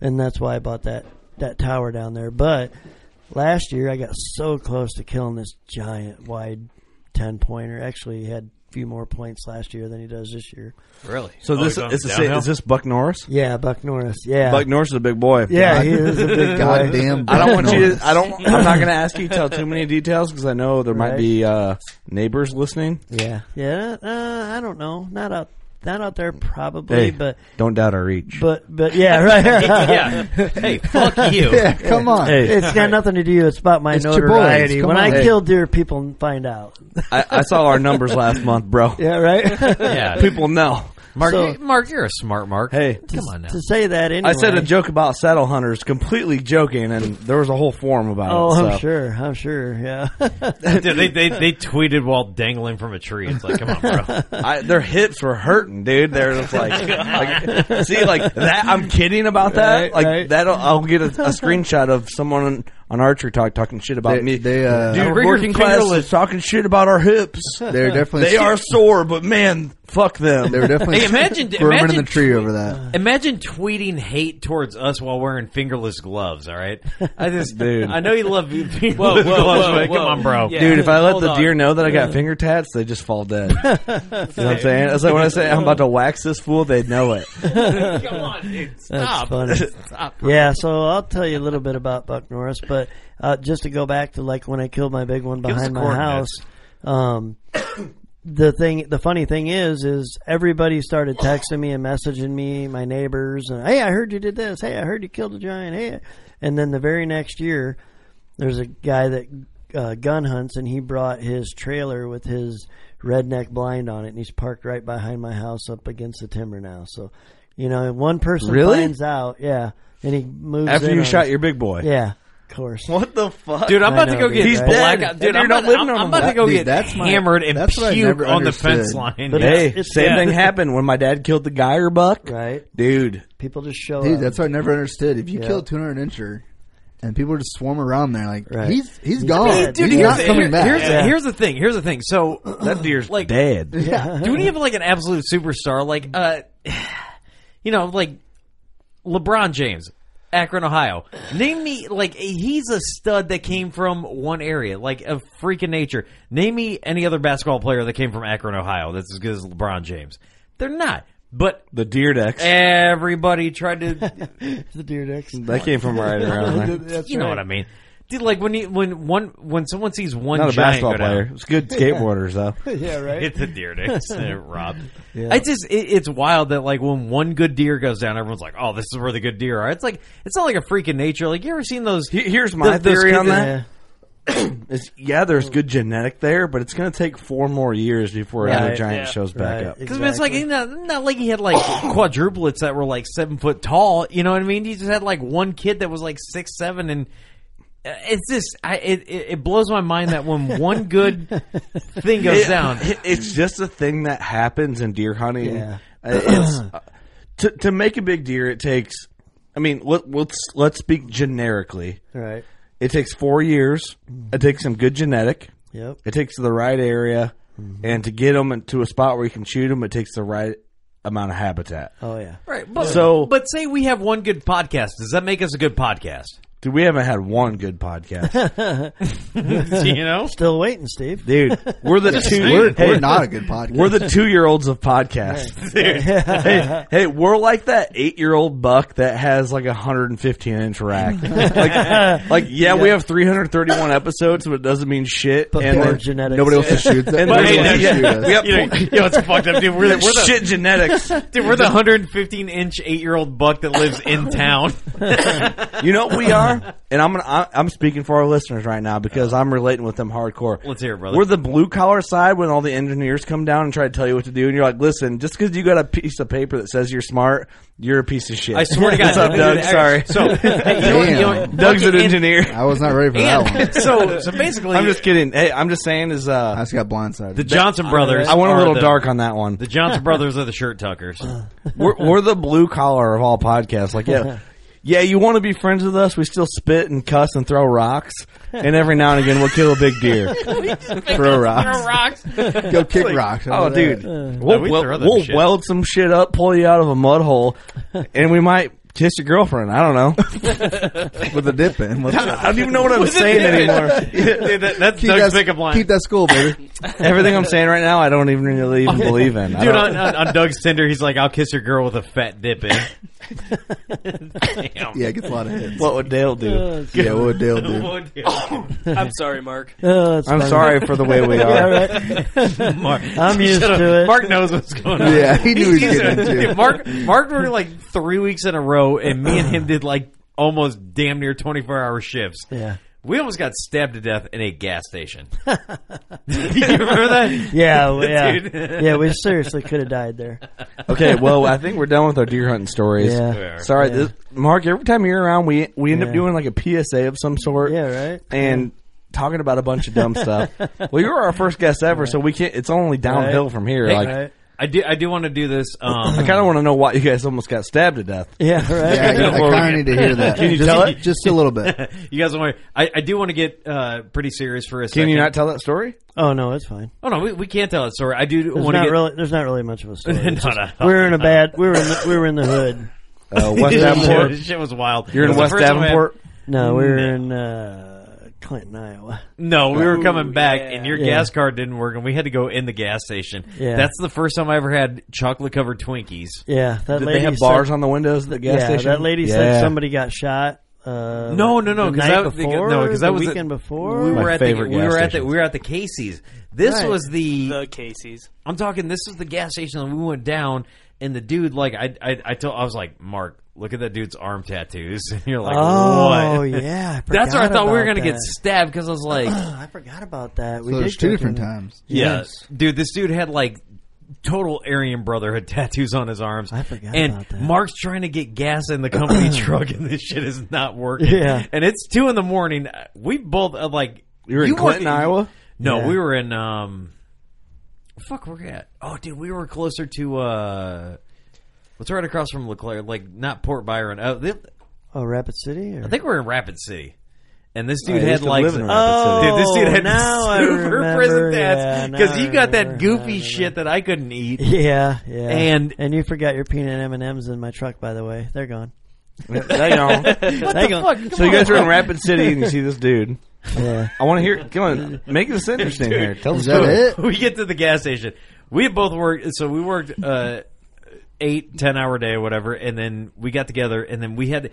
and that's why I bought that that tower down there. But last year I got so close to killing this giant wide ten pointer. Actually, he had a few more points last year than he does this year.
Really?
So this is, this, is this Buck Norris?
Yeah, Buck Norris. Yeah,
Buck Norris is a big boy.
Yeah, he is a big guy.
I don't want you. To, I don't. I'm not going to ask you to tell too many details because I know there might be uh, neighbors listening.
Yeah. Yeah, uh, I don't know. Not out, not out there probably,
Hey.
but
Don't doubt our reach.
but but yeah, right.
Yeah. Hey, fuck you. Yeah, come on. Hey.
It's got nothing to do. It's about my
It's Chipotle's.
notoriety.
Come
When I
on. Hey.
kill deer, people find out.
I, I saw our numbers last month, bro.
Yeah, right.
yeah, people know.
Mark, So- you-
Mark, you're a smart Mark.
Hey,
Come on now.
To say that anyway.
I said a joke about saddle hunters, completely joking, and there was a whole forum about
Oh,
it.
I'm
so.
sure. I'm sure. Yeah.
Dude, they, they they tweeted while dangling from a tree. It's like, come on, bro.
Oh.
I, their hips were hurting, dude. They're just like, like, see, like that. I'm kidding about that.
Right,
like
right.
that'll. I'll get a, a screenshot of someone on, on Archery Talk talking shit about
They-
me.
they, uh,
dude,
Our
working
working
class
fingerless.
is talking shit about our hips.
They're definitely-
They are sore, but man, fuck them.
They were definitely
Hey, imagine-
squirming
imagine-
in the tree over that.
Imagine tweeting hate towards us while wearing fingerless gloves. All right, I just,
Dude.
I know you love fingerless
Whoa, whoa,
gloves,
whoa,
but
whoa.
come on, bro,
Dude, if I let
Hold
the
on.
deer know that I got finger tats, they just fall dead. you know what I'm saying? That's like when I say I'm about to wax this fool, they know it.
Come on, dude, stop.
That's funny.
Stop.
Yeah, so I'll tell you a little bit about Buck Norris, but uh, just to go back to like when I killed my big one
Give us
behind
the
my house. Um, the thing, the funny thing is, is everybody started texting me and messaging me, my neighbors, and hey, I heard you did this. Hey, I heard you killed a giant. Hey, and then the very next year, there's a guy that uh, gun hunts, and he brought his trailer with his redneck blind on it, and he's parked right behind my house up against the timber now. So, you know, one person
Really?
finds out, yeah, and he moves
After
in
you
on
shot
us.
your big boy.
Yeah, of course.
What the fuck?
Dude, I'm
I
about to
know,
go
dude,
get
He's
black.
dead.
Dude,
And
I'm
you're
about,
not
I'm,
living on
I'm about to
him.
go
Dude,
get
that's my-
hammered and
that's what I
puke
never
on the
understood.
fence line.
But
hey,
it's- it's-
same
yeah.
thing happened when my dad killed the Geyer buck.
Right.
Dude.
People just show
Dude,
up.
that's what I never understood. If you
Yeah.
kill a 200 incher and people just swarm around there, like,
Right.
he's he's
He's
gone.
dead.
He's
Dude, here's,
not
the-
coming
here-
back.
Here's, here's the thing. Here's the thing. So
that deer's
like
dead.
Yeah.
Do we have like an absolute superstar? Like, uh, you know, like LeBron James, Akron, Ohio. Name me like he's a stud that came from one area, like a freak of nature. Name me any other basketball player that came from Akron, Ohio that's as good as LeBron James. They're not. But
The deer decks.
everybody tried to
the deer dicks.
That came from right around there.
you know what I mean. Dude, like when you, when one when someone sees one
Not a
giant
basketball
go down-
player. It's good skateboarders, though.
yeah, right.
It's a deer dicks, Rob.
Yeah.
It's just it, it's wild that like when one good deer goes down, everyone's like, "Oh, this is where the good deer are." It's like it's not like a freak of nature. Like you ever seen those?
He- Here's my
th- those
theory
kids
on that. Is yeah, there's good genetic there, but it's going to take four more years before another
Right.
giant
Yeah.
shows back
Right.
up.
Because it's like not, not like he had like quadruplets that were like seven foot tall. You know what I mean? He just had like one kid that was like six seven, and uh, it's just I, it, it it blows my mind that when one good thing goes
It-
down,
it- it's just a thing that happens in deer hunting.
Yeah.
Uh, It's, uh, to to make a big deer, it takes. I mean, let, let's let's speak generically.
Right.
It takes four years.
Mm-hmm.
It takes some good genetic.
Yep.
It takes to the right area,
Mm-hmm.
and to get them to a spot where you can shoot them, it takes the right amount of habitat.
Oh yeah.
right? But,
So-
but say we have one good podcast. Does that make us a good podcast?
Dude, we haven't had one good podcast,
you know?
Still waiting, Steve.
dude. We're the two.
We're,
hey,
we're not a good podcast.
We're the two year olds of podcasts. hey, hey, we're like that eight year old buck that has like a 115 inch rack. like, like, yeah, we have 331 episodes, but it doesn't mean shit.
But
and
poor
then-
genetics.
Nobody else is shoots.
And
Nobody
there's-
else is
yeah,
shooting us.
we have
You know, you know, it's fucked up, dude. We're the, we're the
shit genetics.
Dude, we're the 115 inch eight year old buck that lives in town.
You know what we are, and I'm gonna, I- I'm speaking for our listeners right now because I'm relating with them hardcore.
Let's hear it, brother.
We're the blue collar side when all the engineers come down and try to tell you what to do, and you're like, "Listen, just because you got a piece of paper that says you're smart, you're a piece of shit."
I swear to God,
What's up,
dude,
Doug?
I-
Sorry.
So, hey, you know what- you know what-
Doug's an
and-
engineer.
I was not ready for that one.
And so, so basically,
I'm just kidding. Hey, I'm just saying is uh,
I just got blindsided.
the Johnson brothers.
I went a
are
little
the-
dark on that one.
The Johnson brothers are the shirt tuckers.
we're, we're the blue collar of all podcasts. Like, yeah, yeah, you want to be friends with us? We still spit and cuss and throw rocks, and every now and again we'll kill a big deer. throw rocks.
Go kick rocks. I
Oh,
love
dude,
that.
we'll,
No, we
wel-
throw them
we'll
shit.
weld some shit up, pull you out of a mud hole, and we might kiss your girlfriend. I don't know.
with a dip in. Let's
I don't even know what I'm
With a
saying
dip in.
anymore.
Keep that- Keep that school, baby.
Everything I'm saying right now, I don't even really even believe in. I
Dude,
don't-
on, on, on Doug's Tinder, he's like, "I'll kiss your girl with a fat dip in." Damn.
Yeah, it gets a lot of hits.
What would Dale do?
Uh, yeah, what would Dale do?
What would Dale do?
I'm sorry, Mark.
Oh, that's
I'm
funny.
sorry for the way we are.
Mark,
I'm
you
used
should've-
to it.
Mark knows what's going on.
Yeah, he knew he was
He's-
getting into it.
Mark, Mark worked like three weeks in a row, and me and him did like almost damn near 24 hour shifts.
Yeah.
We almost got stabbed to death in a gas station. you remember that?
Yeah, yeah,
Dude.
yeah. We seriously could have died there.
Okay, well, I think we're done with our deer hunting stories.
Yeah. We are.
Sorry,
Yeah.
This, Mark. Every time you're around, we we end up
Yeah.
doing like a PSA of some sort.
Yeah, right.
And talking about a bunch of dumb stuff. Well, you were our first guest ever, so we can't. It's only downhill
Right.
from here.
Hey,
like,
I do, I do want to do this. Um,
I kind of want to know why you guys almost got stabbed to death.
Yeah, right.
Yeah, I- I kinda need to hear that.
Can you
Just-
tell it?
just a little bit.
you guys want? I, I do want to get uh, pretty serious for a
Can
second.
you not tell that story?
Oh no, it's fine.
Oh no, we, we can't tell that story. I do
There's
want to
not
get.
really. There's not really much of a story.
No,
It's just-
no, no,
we were in a
no.
bad. We were in the, we were in the hood.
Uh, West Davenport?
Shit was wild.
You're in
It was the
West
first time I had-
Davenport?
No, we were in uh, Clinton, Iowa.
No, we were coming
Ooh,
back,
yeah.
and your
Yeah.
gas card didn't work, and we had to go in the gas station.
Yeah.
That's the first time I ever had chocolate covered Twinkies.
Yeah, that
Did
lady
they have
said-
bars on the windows at the gas
yeah,
station?
That lady
Yeah.
said somebody got shot. Uh,
No, no, no.
The
'cause
night
that,
before,
no, because that
the
was
weekend before.
We were
My
at the,
favorite
we
gas
were at the
stations.
we were at the Casey's. This
Right.
was the
The Casey's.
I'm talking. This is the gas station that we went down, and the dude like I I I, told, I was like Mark. Look at that dude's arm tattoos, and you're like,
Oh,
what?
yeah, I
that's where I
forgot
thought we were
about
gonna get
that.
stabbed because I was like,
I forgot about that. We
So
did
there's two
go
different
through-
times.
yeah, dude, this dude had like total Aryan Brotherhood tattoos on his arms. I forgot and
about
Mark's trying to get gas in the company truck, and this shit is not working.
Yeah.
and it's two in the morning. We both uh, like
You were in Clinton, Iowa?
No,
Yeah.
we were in um, fuck, we're at. Oh, dude, we were closer to uh, what's right across from Leclerc, like not Port Byron. Uh, they,
Oh, Rapid City. Or?
I think we we're in Rapid City. And this
I
dude
used
had
to
like,
live in Rapid
City.
dude, this dude had
Oh, now I
super
remember.
prison
Yeah,
tats
now
because
I
you got that
remember.
goofy shit that I couldn't eat.
Yeah, yeah.
And-
and you forgot your peanut M and M's in my truck. By the way, they're gone.
They don't.
They gone.
So you guys are in Rapid City and you see this dude.
Yeah.
I want to hear. Come on, make this interesting here. Tell us
Is that it?
We get to the gas station. We had both worked, so we worked uh, eight, ten hour day, whatever, and then we got together, and then we had.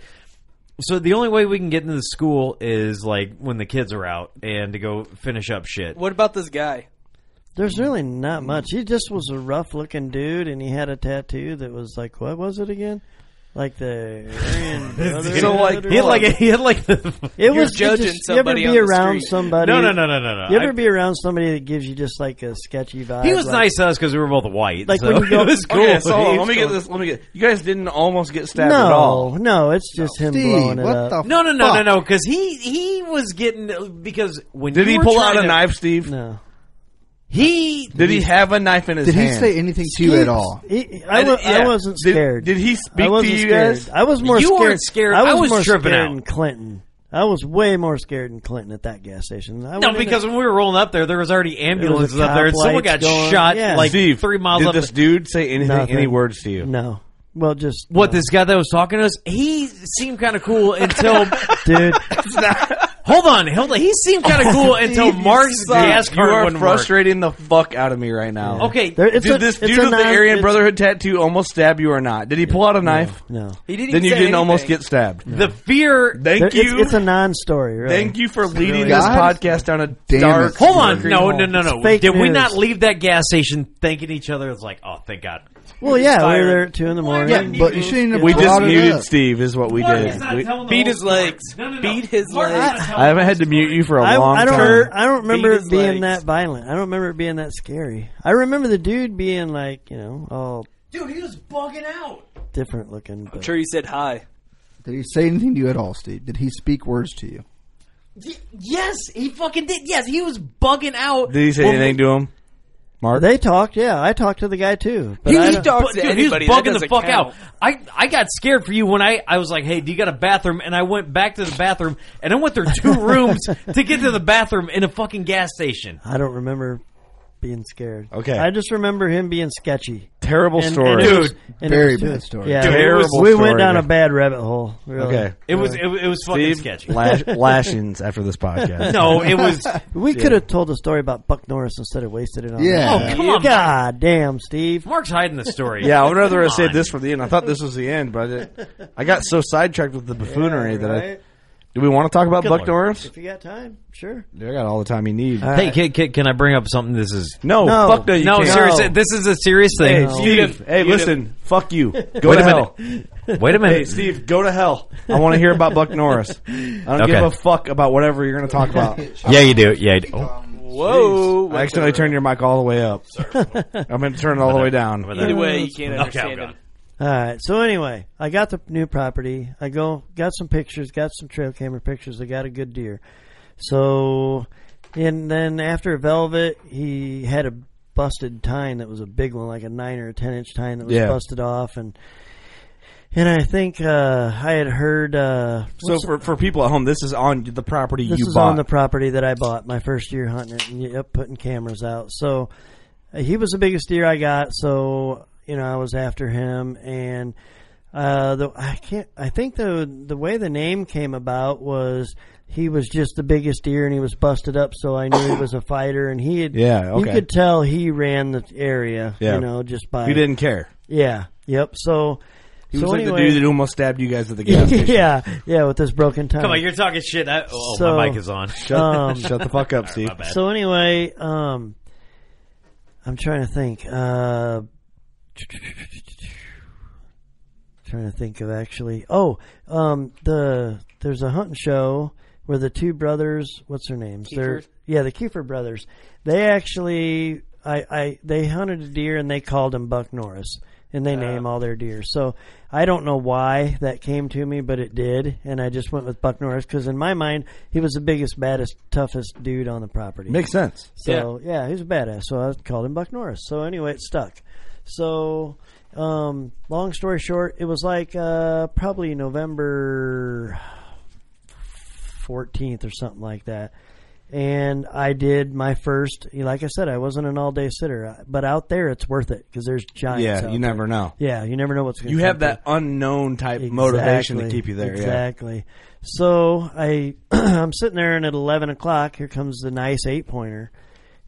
So the only way we can get into the school is like when the kids are out and to go finish up shit.
What about this guy?
There's really not much. He just was a rough looking dude, and he had a tattoo that was like, what was it again? Like the Aryan Brotherhood
So, like,
or
He had like a,
something.
he had like the
it
You're
was it
judging
just,
somebody
You
on
ever be
the
around
street.
somebody?
No, no, no, no, no, no.
You ever
I-
be around somebody that gives you just like a sketchy vibe?
He was
like,
nice to us because we were both white.
Like
so
when you go-
it was cool.
Okay, so
He
let
was
me get
cool.
this. Let me get. You guys didn't almost get stabbed at
No,
all.
no, it's just him
Steve,
blowing it
what
up.
the
No, no, no, no,
Fuck.
no. Because he he was getting because when
Did
you
he
were
pull out
trying
a
to-
knife, Steve?
no.
He
Did he have a knife in his
Did he
hand?
say anything to you at all?
He, I,
And-
wa-
yeah.
I wasn't
Did-
scared.
did he speak
I
to
wasn't
you
scared.
guys?
I was more
You
scared.
weren't scared.
I
I
was,
was
more
tripping
scared
out.
in Clinton. I was way more scared in Clinton at that gas station.
No,
I went in
because
there-
when we were rolling up there, there was already ambulances
There was a
up there, and
cop
someone got
lights going.
shot
Yeah.
like
Steve,
three miles
did
up.
this dude say anything?
Nothing.
Any words to you?
no, well, just
what
no.
this guy that was talking to us, he seemed kind of cool until.
dude.
hold on, hold on. He seemed kind of cool until Mark's
Dude,
gas
you
card
are
wouldn't work.
frustrating the fuck out of me right now.
Okay,
There- it's
Did
a-
this
it's
dude
a
with the
non-
Aryan
it's-
Brotherhood tattoo almost stab you or not? Did he pull out a knife?
No,
He didn't.
Then
even
you
say
didn't almost
anything.
get stabbed.
the fear.
Thank
There-
you.
It's, it's a non-story. Really.
Thank you for leading
really
this
God?
podcast down a
Damn
dark.
it.
Hold on,
fucking
no,
hole.
no, no, no.
It's fake
Did we
news.
not leave that gas station thanking each other? It's like, oh, thank God.
Well, yeah, we
Fired.
were there at two in the morning.
Yeah, but you shouldn't have
We just
brought it
muted
up.
Steve, is what we did. We-
Beat his legs. Beat his legs.
I haven't had to mute you for a
I,
long
I don't.
time.
remember- I don't remember
Beat
it
his legs.
being that violent. I don't remember it being that scary. I remember the dude being like, you know, all
Dude, he was bugging out.
different looking. But
I'm sure he said hi.
Did he say anything to you at all, Steve? Did he speak words to you?
Yes, he fucking did. Yes, he was bugging out.
Did he say
When we-
anything to him? Mark?
They talked, yeah. I talked to the guy too. but
He-
I
he
don't-
But, dude, he was bugging the fuck out. I, I got scared for you when I, I was like, hey, do you got a bathroom? And I went back to the bathroom, and I went through two rooms to get to the bathroom in a fucking gas station.
I don't remember being scared.
Okay.
I just remember him being sketchy.
Terrible
And-
story.
and it was-
Dude,
and it
very
was too-
bad story.
Yeah,
Dude,
we-
Terrible
We
story,
went down a
dude.
bad rabbit hole. really.
Okay.
It was it, was- it was fucking
Steve,
sketchy.
lash- lashings after this podcast.
No, it was.
We
Yeah.
could have told a story about Buck Norris instead of wasted it on.
Yeah.
that.
Um,
Oh, come on,
God damn, Steve.
Mark's hiding the story.
Yeah, I would rather have
Come
saved
on.
this for the end. I thought this was the end, but I, didn't- I got so sidetracked with the buffoonery that I.
right.
Do we want to talk about
Good
Buck
Lord.
Norris?
If you got time, sure.
Dude, I got all the time you need.
All right.
Hey, can, can, can I bring up something? This is
No,
No.
fuck no, you
no,
can't.
seriously, this is a serious
Hey,
thing.
Steve. Hey, listen. Fuck you. Go
Wait
to
a
hell.
minute. Wait a minute.
Hey, Steve. Go to hell. I want to hear about Buck Norris. I don't
Okay.
give a fuck about whatever you're going to talk about.
Yeah, you do. Yeah, you do. Oh.
Oh.
Whoa!
I accidentally turned your mic all the way up. I'm going to turn it all the way down.
Either way, you can't
Okay,
understand him.
I'm gone.
All right. So anyway, I got the new property. I go got some pictures, got some trail camera pictures. I got a good deer. So, and then after Velvet, he had a busted tine that was a big one, like a nine or a ten inch tine that was
Yeah.
busted off, and and I think uh, I had heard. Uh,
So
what's-
for for people at home, this is on the property
this
you
is
bought.
on the property that I bought my first year hunting it and yep, putting cameras out. So uh, he was the biggest deer I got. So you know I was after him, and uh, the I can't. I think the the way the name came about was he was just the biggest deer, and he was busted up. So I knew he was a fighter, and he had
Yeah, okay.
You could tell he ran the area.
Yeah.
You know, just by
He didn't care.
Yeah. Yep. So.
He
so
was like
anyway,
the dude that almost stabbed you guys at the gas station.
yeah, yeah, with this broken tongue.
Come on, you're talking shit. I, oh,
So,
my mic is on.
Shut,
Um,
shut the fuck up, Steve.
my bad.
So anyway, um, I'm trying to think. Uh, trying to think of actually. Oh, um, the there's a hunting show where the two brothers, what's their names? They're
Kiefer?
yeah, the Kiefer brothers. They actually, I, I, they hunted a deer and they called him Buck Norris. And they name all their deer. So I don't know why that came to me, but it did. And I just went with Buck Norris because, in my mind, he was the biggest, baddest, toughest dude on the property.
Makes sense.
So yeah. he's a badass. So I called him Buck Norris. So anyway, it stuck. So um, long story short, it was like uh, probably November fourteenth or something like that. And I did my first. Like I said, I wasn't an all day sitter, but out there it's worth it because there's giants.
Yeah,
out
you
there.
never know.
Yeah, you never know what's going.
You have that unknown type motivation to
Exactly,
keep you there. Yeah.
Exactly. So I I'm sitting there and at eleven o'clock here comes the nice eight pointer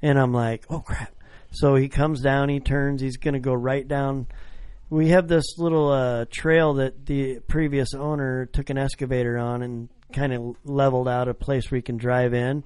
and I'm like, Oh crap. So he comes down, he turns, he's gonna go right down we have this little uh, trail that the previous owner took an excavator on and kind of leveled out a place where you can drive in.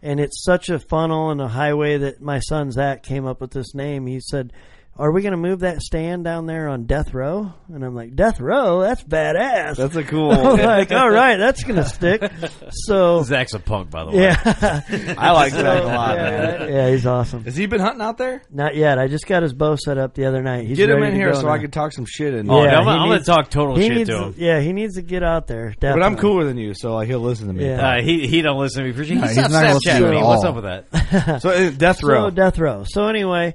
And it's such a funnel and a highway that my son Zach came up with this name. He said, Are we going to move that stand down there on Death Row? And I'm like, Death Row? That's badass.
That's a cool.
I'm like, all right, that's gonna stick. So
Zach's a punk, by the way.
yeah,
I like Zach a lot,
yeah,
man.
yeah, he's awesome.
Has he been hunting out there?
Not yet. I just got his bow set up the other night. He's
Get him
ready
in
to
here
go
so
now.
I can talk some shit. In
Oh, no, I'm
he
gonna- I'm
needs-
gonna talk total
he
shit
needs
to him.
Yeah, he needs to get out there.
but I'm
definitely.
cooler than you, so like he'll listen to me.
Yeah.
Uh, he he don't listen to me for shit.
No,
He's,
he's
not
not gonna listen to
Snapchatting
you
me.
at
What's
all.
up with that?
So uh, death row.
So death row. So anyway,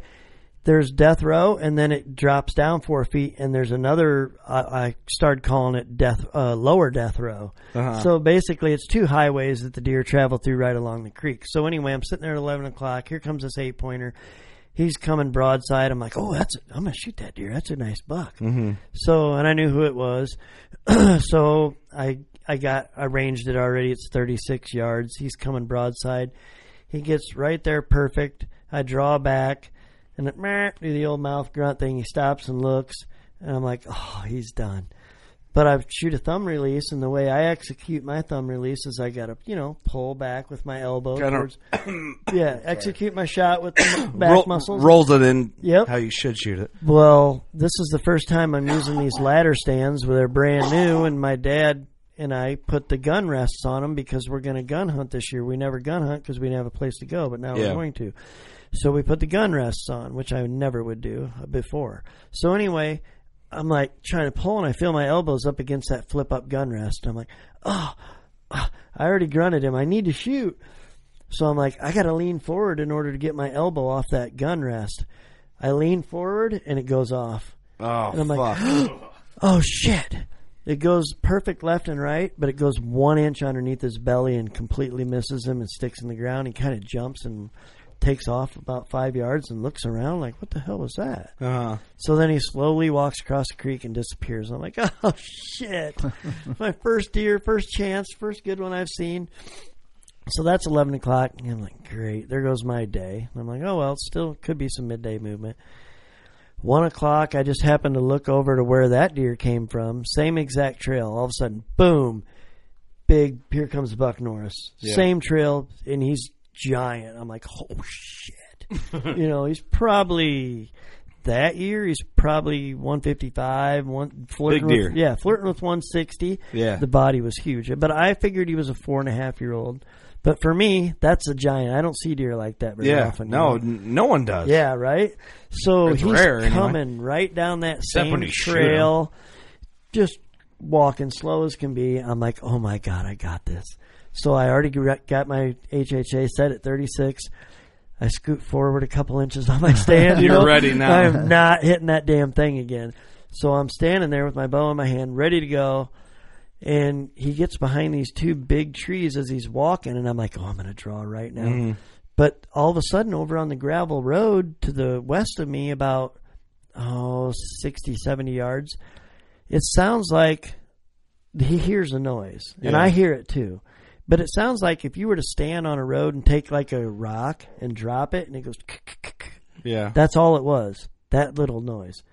there's death row, and then it drops down four feet, and there's another. I, I started calling it death uh, lower death row.
Uh-huh.
So basically, it's two highways that the deer travel through right along the creek. So anyway, I'm sitting there at eleven o'clock. Here comes this eight pointer. He's coming broadside. I'm like, oh, that's. A, I'm gonna shoot that deer. That's a nice buck.
Mhm.
So, and I knew who it was. so I I got I ranged it already. It's 36 yards. He's coming broadside. He gets right there, perfect. I draw back, and it, meh, do the old mouth grunt thing. He stops and looks, and I'm like, oh, he's done. But I shoot a thumb release, and the way I execute my thumb release is I got to, you know, pull back with my elbow.
Kinda-
Towards, yeah, execute my shot with the back
Roll-
muscles.
rolls it in.
Yep.
How you should shoot it.
Well, this is the first time I'm using these ladder stands where they're brand new, and my dad and I put the gun rests on them because we're going to gun hunt this year. We never gun hunt because we didn't have a place to go, but now
Yeah.
we're going to. So we put the gun rests on, which I never would do before. So anyway, I'm like trying to pull, and I feel my elbows up against that ah, flip up gun rest. I'm like, oh, I already grunted him. I need to shoot. So I'm like, I got to lean forward in order to get my elbow off that gun rest. I lean forward and it goes off.
Oh,
and I'm
fuck.
like, oh shit. It goes perfect left and right, but it goes one inch underneath his belly and completely misses him and sticks in the ground. He kind of jumps and takes off about five yards and looks around like, what the hell was that?
Uh-huh.
So then he slowly walks across the creek and disappears. I'm like, oh shit. My first deer, first chance, first good one I've seen. So that's 11 o'clock. And I'm like, great, there goes my day. And I'm like, oh, well, it still could be some midday movement. One o'clock, I just happened to look over to where that deer came from. Same exact trail. All of a sudden, boom, big, here comes Buck Norris.
Yeah.
Same trail, and he's giant. I'm like, oh, shit. you know, he's probably, that year, he's probably 155, one, flirting
Big deer.
With, yeah, flirting with 160.
Yeah.
The body was huge. But I figured he was a four and a half year old. But for me, that's a giant. I don't see deer like that very
Yeah,
often.
no,
you know?
n- no one does.
Yeah, right. So
It's
he's
rare, anyway.
coming right down that
Except
same
when you shoot
trail, just walking slow as can be. I'm like, oh my god, I got this. So I already gra- got my HHA set at 36. I scoot forward a couple inches on my stand. you
You're
know?
ready now.
I am not hitting that damn thing again. So I'm standing there with my bow in my hand, ready to go. And he gets behind these two big trees as he's walking, and I'm like, oh, I'm going to draw right now.
Mhm.
But all of a sudden, over on the gravel road to the west of me, about oh, 60, 70 yards, it sounds like he hears a noise, and
Yeah.
I hear it too. But it sounds like if you were to stand on a road and take like a rock and drop it, and it goes,
Yeah.
that's all it was. That little noise.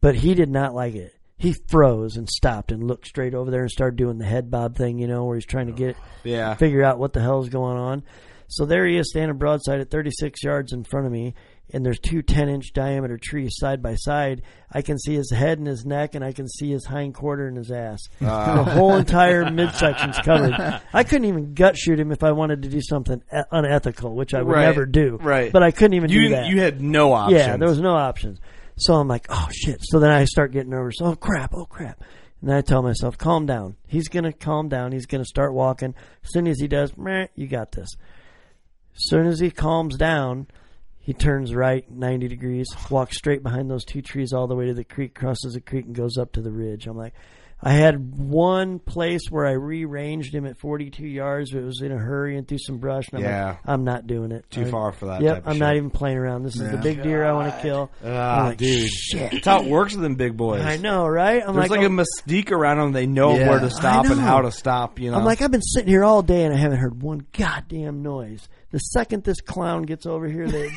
But he did not like it. He froze and stopped and looked straight over there and started doing the head bob thing, you know, where he's trying to get
Yeah.
figure out what the hell's going on. So there he is standing broadside at 36 yards in front of me, and there's two 10 inch diameter trees side by side. I can see his head and his neck, and I can see his hind quarter and his ass.
Wow.
Ah.
The whole entire midsection's covered. I couldn't even gut shoot him if I wanted to do something e- unethical, which I would
Right,
never do.
right.
But I couldn't even
You
do
didn't-
that.
you had no
Yeah,
options.
there was no options. So I'm like, oh shit. So then I start getting nervous. Oh crap. Oh crap. And then I tell myself, calm down. He's gonna calm down. He's gonna start walking. As soon as he does, meh, you got this. As soon as he calms down, he turns right 90 degrees, walks straight behind those two trees all the way to the creek, crosses the creek, and goes up to the ridge. I'm like, I had one place where I rearranged him at 42 yards, but it was in a hurry and through some brush. And I'm
Yeah.
like, I'm not doing it.
Too
I'm-
far for that
Yep,
type of
I'm not
shit.
even playing around. This is the
Yeah.
big deer I want to kill.
Ah,
I'm like,
dude.
shit.
That's how it works with them big boys.
I know, right? I'm
There's
like,
like, a mystique around them. They know
Yeah.
where to stop
I
and
know.
how to stop, you know.
I'm like, I've been sitting here all day and I haven't heard one goddamn noise. The second this clown gets over here, they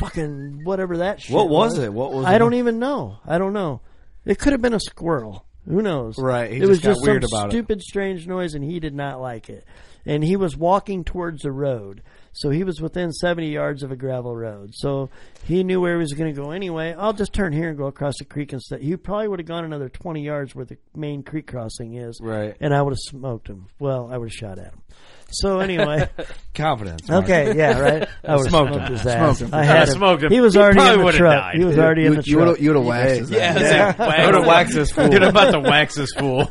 fucking whatever that shit.
What was it? What was
I
it?
don't even know. I don't know. It could have been a squirrel. Who knows?
Right, he
it
just
was
got
just
weird
some
about it.
stupid, strange noise, and he did not like it. And he was walking towards the road, so he was within 70 yards of a gravel road. So he knew where he was going to go anyway. I'll just turn here and go across the creek instead. He probably would have gone another 20 yards where the main creek crossing is.
Right.
And I would have smoked him. Well, I would have shot at him. So anyway,
Confidence, Mark.
Okay, yeah, right. I would have
Smoked
smoked,
him.
his ass.
Smoked him.
I had
I smoked him.
He was
He
already
probably
in the
would've
truck.
died.
He was already
You-
in the
you
truck.
would've- you would've waxed his
Yeah. ass. Yeah.
I would've waxed this fool.
Dude, I'm about to wax this fool.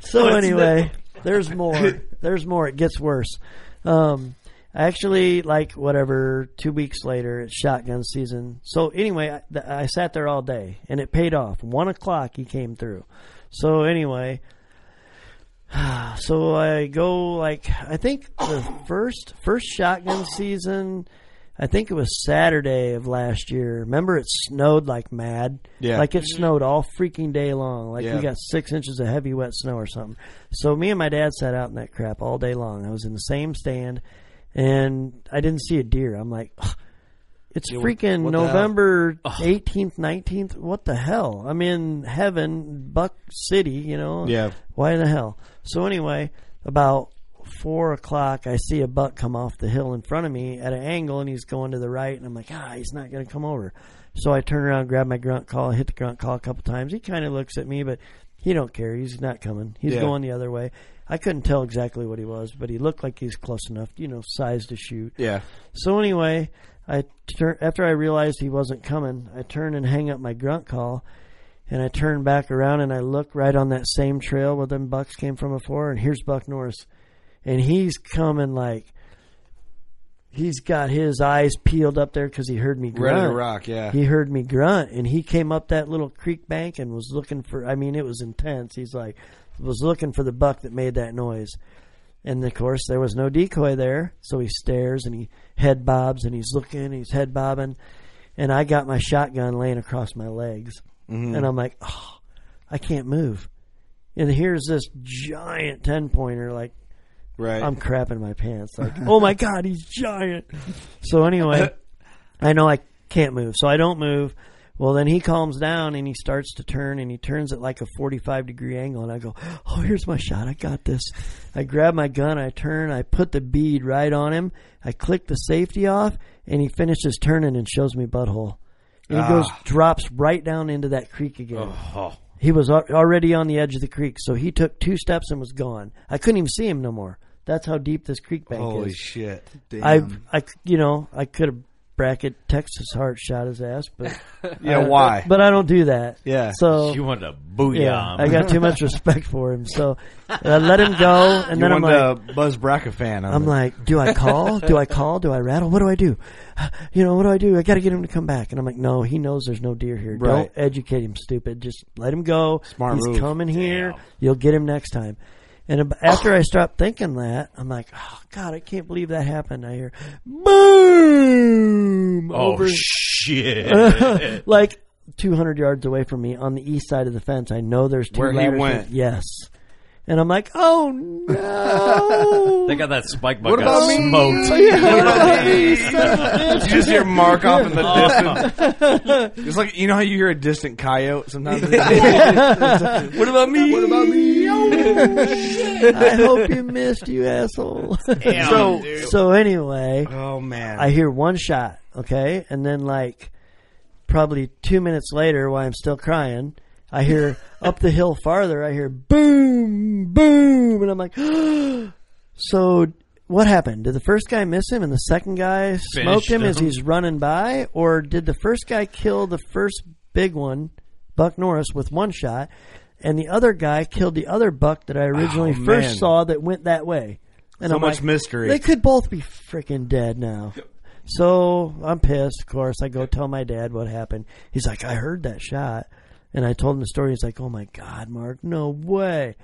so
What's
anyway, there's more. There's more. It gets worse. Um, actually, like whatever. Two weeks later, it's shotgun season. So anyway, I, th- I sat there all day, and it paid off. One o'clock, he came through. So anyway, so I go like I think the first first shotgun season. I think it was Saturday of last year. Remember, it snowed like mad.
Yeah.
like it snowed all freaking day long. Like
Yeah.
we got six inches of heavy wet snow or something. So me and my dad sat out in that crap all day long. I was in the same stand, and I didn't see a deer. I'm like, "Ugh, it's
Yeah, what-
freaking
what the hell?"
November eighteenth, nineteenth. What the hell? I'm in heaven, Buck City. You know?
Yeah.
Why the hell? So anyway, about four o'clock, I see a buck come off the hill in front of me at an angle, and he's going to the right, and I'm like, ah, he's not going to come over. So I turn around, grab my grunt call, hit the grunt call a couple times. He kind of looks at me, but he don't care. He's not coming. He's
Yeah.
going the other way. I couldn't tell exactly what he was, but he looked like he's close enough, you know, size to shoot.
Yeah.
So anyway, I turn after I realized he wasn't coming. I turn and hang up my grunt call, and I turn back around and I look right on that same trail where them bucks came from before, and here's Buck Norris, and he's coming like he's got his eyes peeled up there because he heard me grunt.
Ready to rock, yeah.
He heard me grunt, and he came up that little creek bank and was looking for. I mean, it was intense. He's like, was looking for the buck that made that noise. And of course, there was no decoy there, so he stares and he head bobs and he's looking, and he's head bobbing, and I got my shotgun laying across my legs,
Mhm.
and I'm like, oh, I can't move. And here's this giant ten pointer, like,
Right.
I'm crapping my pants, like, oh my god, he's giant. So anyway, I know I can't move, so I don't move. Well, then he calms down and he starts to turn, and he turns at like a 45 degree angle, and I go, "Oh, here's my shot. I got this." I grab my gun, I turn, I put the bead right on him, I click the safety off, and he finishes turning and shows me butthole. And he
Ah. Oh.
goes, drops right down into that creek again. He was al- already on the edge of the creek, so he took two steps and was gone. I couldn't even see him no more. That's how deep this creek bank is.
Holy shit.
I,
Damn.
I, you know, I could have bracket Texas Heart shot his ass, but
Yeah,
I-
why?
But I don't do that.
Yeah.
so
You wanted
to booyah
Yeah,
him.
I got too much respect for him, so I let him go, and
You
then I'm
wanted
like,
a Buzz Bracca fan. on
I'm
it.
like, do I call? do I call? Do I rattle? What do I do? You know, what do I do? I got to get him to come back. And I'm like, no, he knows there's no deer here.
Right.
Don't educate him, stupid. Just let him go.
Smart
He's
move.
coming here. You'll get him next time. And ab- after I stopped thinking that, I'm like, oh God, I can't believe that happened. I hear boom
Oh,
over
shit.
like 200 yards away from me on the east side of the fence. I know there's two
Where he
ladders.
went.
Yes. And I'm like, oh no!
they got that spike buck
What
got
about me?
smoked.
Yeah. What about me? Son of a bitch.
you just hear Mark off in the
Oh.
distance. It's like you know how you hear a distant coyote sometimes.
What
about me? What about me?
I hope you missed, you asshole.
Damn,
so,
dude.
so anyway.
Oh, man.
I hear one shot, okay, and then like probably two minutes later, while I'm still crying, I hear up the hill farther. I hear boom, boom, and I'm like, so. What happened? Did the first guy miss him and the second guy smoked
Finished
him as
him.
he's running by? Or did the first guy kill the first big one, Buck Norris, with one shot, and the other guy killed the other buck that I originally
Oh,
first
man.
saw that went that way?
So much mystery.
They could both be freaking dead now. So I'm pissed, of course. I go tell my dad what happened. He's like, I heard that shot. And I told him the story. He's like, oh my God, Mark, no way.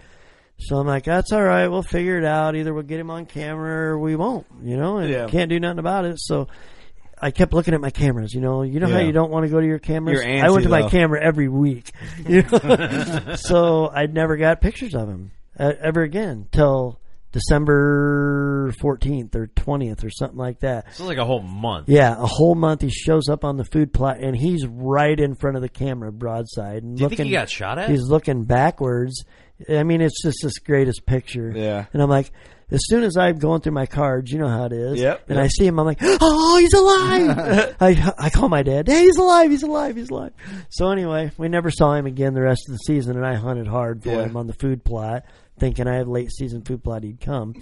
So I'm like, that's all right. We'll figure it out. Either we'll get him on camera or we won't, you know, and
Yeah.
can't do nothing about it. So I kept looking at my cameras, you know. You know how
Yeah.
you don't want to go to your cameras?
You're
I went
antsy,
to
though.
my camera every week. You know? so I never got pictures of him uh, ever again till December 14th or 20th or something like that.
This is like a whole month.
Yeah, a whole month he shows up on the food plot and he's right in front of the camera broadside. And
Do you
looking,
think he got shot at?
He's looking backwards. I mean, it's just this greatest picture.
Yeah.
And I'm like, as soon as I'm going through my cards, you know how it is.
Yep,
And
yep.
I see him, I'm like, oh, he's alive. I, I call my dad, hey, he's alive, he's alive, he's alive. So anyway, we never saw him again the rest of the season, and I hunted hard for
Yeah.
him on the food plot, thinking I had late season food plot he'd come.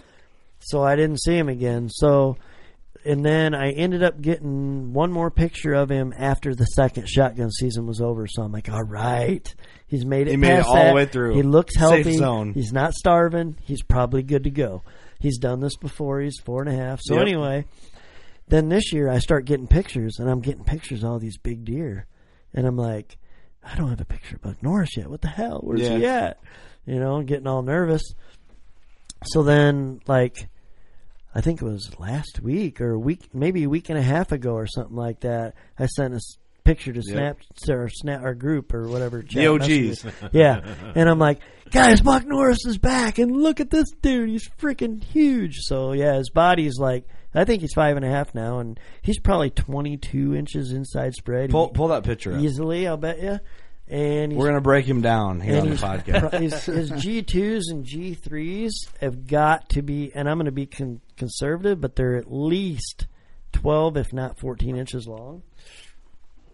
So I didn't see him again. So, and then I ended up getting one more picture of him after the second shotgun season was over. So I'm like, all right, he's made it.
He made it
past
all the
that.
way through.
He looks
Safe
healthy.
zone.
He's not starving. He's probably good to go. He's done this before. He's four and a half. So
Yep.
anyway, then this year I start getting pictures, and I'm getting pictures of all these big deer, and I'm like, I don't have a picture of Buck Norris yet. What the hell? Where's he
Yeah.
at? You know, getting all nervous. So then, like, I think it was last week or a week, maybe a week and a half ago or something like that. I sent a s- picture to
Yep.
Snap or Snap our group or whatever. chat
The OGs.
messages. yeah. And I'm like, guys, Buck Norris is back, and look at this dude. He's freaking huge. So yeah, his body's like. I think he's five and a half now, and he's probably twenty-two inches inside spread.
Pull- pull that picture up.
easily. I'll bet you. And he's
We're gonna break him down here
and
on the
his-
podcast.
His, his G2s and G3s have got to be, and I'm going to be con- conservative, but they're at least 12, if not 14 inches long.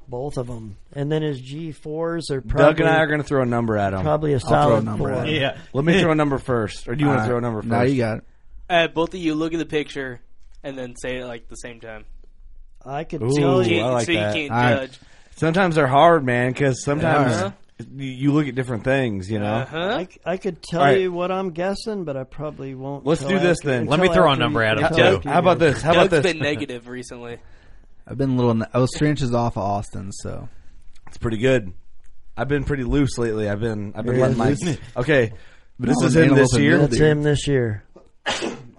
Both of them. And then his G4s are probably.
Doug and I are going to throw a number at him.
Probably a
I'll throw
solid
number
four.
at him.
Yeah.
Let me throw a number first, or do you want
Uh,
to throw a number first?
now you got it.
Uh, both of you look at the picture and then say it like the same time.
I could
Ooh,
so you
I
can't,
like
so
that.
you can't
All right.
judge.
Sometimes they're hard, man, because sometimes
Uh-huh.
you- you look at different things, you know.
I, I could tell
All right.
you what I'm guessing, but I probably won't.
Let's
till
do this
after-
then.
until after you- until after you-
Doug's been negative recently.
I've been a little. I was three inches off of Austin, so
It's pretty good. I've been pretty loose lately. I've been I've been
Yeah,
letting my
loose.
okay. But this
Not
is
an
him
animal,
this
but
year.
mildew. It's him
this year.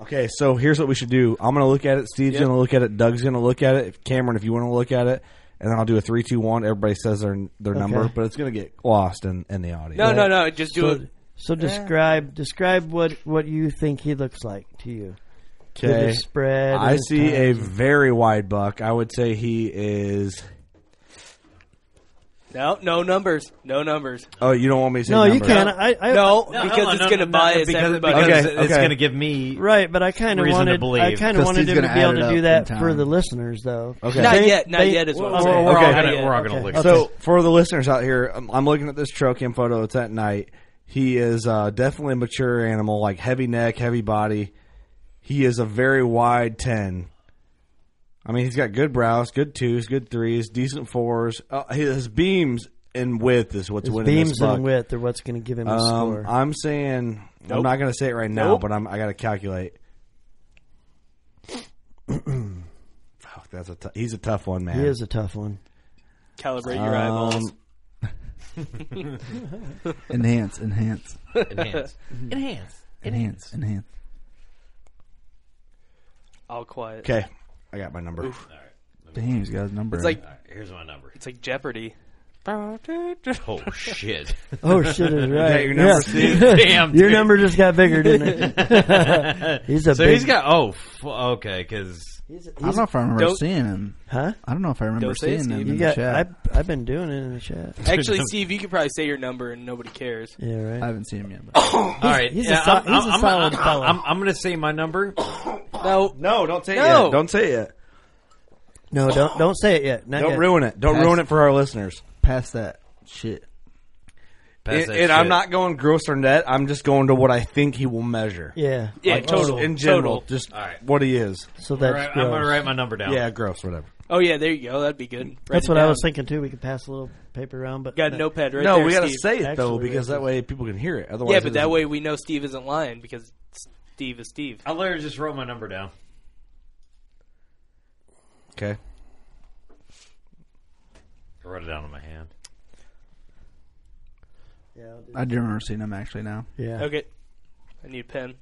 Okay, so here's what we should do. I'm gonna look at it. Steve's
Yep.
gonna look at it. Doug's gonna look at it. Cameron, if you want to look at it, and then I'll do a three, two, one. Everybody says their their
Okay.
number, but it's gonna get lost in, in the audience.
No, no, no. Just do
so,
it.
So describe describe what what you think he looks like to you. Did
Okay.
it spread.
I
his
see a
time?
very wide buck. I would say he is.
No, no numbers. No numbers.
Oh, you don't want me to say
No, you
numbers.
can't. I, I
No,
I-
because it's going to bias
because-
everybody.
because
Okay,
it's
okay.
going to give me
Right, but I kind of
reason
wanted.
to believe.
I kind of wanted him to be able to do that for the listeners, though.
Okay. Not
yet, not yet is what I'm
okay.
saying.
Okay.
Okay.
So for the listeners out here, I'm, I'm looking at this trail cam photo. It's at night. He is uh, definitely a mature animal, like heavy neck, heavy body. He is a very wide ten. I mean, he's got good brows, good twos, good threes, decent fours. Uh, his beams and width is what's
His
winning this
beams and
buck.
width are what's gonna give him a
Um,
score.
I'm saying I'm
Nope.
not going to say it right now,
Nope.
but I'm, I got to calculate. Fuck, that's a t- he's a tough one, man.
He is a tough one.
Calibrate your eyeballs.
enhance, enhance,
Enhance.
Enhance.
enhance, enhance.
All quiet.
Okay, I got my number.
Oof.
Damn, he's got his number.
It's like
here's my number.
It's like Jeopardy.
Oh shit!
Oh shit! Is right.
your number,
Yeah.
Steve? Damn,
your
dude.
number just got bigger, didn't it? he's a
so
big.
he's got oh f- okay because
I don't know if I remember seeing him.
Huh?
I don't know if I remember
Don't say it,
seeing him
Steve.
in
You
the
got-
chat.
I, I've been doing it in the chat.
Actually, Steve, you could probably say your number and nobody cares.
Yeah, right. I
haven't seen him yet.
All
All right,
He's
yeah,
a, sol-
I'm,
he's a
I'm-
solid
I'm-
fella.
I'm, I'm going to say my number.
No,
no, don't say
it
Yeah,
yet.
don't say it.
No, don't don't say it yet. Not
Oh. don't
yet.
ruin it. Don't
Pass-
ruin it for our listeners.
Pass that shit.
and
Pass that
and I'm
shit.
not going gross or net. I'm just going to what I think he will measure.
Yeah.
Yeah,
Like,
total,
In general,
total.
Oh, just
All right.
what he is.
So that's Alright, I'm gonna gross. write
my number down.
Yeah, gross, whatever.
Oh yeah, there you go. That'd be good. Write
That's
it
what I
down.
was thinking too. We could pass a little paper around, but
Got a notepad right
no,
there,
we gotta
Steve.
say it though
Actually,
because
right
that way people can hear it. Otherwise,
yeah,
it
but that
doesn't-
way we know Steve isn't lying because Steve is Steve.
I literally just wrote my number down.
Okay.
I wrote it down on my hand.
I do remember seeing him actually now.
Yeah.
Okay. I need a pen.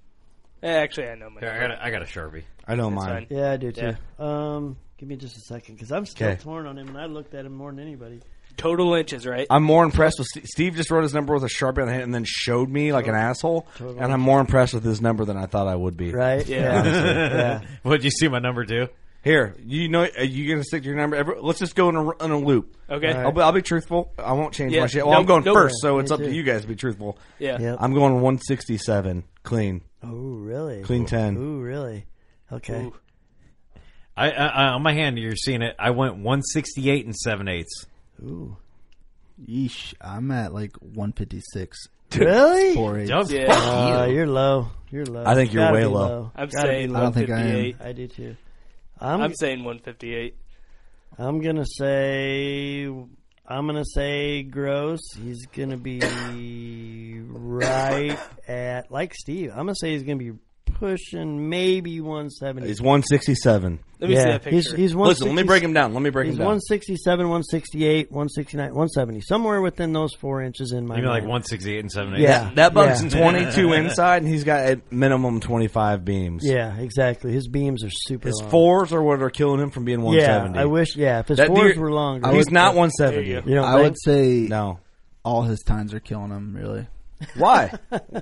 Eh, Actually, I know my.
Here, I got a, I got a sharpie.
I know
That's
mine.
Yeah, I do
Yeah.
too. Um, give me just a second because I'm still
'Kay.
torn on him, and I looked at him more than anybody.
Total inches, right?
I'm more impressed with Steve. Steve just wrote his number with a sharpie on the hand and then showed me like an asshole.
Totally.
And I'm more impressed with his number than I thought I would be.
Right? Yeah.
Honestly.
Yeah.
Would you see my number too?
Here, you know, are you gonna stick to your number? Every, let's just go in a, in a loop.
Okay.
I'll, be, I'll be truthful. I won't change
Yeah,
my shit. Well,
no-
I'm going
no-
first, so
Me
it's up to
too.
you guys to be truthful.
Yeah. Yep.
I'm going 167 clean.
Oh, really?
Clean ten.
Ooh, really? Okay.
I, I, I on my hand, you're seeing it. I went 168 and seven eighths.
Ooh. Yeesh, I'm at like 156.
Really?
Four eights.
Don't
Yeah. Uh, you. are low. You're low.
I think you're
Gotta
way
be
low.
I'm
Gotta be
saying
low.
I don't think I am.
158.
I do too.
I'm,
I'm
saying 158.
I'm gonna say I'm gonna say gross. He's gonna be right at like Steve. I'm gonna say he's gonna be pushing maybe 170.
He's 167.
Let me see Yeah, that picture. he's- he's one
Listen, let me
sixty-
break him down. Let me break
He's
him down.
167, 168, 169, 170, somewhere within those four inches in my.
You mean like
mind.
168 and seven eighths?
Yeah,
That buck's
yeah.
22 inside, and he's got at minimum 25 beams.
Yeah, exactly. His beams are super.
His
long.
fours are what are killing him from being 170.
Yeah, I wish. Yeah, if his
That
fours
deer-
were longer,
He's not 170.
You don't
I
think?
would say
no.
All his tines are killing him. Really.
Why?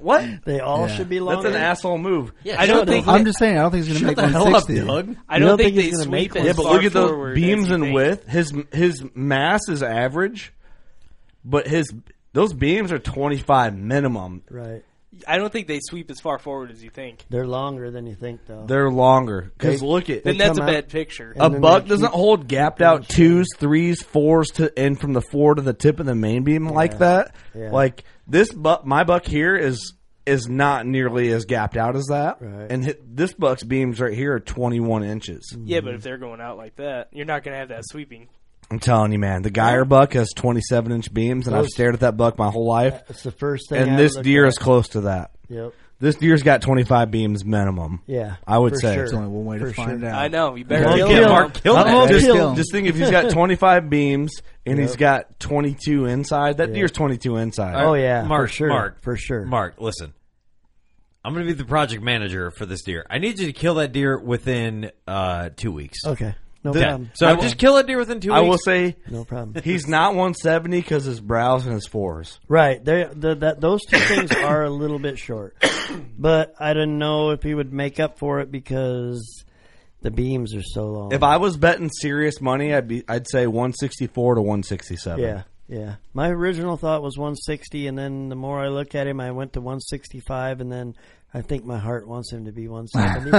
what?
They all should be
That's
longer.
an asshole move.
I don't think.
I'm just saying. I don't think he's going
Shut
to
the
make
hell up,
160.
Doug.
I don't, think,
think he's
they
gonna
sweep
make
it.
Yeah,
as
but
far
look at the
forward
beams
as you
and
think.
width. His his mass is average, but his those beams are 25 minimum.
Right.
I don't think they sweep as far forward as you think.
They're longer than you think, though.
They're longer because
They-
look at
Then that's a bad picture.
A buck doesn't hold gapped out twos, threes, fours to and from the four to the tip of the main beam like that.
Yeah.
Like this buck, my buck here is is not nearly as gapped out as that. And hit, this buck's beams right here are twenty one inches.
Mm.
Yeah, but if they're going out like that, you're not going to have that sweeping.
I'm telling you, man, the Geyer buck has 27 inch beams, and I've
Those-
stared at that buck my whole life.
That's the first thing
And
I
this
look
deer
at.
is close to that.
Yep.
This deer's got 25 beams minimum.
Yeah,
I would
for
say
sure. It's only one way to For find sure. out. I know, you better
Well,
kill him. Kill him.
Well, Just,
Kill him.
just think if he's got 25 beams and he's
Yep.
got 22 inside, that deer's 22 inside.
Oh, yeah,
Mark,
for sure.
Mark,
for sure.
Mark, listen. I'm going to be the project manager for this deer. I need you to kill that deer within uh, two weeks.
Okay. No
Yeah.
problem.
So
I
just
will-
kill that deer within two
I
weeks.
will say,
No problem.
He's not 170 because his brows and his fours.
Right. They, the, that, those two things are a little bit short. But I didn't know if he would make up for it because the beams are so long.
If I was betting serious money, I'd be I'd say 164 to 167.
yeah. Yeah. My original thought was 160, and then the more I look at him, I went to 165, and then I think my heart wants him to be 170.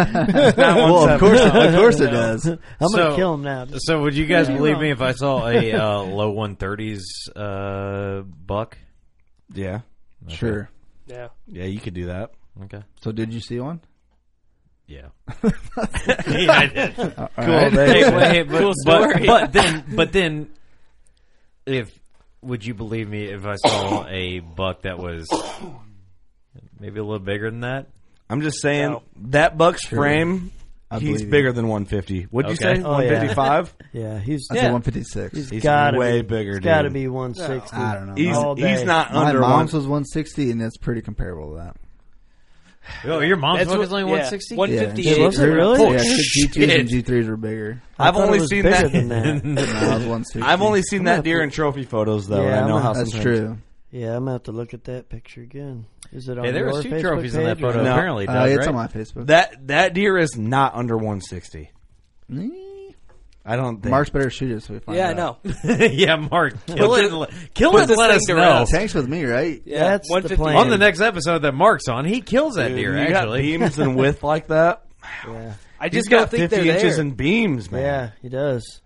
Well, of course, of course it does.
I'm going to
So-
kill him now.
So would you guys
Leave
believe
alone.
me if I saw a uh, low 130s uh, buck?
Yeah.
Okay.
Sure.
Yeah.
Yeah, you could do that.
Okay.
So did you see one?
Yeah. yeah, I did.
All
cool.
right.
Hey, but, hey, but,
Cool
but-
story.
but then, but then, if would you believe me if I saw a buck that was maybe a little bigger than that?
I'm just saying that Bucks
Sure.
frame,
I
he's
believe
bigger than 150. What'd you
Okay.
say?
Oh, yeah.
155?
Yeah, he's
I said 156.
He's,
He's
gotta
way
be,
bigger,
He's got to
dude.
be 160.
I don't know.
He's-
All day.
he's not
My
under
mom's was 160, and that's pretty comparable to that.
Oh, your mom's
That's
buck
what-
is only
yeah.
160.
One-
Yeah,
58.
Yeah,
Was it really?
Yeah,
Oh,
'cause
shit.
G2s and G3s were bigger.
I
I've
thought
only
it was
seen
bigger
that.
than that.
No, I was 160.
I've only seen
I'm
that
gonna
deer
have
in trophy photos though. and I
I'm
know
gonna-
how
that's
sometimes-
true.
Yeah, I'm gonna have to look at that picture again. Is it on
there
your
was two
Facebook
trophies in
page
that
or-
photo.
No.
Apparently,
Uh,
Doug,
it's
right?
on my Facebook.
That that deer is not under 160. I don't think.
Mark's better shoot it so we find
Yeah, I
out.
know.
yeah, Mark, kill it, and le- kill
put
it, and
this
let
thing
us
to
know.
rest.
Tanks with me, right?
Yeah, That's the 150. plan.
On the next episode that Mark's on, he kills that
Dude,
deer.
you got
actually,
beams and width like that.
Yeah.
I
He's
just don't
got
think
50
they're
inches
there.
in beams, man.
Yeah, he does.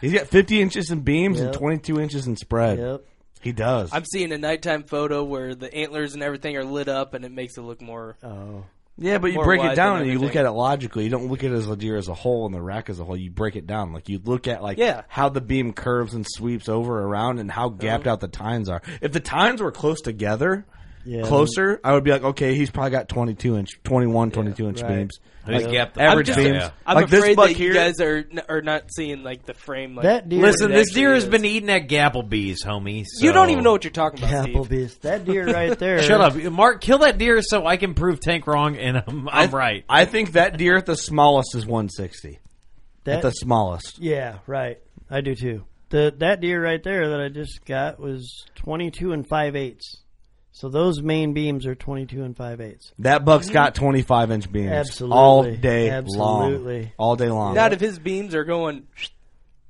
He's got 50 inches in beams and
Yep.
22 inches in spread.
Yep.
He does.
I'm seeing a nighttime photo where the antlers and everything are lit up, and it makes it look more.
Oh.
yeah, but you
more
break
wide
it
than
down and you look at
everything.
it logically. You don't look at it as a deer as a whole and the rack as a whole. You break it down. Like you look at like
Yeah.
how the beam curves and sweeps over around and how gapped
Uh-huh.
out the tines are. If the tines were close together,
Yeah,
closer, I would be like, okay, he's probably got 22 inch, 21, 22 inch
right.
beams.
And he's
Like,
gapped- I'm
average
just-
beams.
yeah.
I'm
like this
afraid
buck
that
here,
you guys are n- are not seeing like the frame. Like
That deer-
listen,
what it
this
actually
deer has
is.
been eating at Gapplebees, homie. So.
You don't even know what you're talking about, Steve.
Applebee's. That deer right there.
Shut up, Mark. Kill that deer so I can prove Tank wrong, and I'm, I'm right.
I think that deer at the smallest is 160.
That-
at the smallest.
Yeah, right. I do too. The that deer right there that I just got was 22 and 5 eighths. So those main beams are 22 and 5 eighths.
That buck's got 25 inch beams.
Absolutely.
All day long.
Absolutely.
All day long.
Not if his beams are going.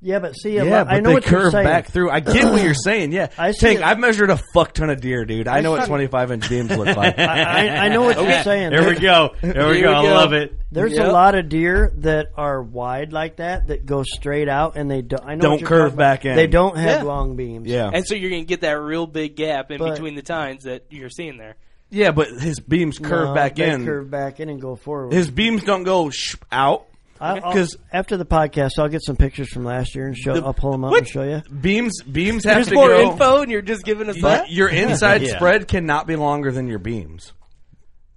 Yeah, but see,
yeah,
a lot-
but
I know
they
what you're
curve
saying.
back through. I get what you're saying. Yeah,
I see
Tank,
it.
I've measured a fuck ton of deer, dude. I know what
saw-
25 inch beams look like.
I, I know what you're saying.
There we go. There we
Here
go.
we
I
go.
love it.
There's a
Yep.
lot of deer that are wide like that that go straight out and they don't. I know
Don't
what you're
curve
talking about.
back in.
They don't have
Yeah.
long beams.
yeah,
And so you're going to get that real big gap in
But-
between the tines that you're seeing there.
yeah, but his beams curve
No,
back
they
in.
Curve back in and go forward.
His beams don't go sh- out.
Because
'Cause-
after the podcast, I'll get some pictures from last year and show. I'll pull them up and show you.
Beams beams have
There's
to
more
go.
info, and you're just giving us
Your,
that.
your inside
Yeah.
spread cannot be longer than your beams.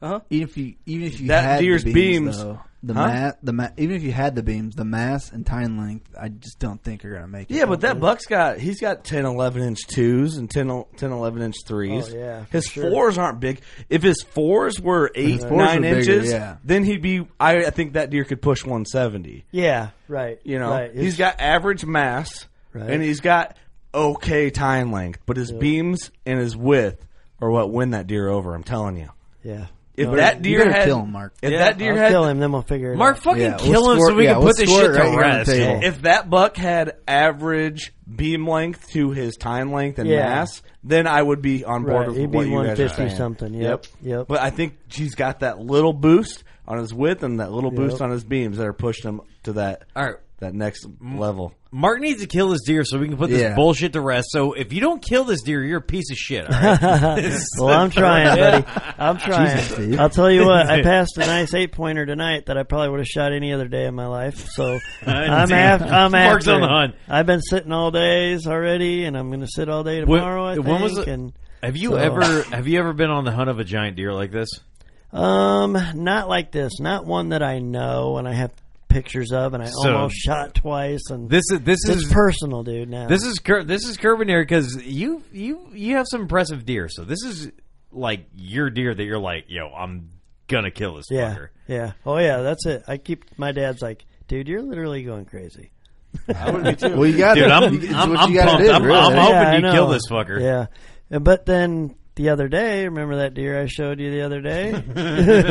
Even if you, even if you
That
had
deer's
the
beams-
beams, though, the
Huh?
ma- the ma- even if you had the beams, the mass and tine length, I just don't think you're gonna make it.
Yeah, but that Buck's got he's got 10, 11 inch twos and 10, 10 11 inch threes.
Oh, yeah, for
his
sure.
fours aren't big. If his fours were eight
fours
nine
were bigger,
inches,
yeah.
then he'd be. I, I think that deer could push one seventy.
Yeah, right.
You know,
right.
he's got average mass
Right.
and he's got okay time length, but his beams and his width are what win that deer over. I'm telling you.
yeah.
If
No,
that
you
deer
better
had
kill him, Mark.
if that deer
I'll
had
kill him, then we'll figure it
Mark,
out.
fucking
Yeah, we'll
kill him so
score-
we
yeah,
can
we'll
put this
score
shit
it
to
right here on the
rest.
table.
if that buck had average beam length to his time length and
Yeah.
mass, then I would be on board
Right,
with
he'd
what
be
you guys are
150
saying.
something, yep, yep.
But I think he's got that little boost on his width and that little boost
Yep.
on his beams that are pushing him to that
All right.
that next level.
Mark needs to kill this deer so we can put this
Yeah.
bullshit to rest. So if you don't kill this deer, you're a piece of shit. all right?
well, I'm trying, buddy. I'm trying.
Jesus, Steve.
I'll tell you what. I passed a nice eight pointer tonight that I probably would have shot any other day in my life. So I'm
Damn.
after. I'm
Mark's
after
on
it.
the hunt.
I've been sitting all days already, and I'm going to sit all day
When-
tomorrow. I think.
when was it-
And
Have you
so-
ever have you ever been on the hunt of a giant deer like this?
Um, not like this. Not one that I know, and I have pictures of, and I
So-
almost shot twice. And
This is this
it's
is
personal, dude. Now
This is cur- this is curving here because you you you have some impressive deer. So this is like your deer that you're like, yo, I'm gonna kill this
Yeah,
fucker.
yeah. Oh yeah, that's it. I keep my dad's like, dude, you're literally going crazy. I
would be, too. Well, you gotta- Dude, I'm- it's I'm- what you I'm gotta pumped. do, I'm- really. I'm hoping you kill this fucker.
Yeah, Uh, but then the other day, remember that deer I showed you the other day?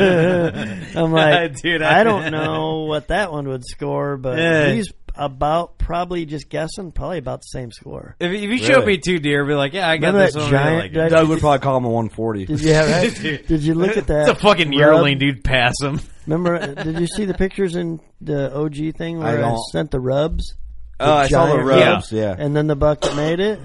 I'm like,
Dude, I-
I, don't know what that one would score, but
Yeah.
he's about probably just guessing, probably about the same score.
If, if you showed
Really?
me two deer, I'd be like, yeah, I got
Remember
this
that
one. I'd be
giant-
like,
did I-
Doug would probably call him a 140.
Yeah, right. Did you look at that?
It's a fucking
rub?
yearling, dude. Pass him.
Remember? uh, did you see the pictures in the OG thing
I
where I,
don't.
sent the rubs?
Oh, I saw the
giant
rubs, yeah.
And then the buck that made it.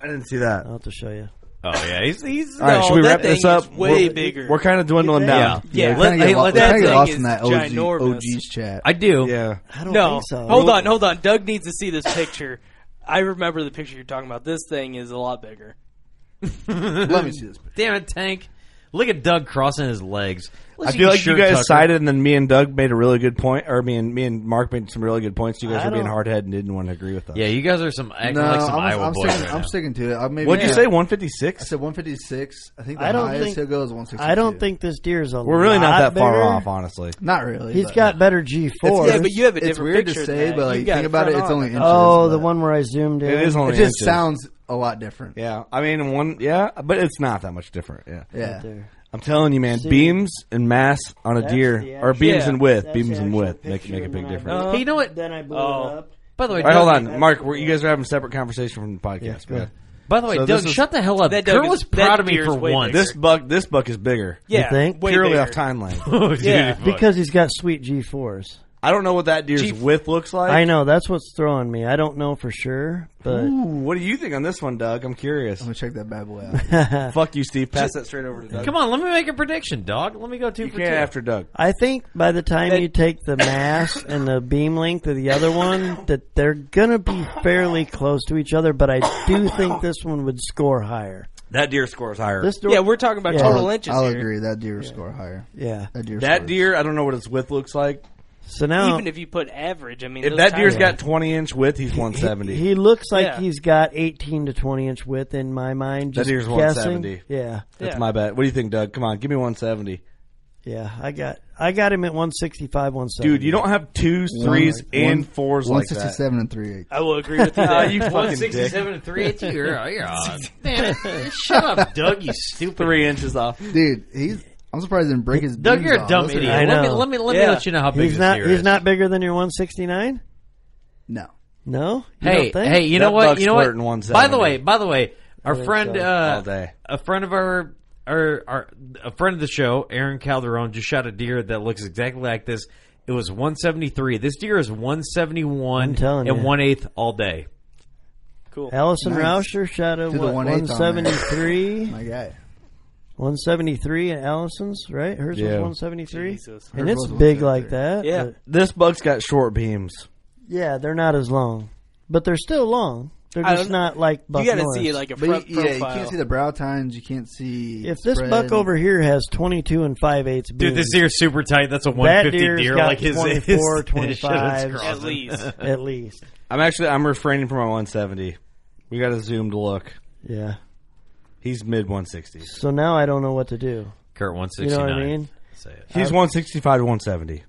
I didn't see that.
I'll have to show you.
Oh yeah, he's he's.
All right,
no,
should we
that
wrap this
thing is
up?
Way
We're-
bigger.
we're kinda dwindling
Yeah.
down.
Yeah,
Yeah,
let,
kinda get
hey,
lost-
let
kinda
that
get
thing
lost
is
in that
giant.
OG
ginormous.
OG's chat.
I do.
Yeah.
I don't
no,
think so.
hold on, hold on. Doug needs to see this picture. I remember the picture you're talking about. This thing is a lot bigger.
Let me see this.
Damn it, Tank! Look at Doug crossing his legs.
I feel like you guys sided, and then me and Doug made a really good point, or me and me and Mark made some really good points. You guys
I
were being
don't-
hard headed and didn't want to agree with us.
Yeah, you guys are some acting like some
I'm,
Iowa
I'm
boys
sticking,
right
I'm
now.
sticking to it. I maybe
What'd you
yeah.
say? One fifty six. I
said 156. I think the
I don't
highest
think
he'll go is 162.
I don't think this deer is a.
We're really not
lot
that far
bigger.
off, honestly.
Not really.
He's
but-
got better G four.
It's- yeah, but you have a It's different weird to picture than say, that. but, like, You got think it about it, front it's on. only inches,
Oh, the
but-
one where I zoomed in.
It is only
It just
inches.
sounds a lot different.
Yeah, I mean one. Yeah, but it's not that much different. Yeah,
Yeah. Right
there.
I'm telling you, man.
See?
beams and mass on a
That's the
deer,
actual-
or beams and width,
That's
beams
the
and
actual
width make make a big difference.
blew
Hey, you know what?
Then I blew it up.
By the way,
All uh, right,
Doug-
hold on, Mark. We're, you guys are having a separate conversation from the
Yeah,
podcast.
go
Go
ahead.
ahead.
By the way,
this
Doug, shut the hell up.
That
Kurt
Doug
was
that
proud of me
deer is
for
way
once.
bigger. This buck, this buck is bigger.
You Yeah, think? way
purely
bigger.
off timeline.
Oh,
yeah, because he's got sweet G fours.
I don't know what that deer's width looks like.
I know that's what's throwing me. I don't know for sure, but
Ooh, what do you think on this one, Doug? I'm curious. I'm
gonna check that bad boy
out. Fuck you, Steve. Pass that straight over to Doug.
Come on, let me make a prediction, dog. Let me go two
you
for
can't
two.
after Doug.
I think by the time you take the mass and the beam length of the other one, that they're gonna be fairly close to each other. But I do think this one would score higher.
That deer scores higher.
This door- Yeah, we're talking about total inches
I'll
here.
agree. That deer score higher.
Yeah.
That deer
That
scores.
deer, I don't know what its width looks like.
So now,
Even if you put average, I mean,
if
those
that deer's
tiny-
got 20 inch width, he's 170.
He looks like
Yeah.
he's got 18 to 20 inch width in my mind.
that
Just
deer's
guessing.
170.
Yeah.
that's
yeah.
my bet. What do you think, Doug? Come on, give me 170.
I got I got him at 165, 170.
Dude, you don't have twos, threes,
One-
and
one-
fours like that.
167 and 38.
I will agree with you.
Uh,
Ah,
there.
you fucking dick.
167 and 380. oh, You're, you're on. Man, shut up, Doug, you stupid.
Three inches off.
Dude, he's. I'm surprised he didn't break his.
Doug,
beams
you're a
off.
dumb
Those are-
idiot.
I
Let me-
know.
let me- let me let you know how big
he's
this
not.
deer
he's
is.
not bigger than your 169.
No.
No. You
Hey,
don't think?
hey, you know
That
what?
buck's
You know what?
flirting 170.
By the way, by the way,
I
our
think
friend,
so.
uh,
All day.
a friend of our, our, our, a friend of the show, Aaron Calderon, just shot a deer that looks exactly like this. It was 173. This deer is 171
I'm telling
and
you.
one eighth all day.
Cool.
Allison
Nice.
Rauscher shot a
Did the
what,
1/8 on there.
173.
My guy.
173 at Allison's, right? Hers
Yeah.
was 173.
Jesus.
And
Hers
it's
was
big like that. but-
This buck's got short beams.
yeah, they're not as long. But they're still long. They're
I
just
don't-
not like
you
Buck
gotta
Norris.
see, like, a
But
front
you- yeah, you
profile.
can't see the brow tines. You can't see.
If this buck over here has 22 and 5 eighths beams,
Dude, this deer's super tight. That's a
that
150
deer's
deer.
got
Like his,
24,
his, his shit is
25
crossing.
At least.
At least.
I'm actually I'm refraining from my 170. We got a zoomed look.
Yeah.
He's mid 160s.
So now I don't know what to do.
Kurt
You know what I
169.
mean?
Say it.
He's 165 to 170.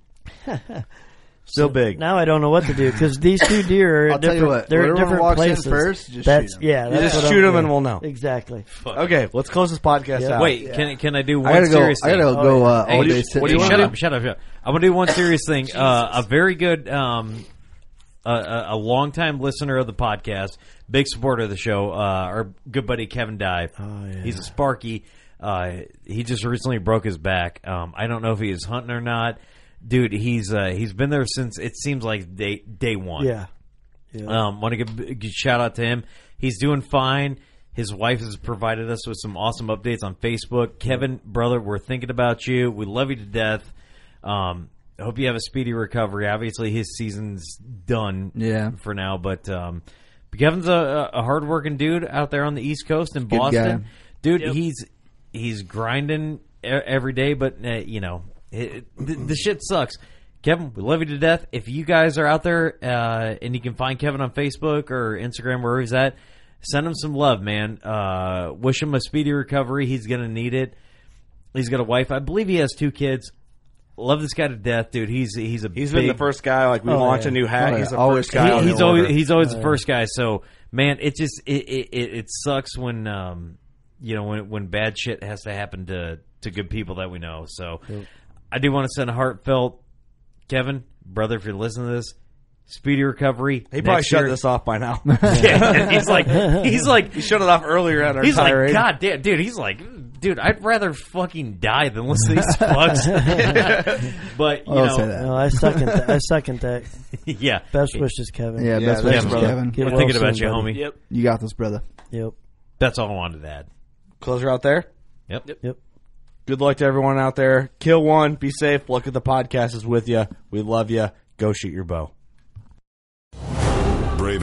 Still big.
Now I don't know what to do because these two deer are
I'll
at
tell you
different.
what,
they're at
whoever
different
walks in
places.
first, just
that's
shoot 'em.
yeah.
You
That's
just
what I'm
shoot 'em
doing.
and we'll know.
exactly.
Okay, let's close this podcast
Yeah.
out.
Wait, can can I do
I
one
gotta go-
serious
I
thing?
gotta
Oh,
go, uh,
Hey,
all
dude,
day sit-
what do you
What do
shut
you
up, shut up, shut up. I'm gonna do one serious thing. Uh, a very good, um, uh, a longtime listener of the podcast, big supporter of the show. Uh, our good buddy Kevin Dive. He's a Sparky. Uh, he just recently broke his back. Um, I don't know if he is hunting or not. dude, he's uh, he's been there since it seems like day day one.
Yeah. Yeah.
Um, want to give a good shout out to him. He's doing fine. His wife has provided us with some awesome updates on Facebook. Kevin, brother, we're thinking about you. We love you to death. Um, I hope you have a speedy recovery. Obviously, his season's done.
Yeah.
for now, but um, but Kevin's a, a hardworking dude out there on the East Coast in
Good
Boston,
guy.
dude. He's he's grinding e- every day, but uh, you know it, it- the, the shit sucks. Kevin, we love you to death. If you guys are out there uh, and you can find Kevin on Facebook or Instagram, wherever he's at, send him some love, man. Uh, wish him a speedy recovery. He's gonna need it. He's got a wife. I believe he has two kids. Love this guy to death, dude. He's he's a
He's
big,
been the first guy, like, we launch a new hat, he's the first guy
He-
on the
he's always
order.
he's always
Oh,
the
yeah.
first guy. So man, it just it it, it, it sucks when um you know when when bad shit has to happen to to good people that we know. So
Yep.
I do want to send a heartfelt Kevin brother if you're listening to this. Speedy recovery.
He probably
Next
shut
year-
this off by now.
yeah, he's like, he's like,
He shut it off earlier at our
He's like,
tirade.
God damn, dude. He's like, dude, I'd rather fucking die than listen to these fucks. but you know,
uh,
No, I second. That. I second that.
Yeah.
Best wishes, Kevin.
Yeah, best wishes, Kevin.
Get
We're
well
thinking about
soon,
you,
buddy.
homie. Yep.
You got this, brother.
Yep.
That's all I wanted to add.
Closer out there.
Yep.
Yep.
Good luck to everyone out there. Kill one. Be safe. Luck at the podcast is with you. We love you. Go shoot your bow.
Brave